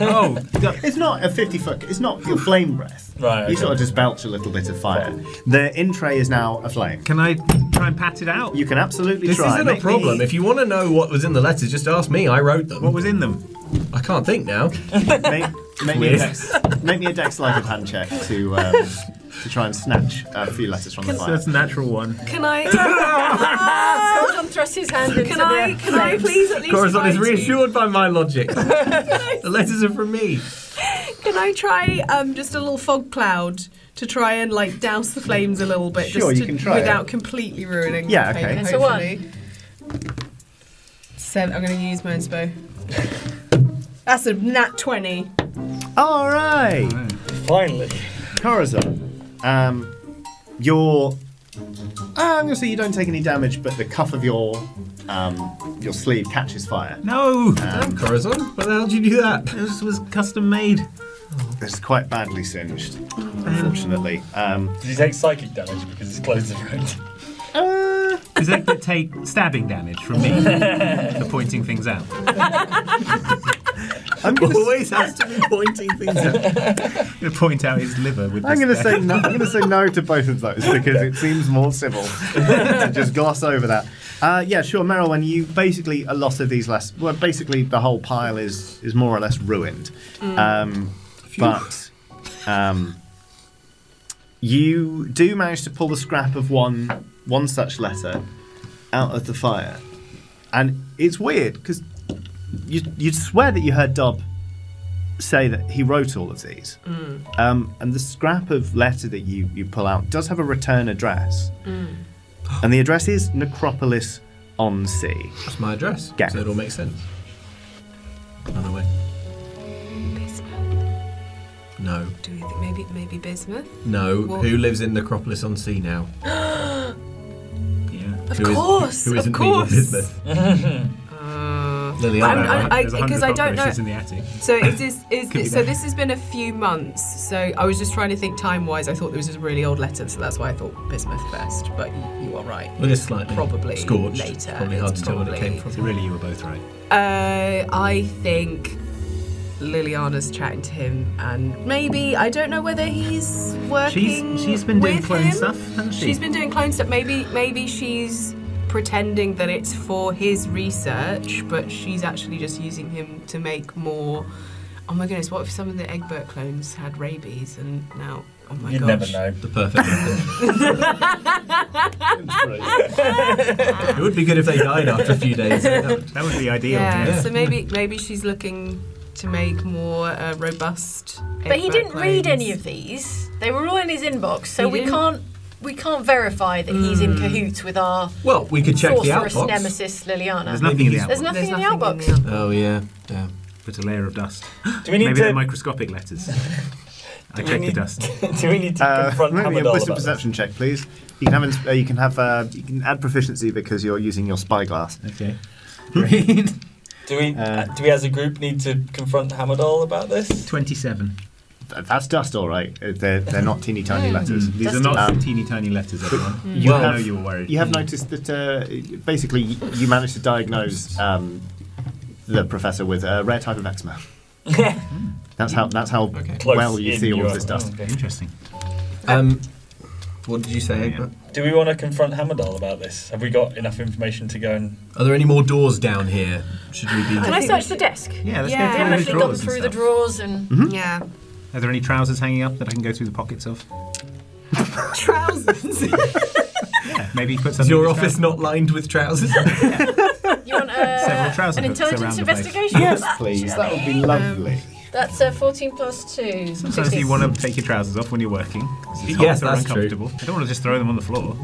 Oh,
it's not a fifty foot. It's not your flame breath.
Right,
You
okay.
sort of just belch a little bit of fire. The in tray is now aflame.
can I try and pat it out?
You can absolutely
This
try.
isn't a
Make me-
problem. If you want to know what was in the letters, just ask me. I wrote them.
What was in them?
I can't think now.
Make, make, me a
Weird.
dex, make me a dex sleight of hand check to um, to try and snatch a few letters from the
So
fire.
that's a natural one.
Can I?
Corazon thrusts his hand into
can I?
the
Can I please at least?
Corazon is
try to-
reassured by
<laughs>
my logic. the letters are from me.
Can I try um, just a little fog cloud to try and like douse the flames a little bit?
Sure,
just
you
to,
can try it.
without completely ruining.
Yeah,
the
okay.
paper,
That's a one.
hopefully. Seven. I'm going to use my inspo. That's a nat twenty.
All right.
Finally.
Corazon, um, your ah, I'm gonna say you don't take any damage, but the cuff of your um, your sleeve catches fire.
No,
Damn, Corazon. Why the hell did you do that?
this was custom made.
It's quite badly singed,
Mm.
unfortunately. Um,
Did he take psychic damage because his clothes are ruined?
Uh,
Does Egbert take stabbing damage from me for pointing things out?
I'm gonna, s-
<laughs> Always has to be pointing things out.
I'm going to point out his liver with.
I'm
this
gonna
stab. <laughs>
say no, I'm gonna say no to both of those because it seems more civil to just gloss over that. Uh, yeah, sure, Merylwen, you basically a lot of these last well, basically the whole pile is is more or less ruined. Um, but um, you do manage to pull the scrap of one one such letter out of the fire, and it's weird because you you'd swear that you heard Dob say that he wrote all of these, um, and the scrap of letter that you you pull out does have a return address,
Mm.
and the address is Necropolis on Sea.
That's my address.
Yeah.
So it all makes sense. Run away. No.
Do we think maybe maybe Bismuth?
No.
What?
Who lives in Necropolis on
<gasps>
Sea now?
Yeah.
Of
Who is-
course,
who
of
isn't
course. Uh,
Me,
<laughs>
Elizabeth? Lily,
I'm-
I'm,
I'm-
right.
I-
There's a
because I
hundred
don't know-
cockroaches in the attic.
So it is. is
Could be
so
that.
this has been a few months. So I was just trying to think time wise. I thought there was a really old letter, so that's why I thought Bismuth first. But you, you are right.
Well, it's slightly
probably
scorched.
later.
Probably hard
It's
to tell where it came
probably-
from.
So really, you were both right.
Uh, I think Liliana's chatting to him, and maybe I don't know whether he's working.
She's she's been doing
with
clone
him.
stuff, hasn't she?
She's been doing clone stuff. Maybe maybe she's pretending that it's for his research, but she's actually just using him to make more. Oh my goodness! What if some of the Egbert clones had rabies and now? Oh my
You'd
gosh!
never know.
The perfect method.
<laughs>
it would be good if they died after a
<laughs>
few days. They haven't.
that would be ideal.
Yeah,
Yeah.
Uh, So maybe maybe she's looking to make more uh, robust.
But he
Egbert
didn't read
clones.
any of these. They were all in his inbox, so
He
we
didn't? Hmm.
can't we can't verify that he's in cahoots with our
Well, we could check the
sorceress
outbox.
nemesis Liliana.
There's nothing in the
There's
outbox
nothing,
There's
in the
nothing
outbox.
in the
Oh yeah, yeah.
but a layer of
<gasps>
dust.
Do we need
Maybe
to?
they're microscopic
<laughs>
letters. I checked the
need-
dust.
do we need to
Uh,
confront
maybe a
Hamadol
wisdom
about this?
perception check, please. You can have ins- uh, you can have uh, you can add proficiency because you're using your spyglass.
Okay. Green.
Do we?
Uh,
do we, as a group, need to confront Hamadol about this?
Twenty-seven.
Th- That's dust, all right. Uh, They're they're not teeny tiny letters.
Mm. These
Dusty.
are not
Um,
teeny tiny letters, everyone.
Mm.
you
You know
have-
you were worried.
You have noticed that uh, basically y- you managed to diagnose um, the professor with a rare type of <laughs> eczema. that's how that's how
Okay.
Close
well you
in,
see all
you
of
are-
this
oh,
dust.
okay.
Interesting.
Um, What did you say? Egbert?
Do we want to confront Hamadal about this? Have we got enough information to go and?
Are there any more doors down here? Should we be?
Can I search the desk?
Yeah, let's go
yeah.
through
I've
the
actually gone
drawers and
through the
stuff.
drawers and
Mhm.
yeah.
Are there any trousers hanging up that I can go through the pockets
<laughs>
of?
Trousers.
Yeah, maybe put some.
Is your office not lined with trousers?
<laughs>
You want uh,
Several trouser
an
hooks around
intelligence
the place.
investigation?
Yes,
Please, Um, that would be lovely.
That's uh, 14 plus 2.
Sometimes you want to take your trousers off when you're working. 'cause It's hot
Yes,
or
that's
uncomfortable. I don't want to just throw them on the floor.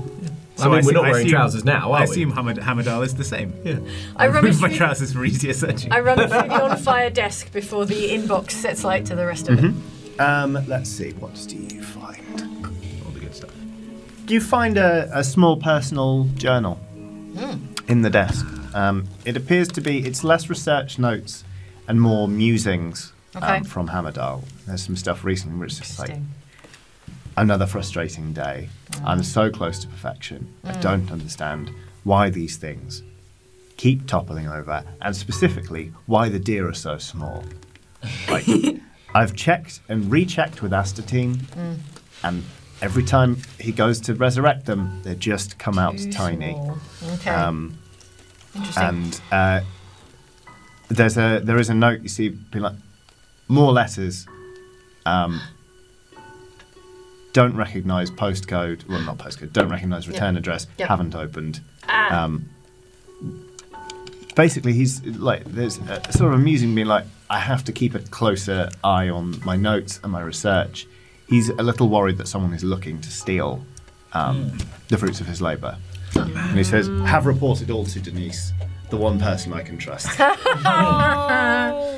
I mean, we're
assu-
not wearing
assume-
trousers now, are
I
we?
assume Hamad- Hamadal is the same. <laughs> Yeah.
I rummaged
remove my
through-
trousers for easier searching.
I rummage through the on fire desk before the inbox sets light to the rest of it.
Mhm. Um, let's see. What do you find?
All the good stuff.
You find a, a small personal journal in the desk. Um, it appears to be. It's less research notes and more musings
Okay.
um, from Hamadal. There's some stuff recently which is just like
Interesting.
another frustrating day. I'm so close to perfection. I
Mm.
don't understand why these things keep toppling over, and specifically why the deer are so small. Like,
<laughs>
I've checked and rechecked with Astatine,
Mm.
and every time he goes to resurrect them, they just come out
Too
tiny.
small. Okay.
Um,
Interesting.
and uh, there's a there is a note you see being like more letters. Um, don't recognise postcode. Well, not postcode. Don't recognise
Yep.
return address.
Yep.
Haven't opened.
Ah.
Um, basically, he's like there's a, sort of amusing being like I have to keep a closer eye on my notes and my research. He's a little worried that someone is looking to steal um, the fruits of his labour. And he says, "Have reported all to Denise, the one person I can trust."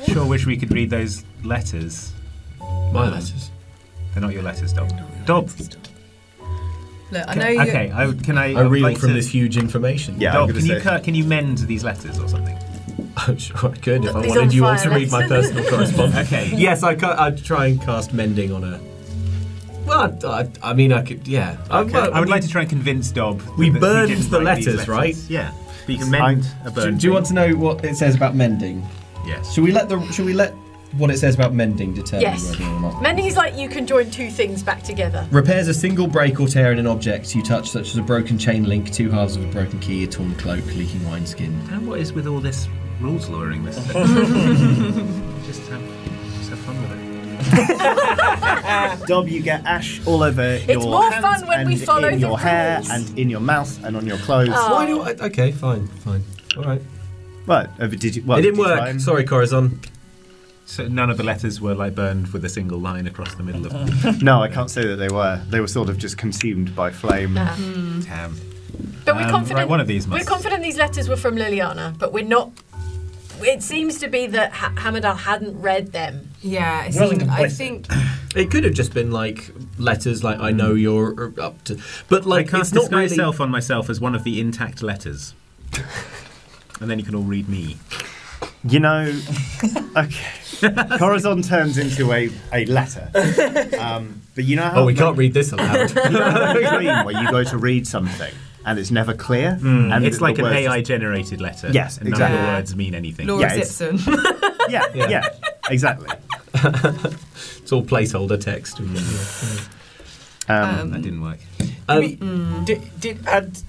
Sure wish we could read those letters.
My letters.
They're not your letters, Dob. Dob.
Look, I
Can-
know you.
okay, I, would- can I?
I
I would
reel
like
from
to-
this huge information.
Yeah, Dob, can you
cut?
cur- can you mend these letters or something?
I'm <laughs> sure I could if I
These
wanted
on
you all
fire
to read my
letters.
personal correspondence.
Okay.
Yes, I ca- I'd try and cast mending on a. Well, I, I, I mean, I could. Yeah. I,
Okay. I would like to try and convince Dob.
We
that he
burned
didn't
the
write these
letters, right?
Yeah. But you can mend
I-
a
Do,
burn.
do you want to know what it says about mending?
Yes.
Should we let the? Should we let what it says about mending determine
Yes.
whether or not?
Mending is like you can join two things back together.
Repairs a single break or tear in an object you touch, such as a broken chain link, two halves of a broken key, a torn cloak, leaking wineskin.
And what is with all this rules lawyering? This <laughs> thing? just, have, just have fun with it.
Dob, you get ash all over your
more
hands
fun when
and
we follow
in
the
your hair
rules.
and in your mouth and on your clothes.
Oh. Why do
I- okay, fine, fine. All right.
Well, uh, did you? Well,
it didn't
did you
work.
try and-
Sorry, Corazon.
So none of the letters were like burned with a single line across the middle of them.
No, I can't say that they were. They were sort of just consumed by flame.
Ah.
Damn.
But we're
Um,
confident.
right, one of these
We're
must-
confident these letters were from Liliana, but we're not. It seems to be that ha- Hamadal hadn't read them.
Yeah, it
He wasn't
seemed- I
complicit.
think.
It could have just been like letters, like I know you're up to, but like
I cast
it's not
disguise
really.
self on myself as one of the intact letters. and then you can all read me.
You know, <laughs> okay. Corazon turns into a, a letter.
<laughs>
Um, but you know how.
Oh, we can't read this aloud.
You know how in a dream where you go to read something and it's never clear. and
Hmm. it's
the
like an
words
AI generated letter.
Yes,
and none of
exactly.
the words mean anything.
Laura
Yeah, it's-
Simpson.
Yeah,
Yeah.
yeah, exactly.
<laughs> it's all placeholder <laughs> text.
Um,
That didn't work.
Um,
mm, Did, did had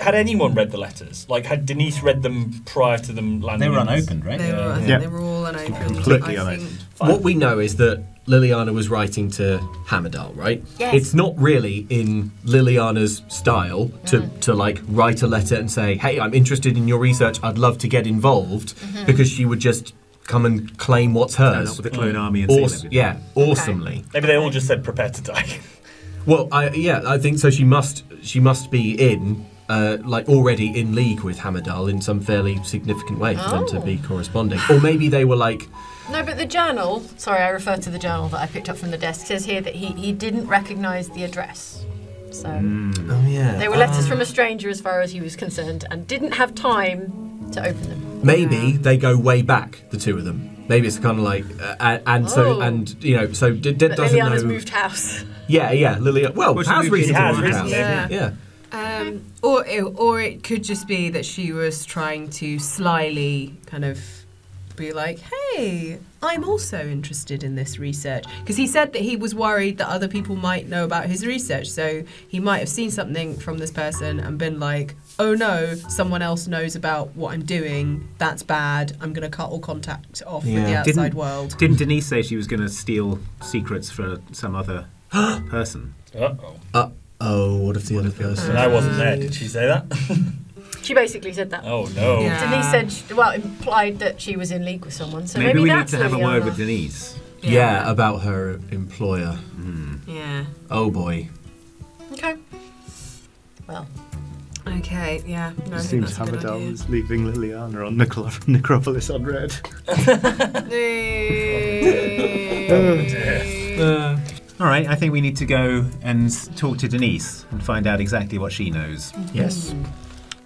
had anyone read the letters? Like had Denise read them prior to them landing? in this?
right?
They were, I think
Yeah.
they were all unopened.
Completely
I
unopened.
Think,
what we know is that Liliana was writing to Hamadal, right?
Yes.
It's not really in Liliana's style to, to like write a letter and say, "Hey, I'm interested in your research. I'd love to get involved,"
Mm-hmm.
because she would just come and claim what's
Turn
hers.
up with a clone army and
Aws-
seal everything.
yeah, awesomely.
Maybe they all just said prepare to die. <laughs>
Well, I, yeah, I think so. She must she must be in uh, like already in league with Hamadal in some fairly significant way for them to
Oh.
be corresponding, or maybe they were like
No, but the journal. Sorry, I refer to the journal that I picked up from the desk. Says here that he he didn't recognise the address. So
oh yeah
they were letters from a stranger, as far as he was concerned, and didn't have time to open them.
maybe they go way back the two of them. Maybe it's kind of like uh, and, and
Oh.
so and you know so d- d-
But
doesn't
Liliana's
know
moved house. <laughs>
yeah yeah Lilia well
Well, she
has
moved in-
recently
has
moved house
recently,
yeah.
yeah. Um, or it, or it could just be that she was trying to slyly kind of
be like, hey, I'm also interested in this research. Because he said that he was worried that other people might know about his research. So he might have seen something from this person and been like, oh no, someone else knows about what I'm doing. That's bad. I'm going to cut all contact off with the outside
didn't,
world.
Didn't Denise say she was going to steal secrets for some
<gasps>
other person?
Uh oh.
Uh oh, what if the other person?
And I wasn't there. Did she say that?
She basically said that.
Oh no.
Yeah.
Denise said, she, well, implied that she was in league with someone. So
Ah. Maybe,
maybe,
we need
that's
to have a
Liliana.
word with Denise.
Yeah. about her employer.
Yeah.
Oh boy.
Okay. Well,
Okay, yeah. No, I
It
think
seems
that's a good
Hamadal
idea.
is leaving Liliana on <laughs> Necro- Necropolis on red.
All right, I think we need to go and talk to Denise and find out exactly what she knows.
Yes.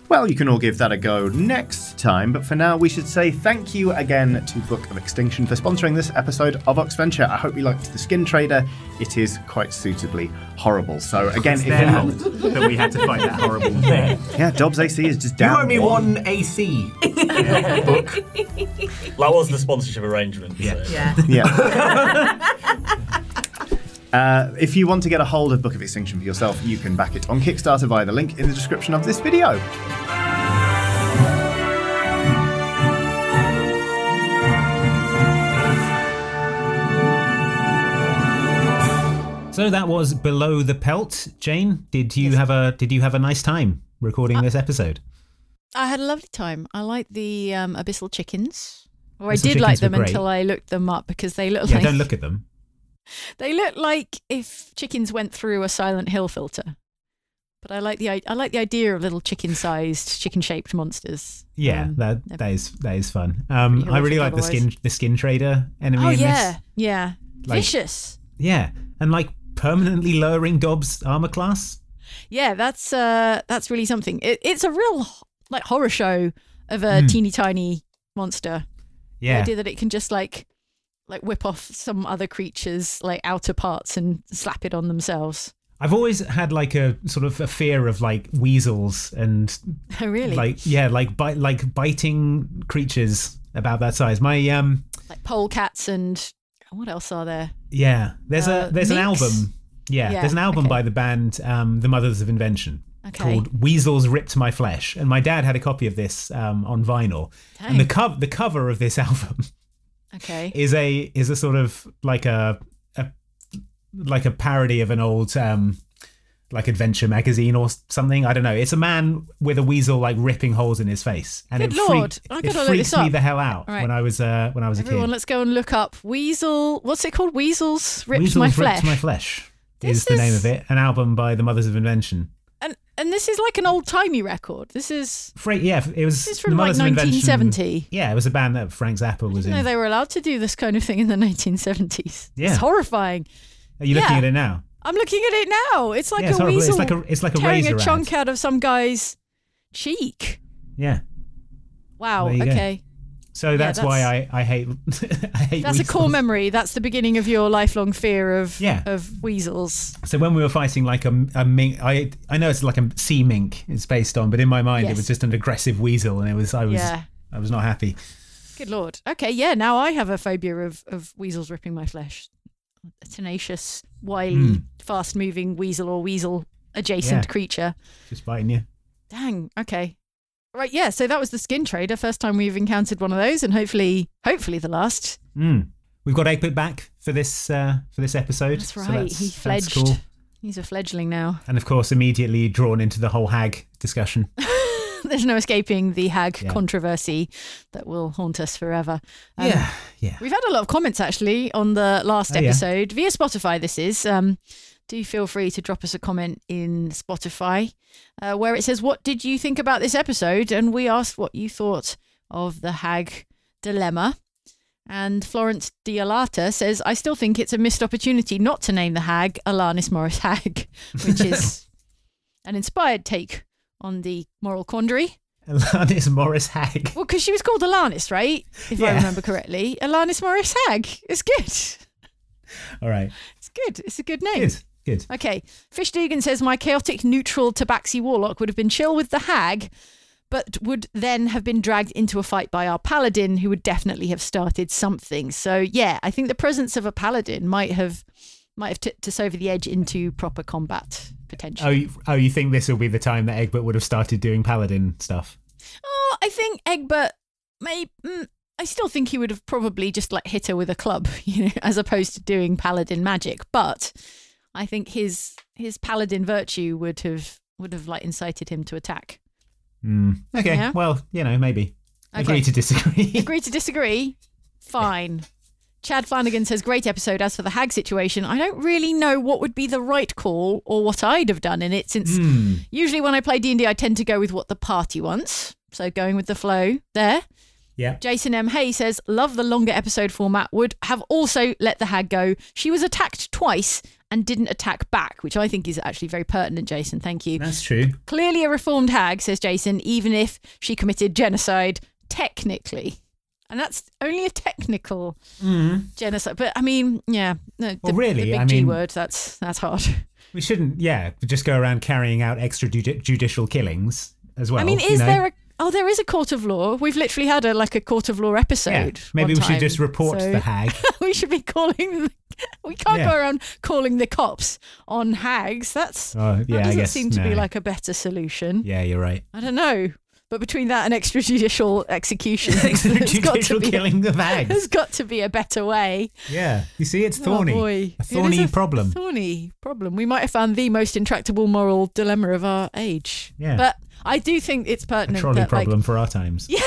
Well, you can all give that a go next time, but for now, we should say thank you again to Book of Extinction for sponsoring this episode of Ox Venture. I hope you liked The Skin Trader. It is quite suitably horrible. So, again,
It's
if
their
<laughs>
you-
fault that we had to find that
<laughs>
horrible thing.
<laughs> Yeah, Dobbs AC is just
You
down.
owe me one AC.
That was the sponsorship
<laughs>
arrangement. Yeah.
Yeah.
Yeah. <laughs> Uh, if you want to get a hold of Book of Extinction for yourself, you can back it on Kickstarter via the link in the description of this video.
So that was below the pelt. Jane, did you have a did you have a nice time
Uh,
recording this
<laughs>
episode?
I had a lovely time. I like the um, abyssal chickens. Or I
Abyssal
did like
chickens were
them
great.
until I looked them up because they look
Yeah,
like
don't look at them.
they look like if chickens went through a Silent Hill filter. But I like the i- I like the idea of little chicken-sized, chicken-shaped monsters.
Yeah,
Um,
that
they're
that is that is fun. Um,
pretty
I really like
horrific
the skin the skin trader enemy.
Oh
in
yeah,
this.
yeah,
Like-
vicious.
yeah, and like permanently lowering Dobbs' armor class.
Yeah, that's uh, that's really something. It, it's a real h- like horror show of a
Mm.
teeny tiny monster. The
Yeah,
idea that it can just like like whip off some other creature's like outer parts and slap it on themselves. <laughs>
I've always had like a sort of a fear of like weasels and
Oh really?
like yeah, like bite like biting creatures about that size. My um
like pole cats and what else are there?
yeah, there's
Uh,
a there's an
minks?
album. Yeah,
Yeah,
there's an album
okay.
by the band um, The Mothers of Invention
Okay.
called Weasels Ripped My Flesh, and my dad had a copy of this um, on vinyl. And the
Dang.
cov the cover of this <laughs> album
Okay.
is a is a sort of like a, a like a parody of an old um like adventure magazine or s- something. I don't know. It's a man with a weasel like ripping holes in his face, and
Good
it
lord.
freaked,
I
it
gotta look
freaked
this
me
up.
the hell out
All right.
when I was uh, when I was a
Everyone,
kid.
let's go and look up Weasel. What's it called? Weasels ripped
Weasels
my
ripped
flesh.
my flesh is
This
the name
is-
of it. An album by the Mothers of Invention.
and and this is like an old timey record. This is
Fra- yeah, it was
This is
the
from, like,
Mothers of Invention-
1970.
Yeah, it was a band that Frank Zappa was
you
in.
know they were allowed to do this kind of thing in the 1970s.
Yeah.
It's horrifying.
Are you looking
yeah.
at it now?
I'm looking at it now. It's like
Yeah, it's
a
horrible. It's
weasel
like a- it's like a
tearing
razor
a
ad.
chunk out of some guy's cheek.
Yeah.
Wow.
There you go.
Okay.
So that's, why I,
that's-
I hate <laughs> I hate
That's a core
weasels.
memory. That's the beginning of your lifelong fear of
Yeah.
of weasels.
So when we were fighting like a, a mink, I I know it's like a sea mink it's based on, but in my mind it
Yes.
was just an aggressive weasel, and it was I was
Yeah.
I was not happy.
Good lord. Okay, yeah, now I have a phobia of, of weasels ripping my flesh. A tenacious, wily,
Hmm.
fast moving weasel or weasel adjacent
Yeah.
creature.
Just biting you.
Dang, okay. Right, yeah, so that was the skin trader. First time we've encountered one of those, and hopefully hopefully the last.
Mm. We've got Egbert back for this uh, for this episode.
That's
so
right.
that's-
he
that's
fledged.
cool. <laughs>
He's a fledgling now.
And of course, immediately drawn into the whole hag discussion. <laughs>
<laughs> There's no escaping the hag
Yeah.
controversy that will haunt us forever. Um,
Yeah, yeah.
We've had a lot of comments actually on the last
Oh, yeah.
episode via Spotify. This is. Um, do feel free to drop us a comment in Spotify uh, where it says, What did you think about this episode? And we asked what you thought of the hag dilemma. And Florence Dialata says, I still think it's a missed opportunity not to name the hag Alanis Morris <laughs> Hag,
<laughs>
which is an inspired take on the moral quandary.
Alanis Morris hag.
Well, because she was called Alanis, right? If I
Yeah.
remember correctly. Alanis Morris Hag. It's good. It's
All right.
good. It's a good name.
Good. Good.
Okay. Fish Dugan says, My chaotic, neutral tabaxi warlock would have been chill with the hag, but would then have been dragged into a fight by our paladin, who would definitely have started something. So yeah, I think the presence of a paladin might have might have tipped us over the edge into proper combat
Oh,
potentially.
you, oh, you think this will be the time that Egbert would have started doing paladin stuff?
Oh, I think Egbert may. Mm, I still think he would have probably just like hit her with a club, <laughs> you know, as opposed to doing paladin magic. But I think his his paladin virtue would have would have like incited him to attack.
Hmm. Okay.
Yeah.
Well, you know, maybe.
Okay.
Agree to disagree. <laughs>
Agree to disagree? Fine. Chad Flanagan says, great episode. As for the hag situation, I don't really know what would be the right call or what I'd have done in it, since
Hmm.
usually when I play D&D, I tend to go with what the party wants. So going with the flow there.
Yeah.
Jason M. Hay says, love the longer episode format, would have also let the hag go. She was attacked twice and didn't attack back, which I think is actually very pertinent, Jason. Thank you.
That's true.
Clearly a reformed hag, says Jason, even if she committed genocide, technically. And that's only a technical genocide. But I mean, yeah. No, the,
Mm. Well, really,
the big
I
G
mean-
word, that's that's hard.
We shouldn't, yeah, just go around carrying out extra judi- judicial killings as well.
I mean,
you
is
know?
there a oh there is a court of law. We've literally had a like a court of law episode.
Yeah, maybe
one
we should
time.
just report
So-
the
<laughs>
hag.
we should be calling the, we can't
Yeah.
go around calling the cops on hags. That's
Oh, yeah, I
that doesn't
guess,
seem to be
no.
like a better solution.
Yeah, you're
<laughs>
right.
I don't know. But between that and extrajudicial
<laughs>
execution, <laughs> there's got to
Extrajudicial
be
killing of hags.
<laughs> there's got to be a better way.
Yeah. You see, it's
Oh,
thorny.
boy.
A
It is
thorny
a
problem.
Thorny problem. We might have found the most intractable moral dilemma of our age.
Yeah.
But I do think it's
a
pertinent
trolley
that, like,
problem for our times.
yeah,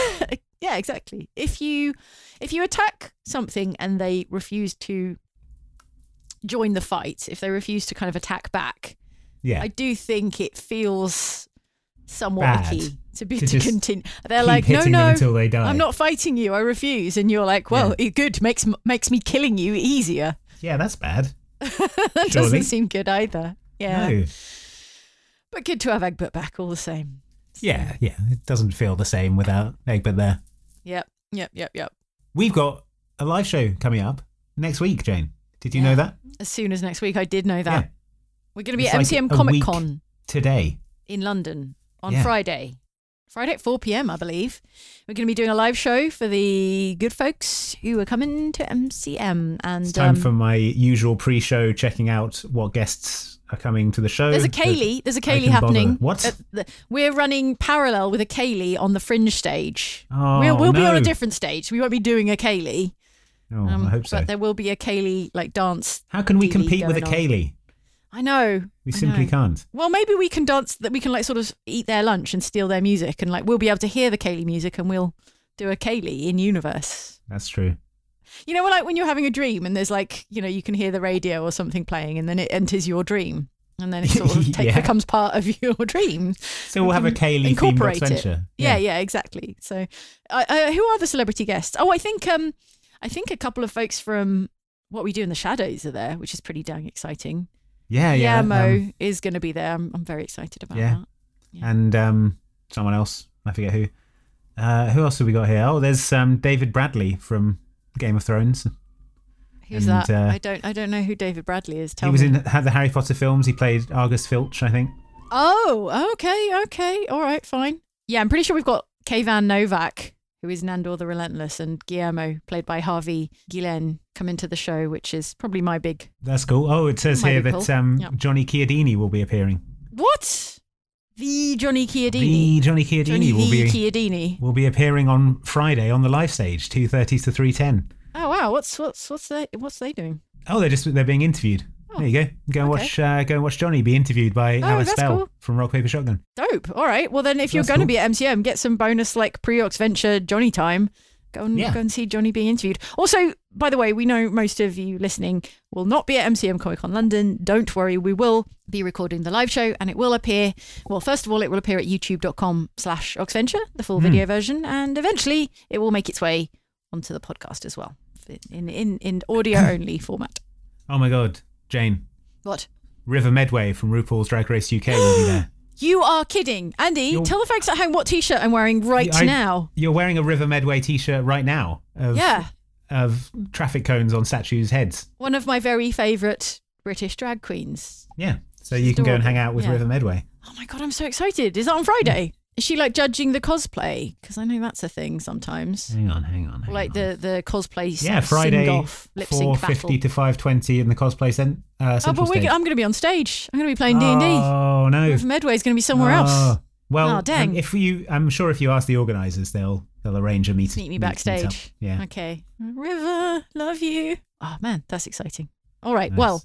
yeah, exactly. If you if you attack something and they refuse to join the fight, if they refuse to kind of attack back,
Yeah.
I do think it feels somewhat
Bad
icky to be
to
<laughs> to,
just
continue. They're
keep
like, no,
hitting them
no,
until they die."
I'm not fighting you. I refuse, and you're like, well, it good makes m- makes me killing you easier. <laughs>
Yeah, that's bad.
that
Surely.
doesn't seem good either. Yeah,
No.
but good to have Egbert back all the same.
Yeah, yeah. It doesn't feel the same without Egbert there.
Yep, yep, yep, yep.
We've got a live show coming up next week, Jane. Did you know that?
As soon as next week, I did know that. We're going to be
It's
at
like
MCM
a
Comic
week
Con
Today.
in London on
Yeah.
Friday. Friday at 4 p.m., I believe. We're going to be doing a live show for the good folks who are coming to MCM. And
It's time
um,
for my usual pre-show checking out what guests are coming to the show.
there's a
that
Kaylee. There's a
I
Kaylee
can bother.
happening.
What?
at the- we're running parallel with a Kaylee on the fringe stage.
Oh,
we'll we'll be on a
no.
different stage. We won't be doing a Kaylee.
oh, I hope so.
um, But there will be a Kaylee like dance.
How can we
Kaylee
compete with a
going on.
Kaylee?
I know.
We
I
simply
know.
can't.
Well, maybe we can dance that we can like sort of eat their lunch and steal their music, and like we'll be able to hear the Kaylee music, and we'll do a Kaylee in universe.
That's true.
You know, like when you're having a dream, and there's like you know you can hear the radio or something playing, and then it enters your dream, and then it
<laughs>
sort of take,
Yeah.
becomes part of <laughs> your dream.
So we'll have a
can
Kaylee themed
incorporate
adventure.
It. Yeah. yeah, exactly. So, uh, uh, who are the celebrity guests? Oh, I think um, I think a couple of folks from what we do in the shadows are there, which is pretty dang exciting.
Yeah, yeah.
Mo
um,
is going to be there. I'm, I'm very excited about
yeah.
that.
And um, someone else. I forget who. Uh, who else have we got here? Oh, there's um, David Bradley from Game of Thrones.
Who's
And,
that?
uh,
I don't I don't know who David Bradley is. Tell
he was
me.
in the Harry Potter films. He played Argus Filch, I think.
Oh, okay, okay, all right, fine. Yeah, I'm pretty sure we've got Kayvan Novak, who is Nandor the Relentless, and Guillermo, played by Harvey Guillen, come into the show, which is probably my big
That's cool. Oh, it says
Might
here
be
that
cool.
um,
Yeah.
Johnny Chiodini will be appearing.
what the Johnny Chiodini.
The Johnny Chiodini
Johnny
will
the
be
Chiodini.
will be appearing on Friday on the live stage, two thirty to three ten.
Oh wow, what's what's what's they what's they doing?
Oh, they're just they're being interviewed. there you go. Go and
Oh. okay.
watch. Uh, go and watch Johnny be interviewed by
Oh,
Alice
that's
Bell
cool.
from Rock Paper Shotgun.
Dope. All right. Well, then, if you're
That's
going to
cool.
be at MCM, get some bonus like pre-ox venture Johnny time. Go and
Yeah.
go and see Johnny being interviewed. Also, by the way, we know most of you listening will not be at MCM Comic Con London. Don't worry, we will be recording the live show, and it will appear. Well, first of all, it will appear at YouTube.com/slash Oxventure, the full
Hmm.
video version, and eventually it will make its way onto the podcast as well, in in in
<coughs>
audio only format.
Oh my God, Jane
What?
River Medway from RuPaul's Drag Race UK will be there
You are kidding, Andy?
You're-
Tell the folks at home what T-shirt I'm wearing <gasps> right
I-
now.
You're wearing a River Medway T-shirt right now. Of,
Yeah.
Of traffic cones on statues' heads.
one of my very favourite British drag queens.
Yeah. So you can go and hang out with
Yeah.
River Medway.
Oh my god, I'm so excited! Is that on Friday? Is she like judging the cosplay? Because I know that's a thing sometimes.
Hang on, hang on. Hang
like the the cosplay.
Mm. yeah, Friday,
off, lip sync
four fifty
battle.
to five twenty in the cosplay cen- uh,
Oh,
central
but we,
stage.
I'm going to be on stage. I'm going to be playing D and D.
Oh no!
Medway's going to be somewhere else.
Oh, Well,
Oh, dang.
um, if you, I'm sure if you ask the organisers, they'll they'll arrange a meet.
Meet me
meet-
backstage.
meet up. Yeah.
Okay. River, love you. Oh man, that's exciting. All right. Well,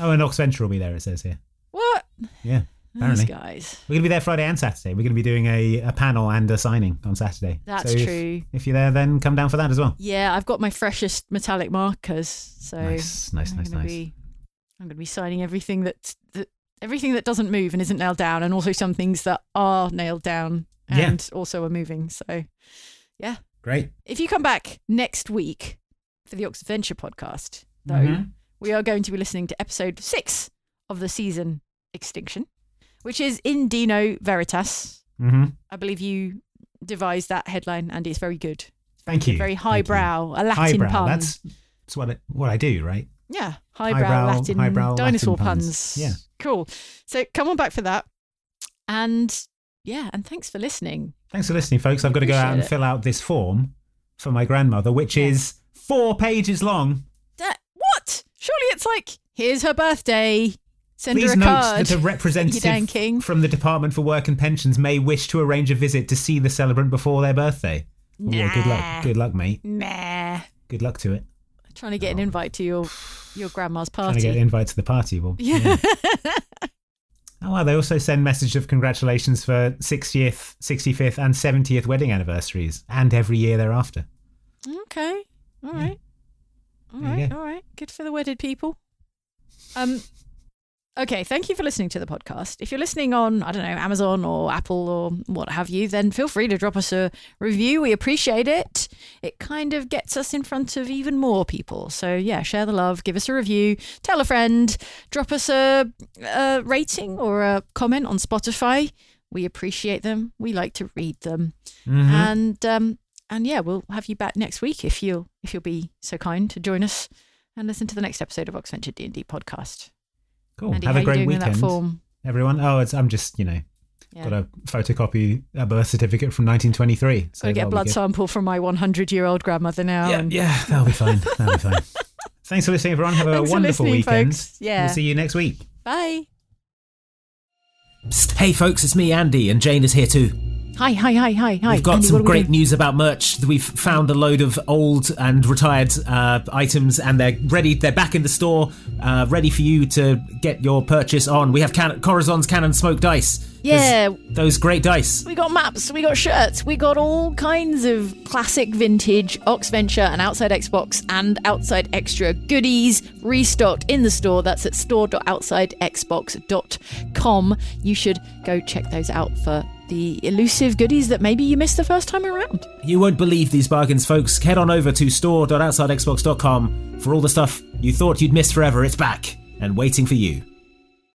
Oh, and Oxventure will be there. It says here.
what?
Yeah. Apparently.
These guys.
We're going to be there Friday and Saturday. We're going to be doing a, a panel and a signing on Saturday.
That's
So if-
true.
If, you're there, then come down for that as well.
Yeah, I've got my freshest metallic markers. So
Nice, nice,
I'm
nice,
gonna
nice.
Be, I'm going to be signing everything that, that everything that doesn't move and isn't nailed down, and also some things that are nailed down
Yeah.
and also are moving. So, yeah.
Great.
If you come back next week for the Ox Adventure podcast, though,
Mhm.
we are going to be listening to episode six of the season Extinction, which is in Dino Veritas.
Mhm.
I believe you devised that headline, Andy. It's very good.
Thank you.
Very
Thank
highbrow, a Latin
highbrow.
pun.
That's, that's what, I, what I do, right?
yeah, highbrow,
highbrow-
Latin
highbrow
dinosaur
Latin puns.
puns.
Yeah.
Cool. So come on back for that. And yeah, and thanks for listening.
Thanks for listening, folks. I've got to go out
Appreciate
and
it.
fill out this form for my grandmother, which is four pages long.
Da- what? Surely it's like, here's her birthday. Send
Please
her a
note
card.
that a
You dang
representative
king.
from the Department for Work and Pensions may wish to arrange a visit to see the celebrant before their birthday. Oh, yeah, good
Nah.
luck. Good luck, mate.
Nah.
Good luck to it.
Trying to get an invite to your your grandma's
Oh. Trying to
party.
get
<laughs>
an invite to the party. Well,
yeah.
Oh wow! They also send message of congratulations for 60th, 65th, and 70th wedding anniversaries, and every year thereafter.
okay. All right. All
There you
right.
go.
All right. Good for the wedded people. Um. Okay, thank you for listening to the podcast. If you're listening on, I don't know, Amazon or Apple or what have you, then feel free to drop us a review. We appreciate it. It kind of gets us in front of even more people. So, yeah, share the love, give us a review, tell a friend, drop us a, a rating or a comment on Spotify. We appreciate them. We like to read them.
Mhm.
And um, and yeah, we'll have you back next week if you'll if you'll be so kind to join us and listen to the next episode of Oxventure D&D podcast.
Cool.
Andy,
Oh, Have
how
a
you
great
doing with
weekend,
that form?
everyone. Oh, it's, I'm just you know
Yeah.
got a photocopy a birth certificate from 1923. So
Got to get a
that'll be
blood
good.
sample from my 100 year old grandmother now. and-
Yeah, that'll be fine. That'll be fine. <laughs> Thanks for listening, everyone. Have a
Thanks for
wonderful
listening,
weekend.
folks. Yeah.
We'll see you next week.
Bye.
Psst, hey folks, it's me Andy, and Jane is here too.
Hi, hi, hi, hi, hi.
We've got
Andy, what
some
are we
great
doing?
news about merch. We've found a load of old and retired uh, items, and they're ready. They're back in the store, uh, ready for you to get your purchase on. We have can- Corazon's Cannon Smoke Dice. There's
Yeah.
those great dice.
We got maps, we got shirts, we got all kinds of classic vintage Oxventure and Outside Xbox and Outside Extra goodies restocked in the store. That's at store.outsidexbox.com. You should go check those out for the elusive goodies that maybe you missed the first time around.
You won't believe these bargains, folks. Head on over to store.outsidexbox.com for all the stuff you thought you'd missed forever. It's back and waiting for you.